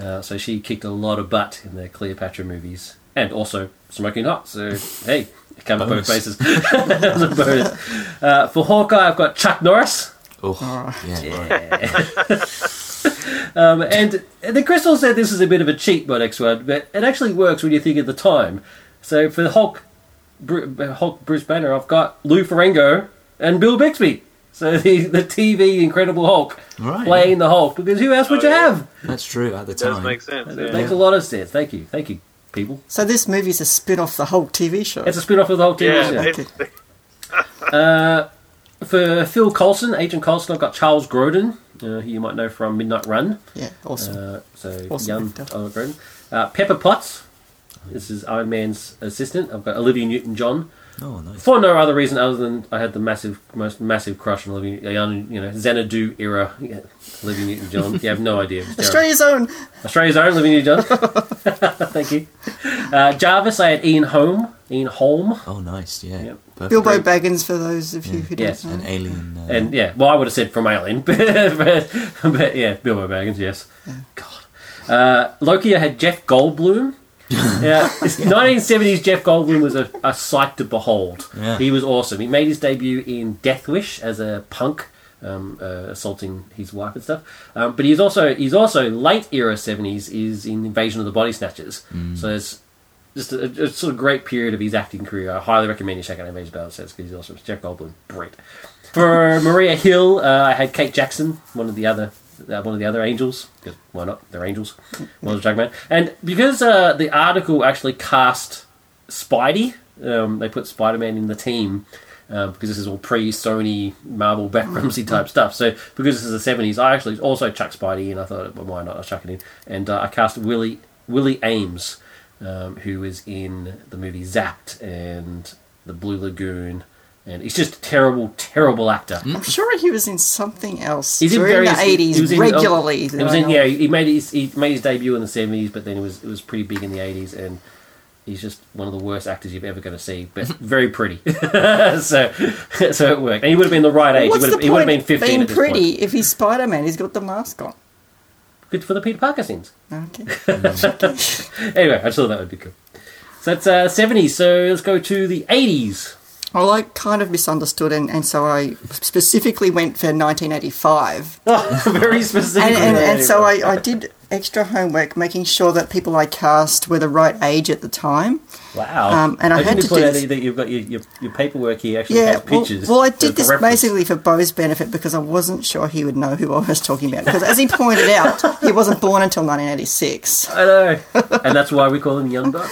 A: Uh, so she kicked a lot of butt in the Cleopatra movies, and also Smoking Hot. So hey, it comes both
D: Bonus.
A: places. *laughs* As a bonus. Uh, for Hawkeye, I've got Chuck Norris.
D: Oh, yeah.
A: Um, and the Crystal said this is a bit of a cheat mod X one, but it actually works when you think at the time. So for the Hulk, Bru- uh, Hulk Bruce Banner, I've got Lou Ferrigno and Bill Bixby. So *laughs* the, the TV Incredible Hulk
D: Right.
A: playing the Hulk because who else would
C: Oh,
A: you
C: yeah.
A: have?
D: That's true at the
C: It does
D: time.
C: make sense.
A: It
C: yeah.
A: makes a lot of sense. Thank you, thank you, people.
B: So this movie's a spin off the whole TV show.
A: It's a spin off of the Hulk TV
C: Yeah,
A: show.
C: it's-
A: For Phil Coulson, Agent Coulson, I've got Charles Grodin, uh, who you might know from Midnight Run.
B: yeah, awesome.
A: Uh, so
B: Awesome
A: young
B: actor.
A: Tyler Grodin. Uh, Pepper Potts, this is Iron Man's assistant. I've got Olivia Newton-John.
D: Oh, nice.
A: For no other reason other than I had the massive, most massive crush on Olivia, uh, young, you know, Xanadu era yeah, Olivia Newton-John. you have no idea. It was terrible.
B: Australia's own.
A: Australia's own Olivia Newton-John. *laughs* Thank you. Uh, Jarvis, I had Ian Holm. Ian Holm.
D: Oh, nice. Yeah.
A: Yep.
D: Perfect.
B: Bilbo Baggins, for those of you who don't
A: Yes.
B: know.
D: An alien. Uh,
A: And yeah, well, I would have said from Alien, *laughs* but, but, but yeah, Bilbo Baggins, yes. God. Uh, Loki, I had Jeff Goldblum. yeah, it's 1970s Jeff Goldblum was a, a sight to behold.
D: Yeah.
A: He was awesome. He made his debut in Death Wish as a punk, um, uh, assaulting his wife and stuff. Um, but he's also he's also late era 70s is in Invasion of the Body Snatchers. So it's just a, a sort of great period of his acting career. I highly recommend you check out Invasion of the Body Snatchers because he's awesome. Jeff Goldblum, great. For Maria Hill, uh, I had Kate Jackson, one of the other uh, one of the other angels. 'cause why not? They're angels. One of the Dragon Man. And because uh, the article actually cast Spidey, um, they put Spider Man in the team. Uh, because this is all pre-Sony Marvel back Ramsey type stuff, so because this is the seventies, I actually also chucked Spidey in. I thought, well, why not? I'll chuck it in, and uh, I cast Willie Willie Ames, um, who is in the movie Zapped and The Blue Lagoon, and he's just a terrible, terrible actor.
B: I'm sure he was in something else
A: He's in
B: during
A: various-
B: the 80s
A: he was in-
B: regularly.
A: It was in, yeah, he made his he made his debut in the seventies, but then it was it was pretty big in the eighties, and he's just one of the worst actors you're ever going to see,
B: *laughs*
A: but very pretty. *laughs* so *laughs* so it worked, and he would have been the right age.
B: What's
A: he would
B: the
A: have, he would
B: point
A: have been fifteen.
B: being
A: at this
B: pretty
A: Point.
B: if he's Spider Man? He's got the mask on.
A: Good for the Peter Parker scenes.
B: Okay.
A: Anyway, I just thought that would be cool. So that's seventies. so let's go to the eighties. *laughs*
B: well, I kind of misunderstood, and, and so I specifically went
A: *laughs*
B: for 1985.
A: Oh, very specific.
B: And, and, and so I, I did extra homework making sure that people I cast were the right age at the time.
A: Wow.
B: Um, and I had
A: didn't
B: to
A: point
B: do
A: out
B: this-
A: that you've got your, your, your paperwork here actually
B: Yeah,
A: has
B: well,
A: pictures.
B: well, I
A: for- for
B: did this
A: reference.
B: basically for Bo's benefit because I wasn't sure he would know who I was talking about. Because as he pointed out, he wasn't born until 1986.
A: I know. and that's why we call him Young Doc.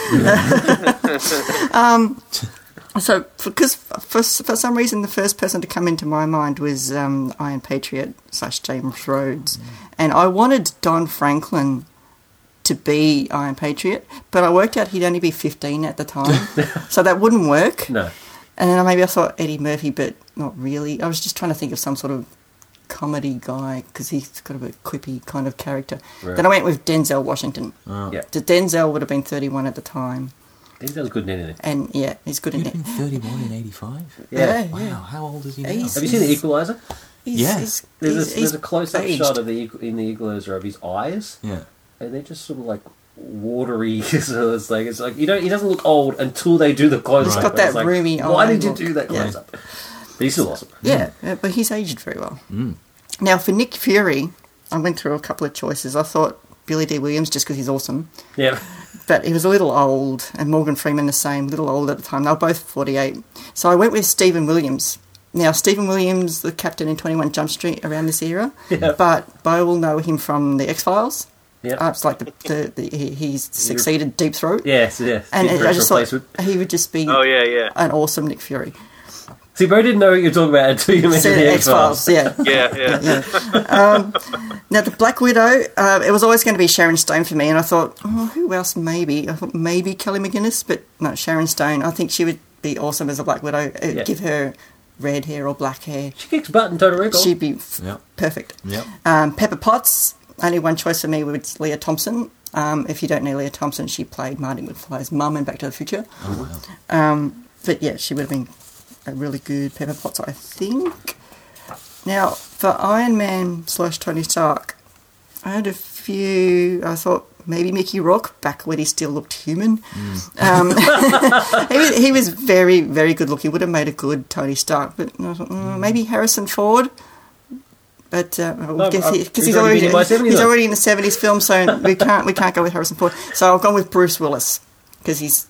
B: So, because for, for some reason, the first person to come into my mind was um, Iron Patriot slash James
A: Mm.
B: Rhodes, and I wanted Don Franklin to be Iron Patriot, but I worked out he'd only be 15 at
A: *laughs*
B: the time, so that wouldn't work.
A: No.
B: And then maybe I thought Eddie Murphy, but not really. I was just trying to think of some sort of comedy guy because he's got a bit quippy kind of character.
A: Right. Oh.
B: Then I went with Denzel Washington.
A: Yeah.
B: The Denzel would have been 31 at the time,
A: He sounds good in anything.
B: and yeah, he's good in
A: *laughs*
D: He'd
B: it.
D: been 31 in 85.
A: Yeah.
D: Wow, how old is he now?
B: He's-
A: Have you seen The Equalizer?
B: He's,
D: Yeah.
A: There's,
B: he's-
A: a,
B: he's
A: there's a close-up
B: aged.
A: shot of the equ- in The Equalizer of his eyes,
D: yeah.
A: and they're just sort of like watery. *laughs* so it's like it's like you know he doesn't look old until they do the close-up.
D: He's
B: got
A: and it's
B: that
A: like,
B: roomy
A: Why
B: eye
A: did you
B: look.
A: do that
B: Yeah.
A: close-up? But he's still awesome.
B: Yeah, uh, but he's aged very well. Now, for Nick Fury, I went through a couple of choices. I thought Billy D. Williams just because he's awesome,
A: Yeah.
B: but he was a little old, and Morgan Freeman the same, little old at the time. They were both 48. So I went with Stephen Williams. Now, Stephen Williams, the captain in 21 Jump Street around this era,
A: *laughs* Yeah.
B: but Bo will know him from The X Files.
A: Yeah.
B: Uh, it's like the, the, the, he, he's succeeded Deep Throat.
A: yes. Yes.
B: And
A: Good
B: I just
A: replacement.
B: thought he would just be
C: *laughs* oh yeah, yeah,
B: an awesome Nick Fury.
A: See, Bo didn't know what you were talking about until *laughs* you mentioned the X Files.
B: yeah.
A: *laughs*
C: yeah, yeah.
B: Now, the Black Widow, uh, it was always going to be Sharon Stone for me, and I thought, oh, who else maybe? I thought maybe Kelly McGinnis, but no, Sharon Stone. I think she would be awesome as a Black Widow. Uh,
A: Yeah.
B: Give her red hair or black hair.
A: She kicks butt in Total Recall.
B: She'd be f-
D: Yep.
B: perfect.
D: Yep.
B: Um, Pepper Potts, only one choice for me was Leah Thompson. Um, if you don't know Leah Thompson, she played Marty McFly's mum in Back to the Future.
D: Oh, wow.
B: Um, but yeah, she would have been a really good Pepper Potts, I think. Now, for Iron Man slash Tony Stark, I had a few. I thought maybe Mickey Rock back when he still looked human. Um, he, was, he was very, very good looking. Would have made a good Tony Stark, but I thought, mm, maybe Harrison Ford. But uh,
A: No, um,
B: because
A: I-
B: he, 'cause
A: he's
B: he's,
A: already
B: already
A: been in my 70s
B: he's
A: though.
B: already in the seventies film, so we can't we can't go with Harrison Ford. So I've gone with Bruce Willis because he's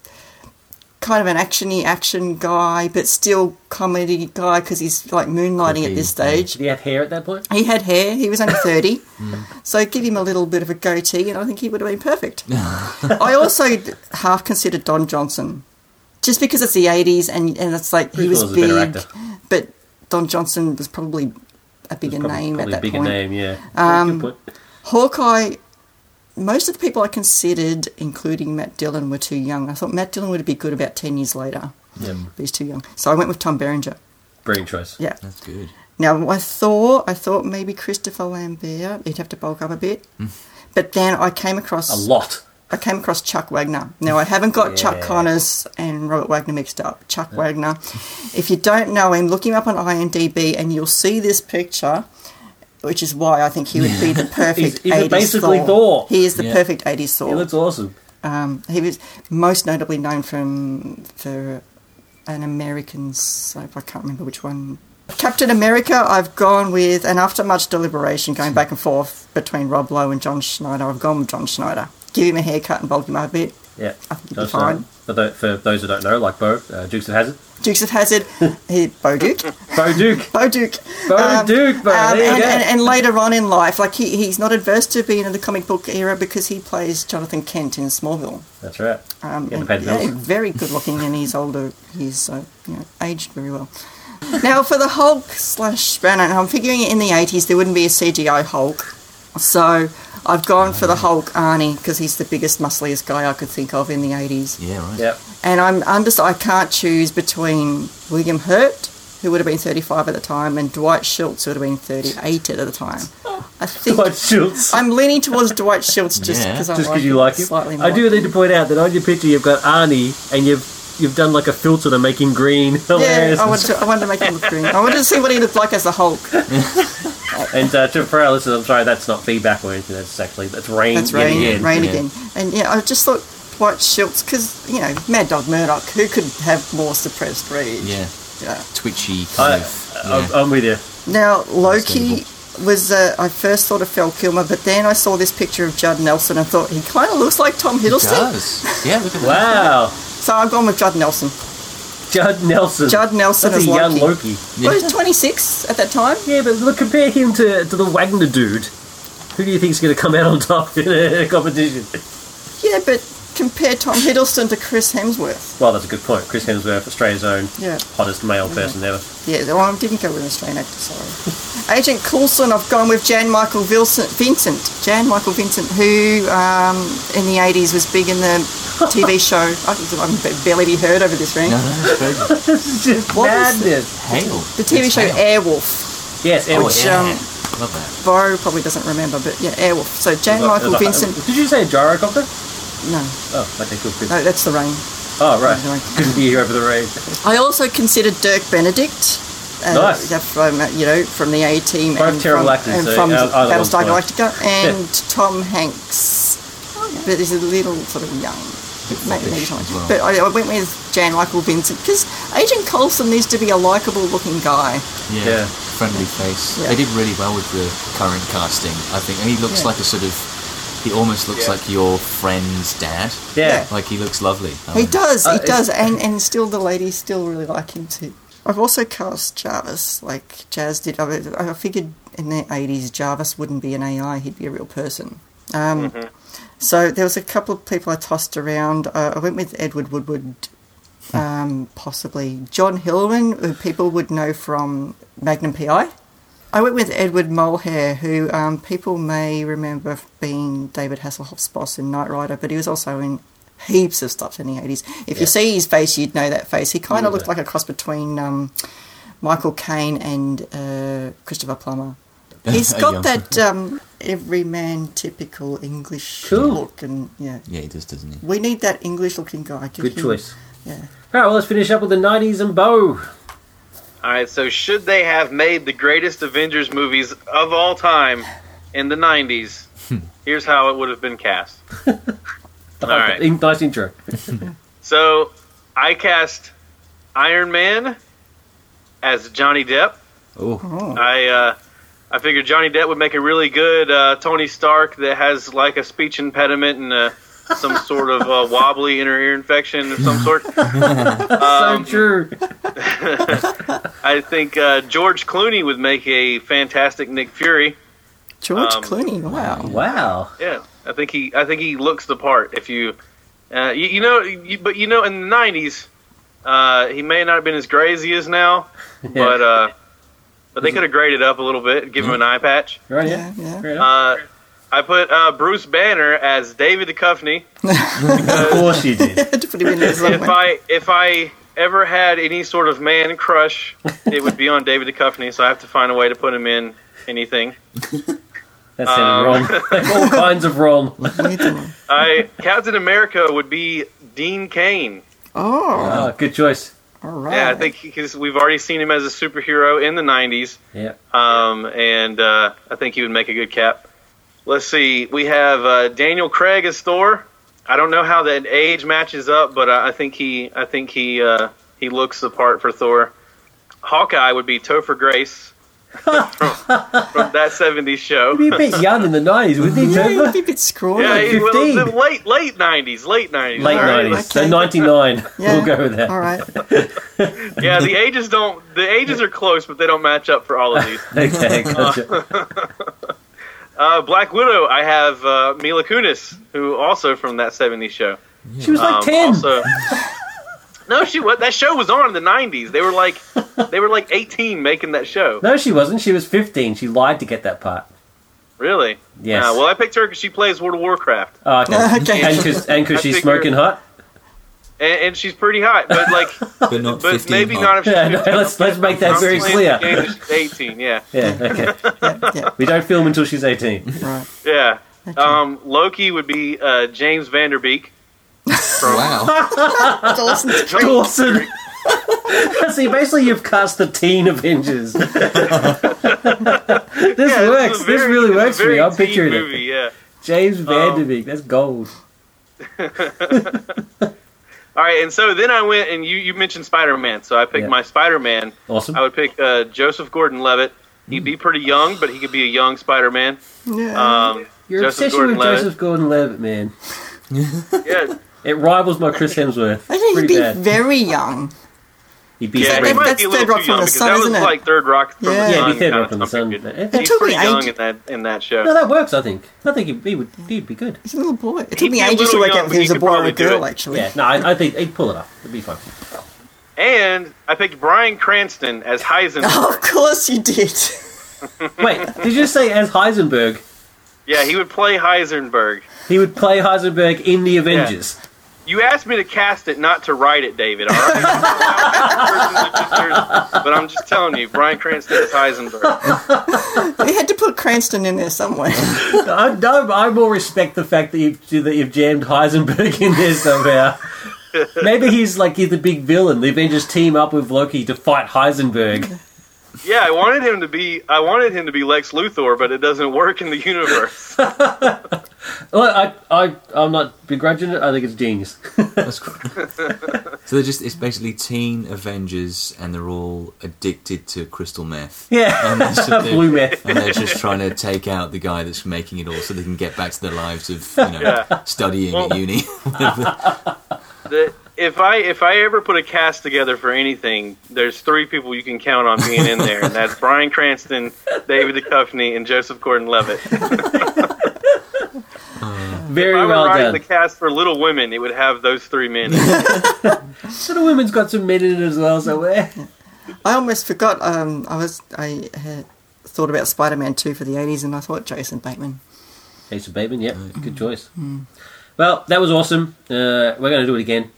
B: kind of an actiony action guy, but still comedy guy because he's like moonlighting at this
D: Quirky, yeah.
B: stage.
A: Did he have hair at that point?
B: He had hair. He was only
A: *laughs*
B: 30.
A: Mm.
B: so give him a little bit of a goatee, and I think he would have
A: *laughs*
B: been perfect. I also half considered Don Johnson, just because it's the 80s and, and it's like he
A: Bruce
B: was
A: Willis is a better
B: big,
A: actor.
B: but Don Johnson was probably a bigger
A: Probably-
B: name
A: probably
B: at that
A: bigger
B: point. Um,
A: name, yeah. Yeah, good point.
B: Hawkeye, most of the people I considered, including Matt Dillon, were too young. I thought Matt Dillon would be good about 10 years later.
A: Yeah,
B: But he's too young. So I went with Tom Berenger.
A: brilliant choice.
B: Yeah.
D: That's good.
B: Now I thought I thought maybe Christopher Lambert. He'd have to bulk up a bit. But then I came across
A: A lot.
B: I came across Chuck Wagner. Now I haven't got Chuck
A: Yeah.
B: Connors and Robert Wagner mixed up. Chuck Wagner. If you don't know him, look him up on IMDb, and you'll see this picture. Which is why I think he would be the perfect
A: *laughs* he's
B: 80s
A: basically
B: Thor.
A: Thor.
B: He is the
D: Yeah.
B: perfect 80s Thor.
A: He looks awesome.
B: Um, he was most notably known from for an American soap. I can't remember which one. Captain America. I've gone with, and after much deliberation, going back and forth between Rob Lowe and John Schneider, I've gone with John Schneider. Give him a haircut and bulk him up a bit.
A: Yeah,
B: I think he'd be
A: Does, uh,
B: fine.
A: For, tho- for those who don't know, like Bo, uh, Dukes of Hazard,
B: Dukes of Hazard, he,
A: *laughs*
B: Bo Duke,
A: Bo Duke,
B: Bo Duke,
A: Bo Duke, Bo. there
B: um,
A: you
B: and,
A: go.
B: and, and later on in life, like he, he's not adverse to being in the comic book era because he plays Jonathan Kent in Smallville.
A: That's right.
B: Um,
A: Getting
B: and-
A: paid the
B: yeah,
A: bills.
B: very good looking, and he's older. He's so you know, aged very well. Now for the Hulk slash Banner, I'm figuring in the 80s there wouldn't be a CGI Hulk, so I've gone for the Hulk Arnie because he's the biggest, muscliest guy I could think of in the 80s.
D: Yeah, right.
A: Yep.
B: And I'm undec- I can't choose between William Hurt, who would have been 35 at the time, and Dwight Schultz, who would have been 38 at the time. I think
A: Dwight Schultz.
B: I'm leaning towards Dwight Schultz just
D: Yeah.
B: because I
A: just
B: like,
A: because you like it.
B: slightly more.
A: I do need to point out that on your picture you've got Arnie and you've you've done like a filter to make him green. *laughs*
B: Yeah,
A: Hilarious.
B: I wanted, to, I wanted to make him look green. I wanted to see what he looked like as the Hulk.
A: and uh, to, for our listeners, I'm sorry, that's not feedback or anything. That's actually that's rain.
B: That's
A: yet
B: rain,
A: again.
B: rain
D: yeah.
B: again. And yeah, I just thought Dwight Schultz because you know Mad Dog Murdoch, who could have more suppressed rage?
D: Yeah.
B: Yeah.
D: Twitchy
A: I, uh,
D: kind of.
A: I'm,
D: yeah.
A: I'm with you.
B: Now Loki
D: Understandable.
B: was uh, I first thought of Phil Kilmer, but then I saw this picture of Judd Nelson and thought he kind of looks like Tom
D: It
B: Hiddleston.
D: does. Yeah, look at that.
A: Wow,
B: So I've gone with Judd Nelson.
A: Judd Nelson.
B: Judd Nelson
A: that's a
B: as
A: young
B: Loki.
A: Loki.
D: Yeah.
B: Well, he was 26 at that time.
A: Yeah, but look, compare him to to the Wagner dude. Who do you think's going to come out on top in a *laughs* competition?
B: Yeah, but compare Tom Hiddleston to Chris Hemsworth.
A: Well, that's a good point. Chris Hemsworth, Australia's own
B: Yeah.
A: hottest male person *laughs* ever.
B: Yeah, oh, well, I didn't go with an Australian actor, sorry. *laughs* Agent Coulson, I've gone with Jan Michael Vincent, Vincent Jan Michael Vincent, who um, in the 80s was big in the TV show. I can I can barely be heard over this ring.
D: No, no, it's crazy.
A: It's just
B: What is
A: madness.
D: Hail.
B: The TV
D: It's
B: show
D: hail.
B: Airwolf.
A: Yes,
D: Oh,
A: Edward.
B: which,
D: yeah.
B: um,
D: Love that.
B: Bo probably doesn't remember, but yeah, Airwolf. So
A: There's
B: Jan
A: a-
B: Michael
A: there's a-
B: Vincent. Uh,
A: Did you say a gyrocopter?
B: No,
A: Oh, okay, cool. good.
B: no, that's the rain.
A: oh,
B: no,
A: right.
B: I-
A: Couldn't be here over the rain.
B: I also considered Dirk Benedict. Uh,
A: Nice.
B: yeah, From, uh, you know, from the A Team
A: Both
B: and
A: terrible
B: from,
A: actors,
B: and
A: so uh,
B: from
A: either one's
B: Battlestar
A: fine.
B: Galactica, and Tom Hanks. But he's a little sort of young. Maybe, maybe
D: foppish
B: Tom
D: as
B: Hanks.
D: well.
B: But I, I went with Jan Michael Vincent because Agent Coulson needs to be a likable looking guy.
D: Yeah.
A: Yeah.
D: Friendly face.
B: Yeah.
D: They did really well with the current casting, I think. And he looks
B: Yeah.
D: like a sort of. He almost looks
C: Yeah.
D: like your friend's dad.
A: Yeah.
D: Like he looks lovely. I
B: He
D: mean,
B: does,
A: Uh,
B: he
A: it's-
B: does, and, and still the ladies still really like him too. I've also cast Jarvis, like Jazz did. I, I figured in the 80s Jarvis wouldn't be an AI, he'd be a real person. Um, So there was a couple of people I tossed around. Uh, I went with Edward Woodward, um, possibly John Hillman, who people would know from Magnum PI. I went with Edward Mulhare, who um, people may remember being David Hasselhoff's boss in Knight Rider, but he was also in heaps of stuff in the 80s. If you see his face, you'd know that face. He kind of looked like a cross between um, Michael Caine and uh,
A: *laughs*
B: Christopher Plummer.
D: *laughs*
B: He's
D: A young-
B: got that um, everyman typical English
A: Cool.
B: look, and yeah,
D: Yeah, he does, doesn't he?
B: we need that English looking guy. Give
A: Good
B: him-
A: choice.
B: *laughs* Yeah.
A: All right, well, let's finish up with the 90s and Bo.
C: All right, so should they have made the greatest Avengers movies of all time in the 90s? Here's how it would have been cast.
A: All
C: right.
A: Nice intro.
C: So I cast Iron Man as Johnny Depp.
A: *laughs*
D: Oh.
C: I uh, I figured Johnny Depp would make a really good uh, Tony Stark that has like a speech impediment and a some sort of uh, wobbly inner ear infection of some sort.
A: so
C: Um, *laughs*
A: true.
C: I think uh, George Clooney would make a fantastic Nick Fury.
B: George
C: Um,
B: Clooney, wow.
A: Wow.
C: Yeah, I think he I think he looks the part. If you, uh, you, you know, you, but you know, in the nineties, uh, he may not have been as gray as he is now, but uh, but they could have graded up a little bit, give him an eye patch.
A: right,
B: Yeah,
A: yeah.
B: yeah.
A: Fair enough.
C: Uh, I put uh, Bruce Banner as David the Cuffney.
A: of course you did.
B: *laughs* Had to put him in there
C: *laughs* If
B: somewhere.
C: I if I ever had any sort of man crush, it would be on David the Cuffney. So I have to find a way to put him in anything.
A: That
C: Um,
A: sounded wrong.
C: *laughs*
A: Like all kinds of wrong.
C: I Captain America would be Dean Kane.
B: Oh,
A: Oh, good choice.
B: all right.
C: Yeah, I think because we've already seen him as a superhero in the '90s,
A: Yeah.
C: um, and uh, I think he would make a good cap. Let's see, we have uh, Daniel Craig as Thor. I don't know how that age matches up, but I, I think he, I think he, uh, he looks the part for Thor. Hawkeye would be Topher Grace from, from that '70s show.
A: He'd be a bit young in the 90s, wouldn't he,
B: Yeah,
A: Trevor?
B: he'd be a bit scrawny.
C: Yeah, he, well,
A: 15.
C: the late late '90s, late '90s,
A: Late
C: All right.
A: 90s. So
B: okay.
A: 99.
B: Yeah.
A: We'll go with
B: *laughs*
A: that. *laughs*
B: All right.
C: Yeah, the ages don't, the ages are close, but they don't match up for all of these.
A: Okay, gotcha.
C: Uh, Black Widow, I have uh, Mila Kunis, who also from that 70s show.
A: She was like
C: Um,
A: 10.
C: Also, no, she was. That show was on in the 90s. They were like, they were like 18 making that show.
A: No, she wasn't. She was 15. She lied to get that part.
C: Really?
A: Yes.
C: Yeah, well, I picked her because she plays World of Warcraft,
A: Oh,
B: *laughs*
A: okay.
B: Okay.
A: And because
C: I
A: she's
C: figure-
A: smoking hot. *laughs*
C: and, and she's pretty hot. But like,
D: but not
C: but
D: 15.
C: maybe
D: hot.
C: not if she's
A: Yeah, no, let's, let's make that
C: I'm
A: very
C: playing
A: clear.
C: the game that she's 18. Yeah,
A: *laughs* Yeah, okay.
B: yeah.
A: We don't film until she's
B: *laughs*
A: 18.
B: Right.
C: yeah. Um, Loki would be uh, James Vanderbeek. *laughs*
D: Wow.
B: Adolescents.
A: Dawson! *laughs* See, basically, you've cast the teen Avengers. *laughs* this
C: Yeah,
A: works.
C: is a
A: This,
C: very-
A: really
C: it's a
A: works for
C: very
A: me. I'm
C: teen
A: picturing
C: movie, Um,
A: it.
C: Yeah.
A: James Vanderbeek. That's gold.
C: All right, and so then I went and you, you mentioned Spider Man, so I picked
A: Yeah.
C: my Spider Man.
A: Awesome.
C: I would pick uh, Joseph Gordon Levitt. He'd be pretty young, but he could be a young Spider Man.
B: Yeah.
C: Um,
A: Your
C: Joseph
A: obsession with
C: Gordon-Levitt.
A: Joseph Gordon-Levitt, man,
C: yeah,
A: it rivals my Chris Hemsworth.
B: I think he'd
A: Pretty
B: be
A: bad.
B: very young.
A: He'd be
C: yeah,
A: yeah,
C: he
B: That's
C: might be a little
B: Third Rock
C: too
B: from
C: young
B: the
C: because
B: Sun,
C: that was
B: isn't it?
C: like Third Rock from
B: Yeah.
C: the
B: Yeah,
A: yeah,
C: Sun.
A: it'd be third
C: kinda
A: rock from the sun.
C: something.
A: but it-
C: He's
A: it-
B: took me
C: pretty young
B: age-
C: in that in that show.
A: no, that works. I think. I think he'd, he would. He'd be good.
B: He's a little boy. It
C: He'd
B: took me
C: be a
B: ages to
C: little
B: work
C: young,
B: out if
C: but
B: he
C: he
B: was a
C: could
B: boy or
C: probably
B: a
C: do
B: girl,
C: it.
B: actually. *laughs*
A: Yeah. No, I, I think he'd pull it off. It'd be fine.
C: And I picked Brian Cranston as Heisenberg.
B: Oh, Of *laughs* course you did.
A: Wait, did you say as Heisenberg?
C: Yeah, he would play Heisenberg.
A: He would play Heisenberg in the Avengers.
C: You asked me to cast it, not to write it, David. All right? *laughs* but I'm just telling you, Brian Cranston is Heisenberg.
B: We had to put Cranston in there somewhere. *laughs*
A: I, no, I more respect the fact that you've that you've jammed Heisenberg in there
C: *laughs*
A: somehow. Maybe he's like he's the big villain. The Avengers team up with Loki to fight Heisenberg.
C: Yeah, I wanted him to be I wanted him to be Lex Luthor, but it doesn't work in
A: *laughs*
C: the universe.
A: Well, I, I, I'm not begrudging it. I think it's genius.
D: That's cool. *laughs* so they're just, it's basically teen Avengers and they're all addicted to crystal meth.
A: Yeah,
D: And they're, so
A: *laughs*
D: they're-
A: blue meth.
D: and they're just trying to take out the guy that's making it all so they can get back to their lives of, you know,
C: Yeah.
D: studying
C: Well-
D: at uni.
C: The- if I if I ever put a cast together for anything, there's three people you can count on being in there, and that's Brian Cranston, David Duchovny, and Joseph Gordon-Levitt. If I
A: Very
C: were
A: well
C: writing
A: done.
C: the cast for Little Women, it would have those three men.
A: *laughs*
C: in it.
A: Sort of women's got some men in it as well. So *laughs* eh.
B: I almost forgot. Um, I was I had thought about Spider-Man 2 for the 80s, and I thought Jason Bateman.
A: Jason Bateman, yeah, good choice. Well, that was awesome. Uh, we're going to do it again.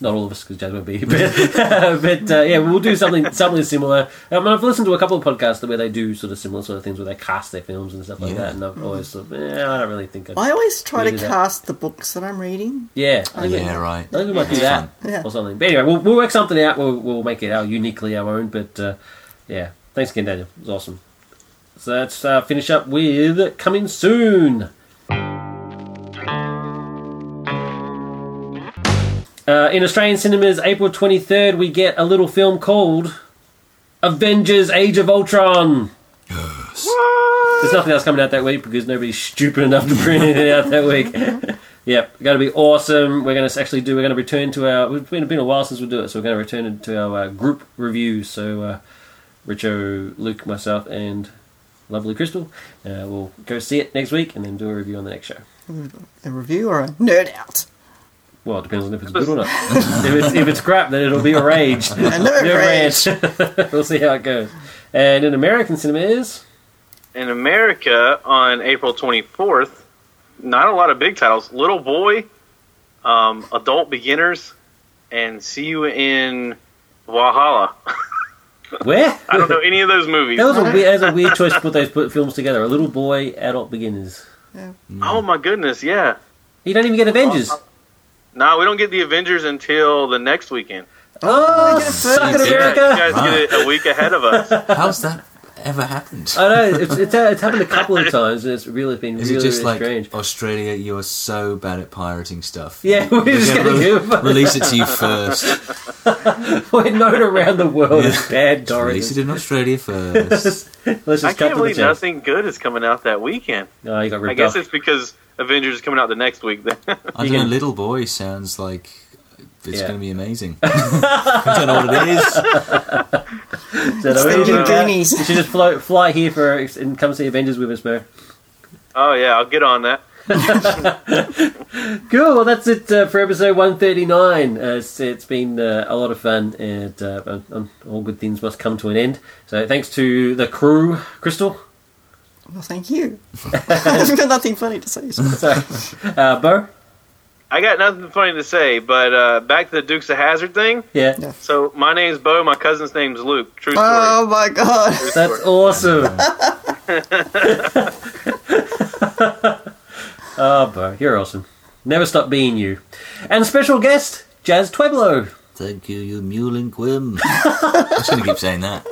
A: Not all of us, because Jazz won't be here. *laughs* But, but uh, yeah, we'll do something something similar. Um, I've listened to a couple of podcasts where they do sort of similar sort of things where they cast their films and stuff like
D: Yeah.
A: that. And I've always sort of, eh, I don't really think. I'd,
B: I always try
A: Maybe
B: to
A: that-
B: cast the books that I'm reading.
A: yeah, I think,
D: *laughs* yeah,
A: *laughs* I
D: right.
A: think we might do
D: It's
A: that
D: fun.
B: Yeah.
A: or something. But anyway, we'll, we'll work something out. We'll, we'll make it our uniquely our own. But uh, yeah, thanks again, Daniel. It was awesome. So let's uh, finish up with coming soon. Uh, in Australian cinemas, April 23rd, we get a little film called Avengers Age of Ultron. There's nothing else coming out that week because nobody's stupid enough to print anything out that week. Yep, going to be awesome. We're going to actually do. We're going to return to our. It's been, been a while since we do it, so we're going to return to our uh, group review. So, uh, Richo, Luke, myself, and lovely Crystal, uh, we'll go see it next week and then do a review on the next show.
B: A review or a nerd out?
A: Well, it depends on if it's good or not. if, it's, if it's crap, then it'll be a rage.
B: A nerd
A: Never
B: rage.
A: rant. *laughs* we'll see how it goes. And in American cinema is
C: in America on April 24th. Not a lot of big titles. Little Boy, um, Adult Beginners, and See You in Valhalla.
A: where
C: I don't know any of those movies.
A: That was a weird, that was a weird choice to put those put films together. A little boy, adult beginners.
C: Oh my goodness, yeah.
A: You don't even get Avengers.
C: No, we don't get the Avengers until the next weekend.
A: Oh, suck it,
D: first.
A: *laughs* America!
C: Yeah, you guys get it a week ahead of us.
D: How's that ever happened?
A: I know it's, it's, it's happened a
C: *laughs*
A: couple of times. And it's really been
D: Is
A: really,
D: it just
A: really
D: like
A: strange. *laughs*
D: Australia? You are so bad at pirating stuff.
A: Yeah, we're just
D: gonna
A: gonna
D: re-
A: give up.
D: release it to you
A: *laughs*
D: first.
A: We're known around the world as bad *laughs*
D: release
A: Doris.
D: it in
A: *laughs*
D: Australia first.
A: Let's just
C: I
A: cut
C: can't
A: to the
C: believe
A: chase.
C: nothing good is coming out that weekend.
A: Oh, you got ripped
C: I guess
A: off.
C: it's because Avengers is coming out the next week. then. *laughs*
D: I
A: You
D: don't know.
A: can-
D: Little boy sounds like it's
A: Yeah.
D: going to be amazing. I don't know what it is.
A: Is that
B: It's
A: all right?
B: thinking
A: You know,
B: Goonies. *laughs*
A: You should just fly, fly here for and come see Avengers with us, man.
C: oh yeah, I'll get on that.
A: Cool. Well, that's it uh, for episode 139. Uh, it's, it's been uh, a lot of fun, and uh, um, um, all good things must come to an end. So, thanks to the crew, Crystal, *laughs*
B: Well, thank you. *laughs* I've got nothing funny to say. so-
A: sorry, uh, Bo,
C: I got nothing funny to say, but uh, back to the Dukes of Hazard thing.
A: yeah,
B: Yeah.
C: So my name's Bo, my cousin's name's Luke. True story.
B: Oh my god.
C: True
A: that's
C: story.
A: awesome. *laughs* oh, Bo, you're awesome. Never stop being you. And special guest, Jazz Tweblo.
D: Thank you, you mule and quim. I'm just going to keep saying that.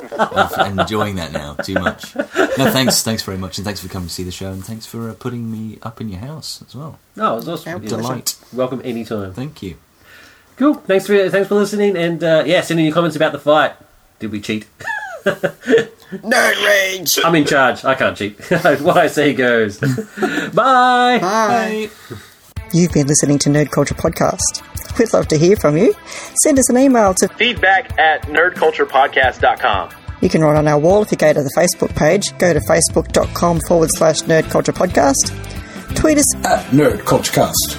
D: I'm enjoying that now too much. No, thanks, thanks very much, and thanks for coming to see the show, and thanks for uh, putting me up in your house as well.
A: No, it was Oh, awesome.
B: Yeah,
A: You're
B: pleasure.
D: Delight.
A: Welcome anytime.
D: Thank you.
A: Cool. Thanks for thanks for listening, and uh, yeah, send in your comments about the fight. Did we cheat?
B: Nerd rage.
A: I'm in charge. I can't cheat. *laughs* what I say goes. *laughs* Bye.
B: Bye. You've been listening to Nerd Culture Podcast. We'd love to hear from you. Send us an email to
C: Feedback at nerdculturepodcast.com.
B: You can write on our wall if you go to the Facebook page. Go to facebook.com forward slash nerd culture podcast. Tweet us, uh,
F: at Nerd Culture Cast.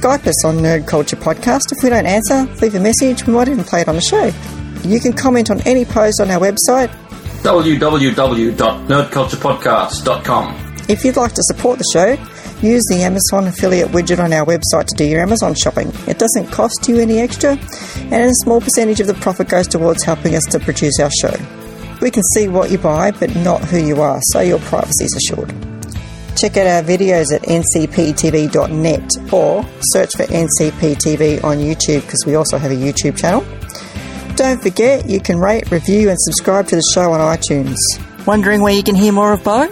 B: Skype us on Nerd Culture Podcast. If we don't answer, leave a message. We might even play it on the show. You can comment on any post on our website.
G: www.nerdculturepodcast.com.
B: If you'd like to support the show, use the Amazon affiliate widget on our website to do your Amazon shopping. It doesn't cost you any extra, and a small percentage of the profit goes towards helping us to produce our show. We can see what you buy, but not who you are, so your privacy is assured. Check out our videos at ncptv.net or search for ncptv on YouTube because we also have a YouTube channel. Don't forget, you can rate, review, and subscribe to the show on iTunes. Wondering where you can hear more of Bo?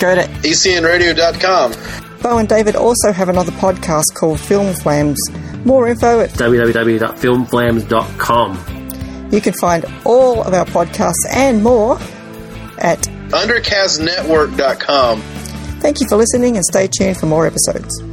B: Go to
H: ECNradio.com.
B: Bo and David also have another podcast called Film Flames. More info at
A: www.filmflams.com.
B: you can find all of our podcasts and more at
H: Undercastnetwork.com.
B: thank you for listening and stay tuned for more episodes.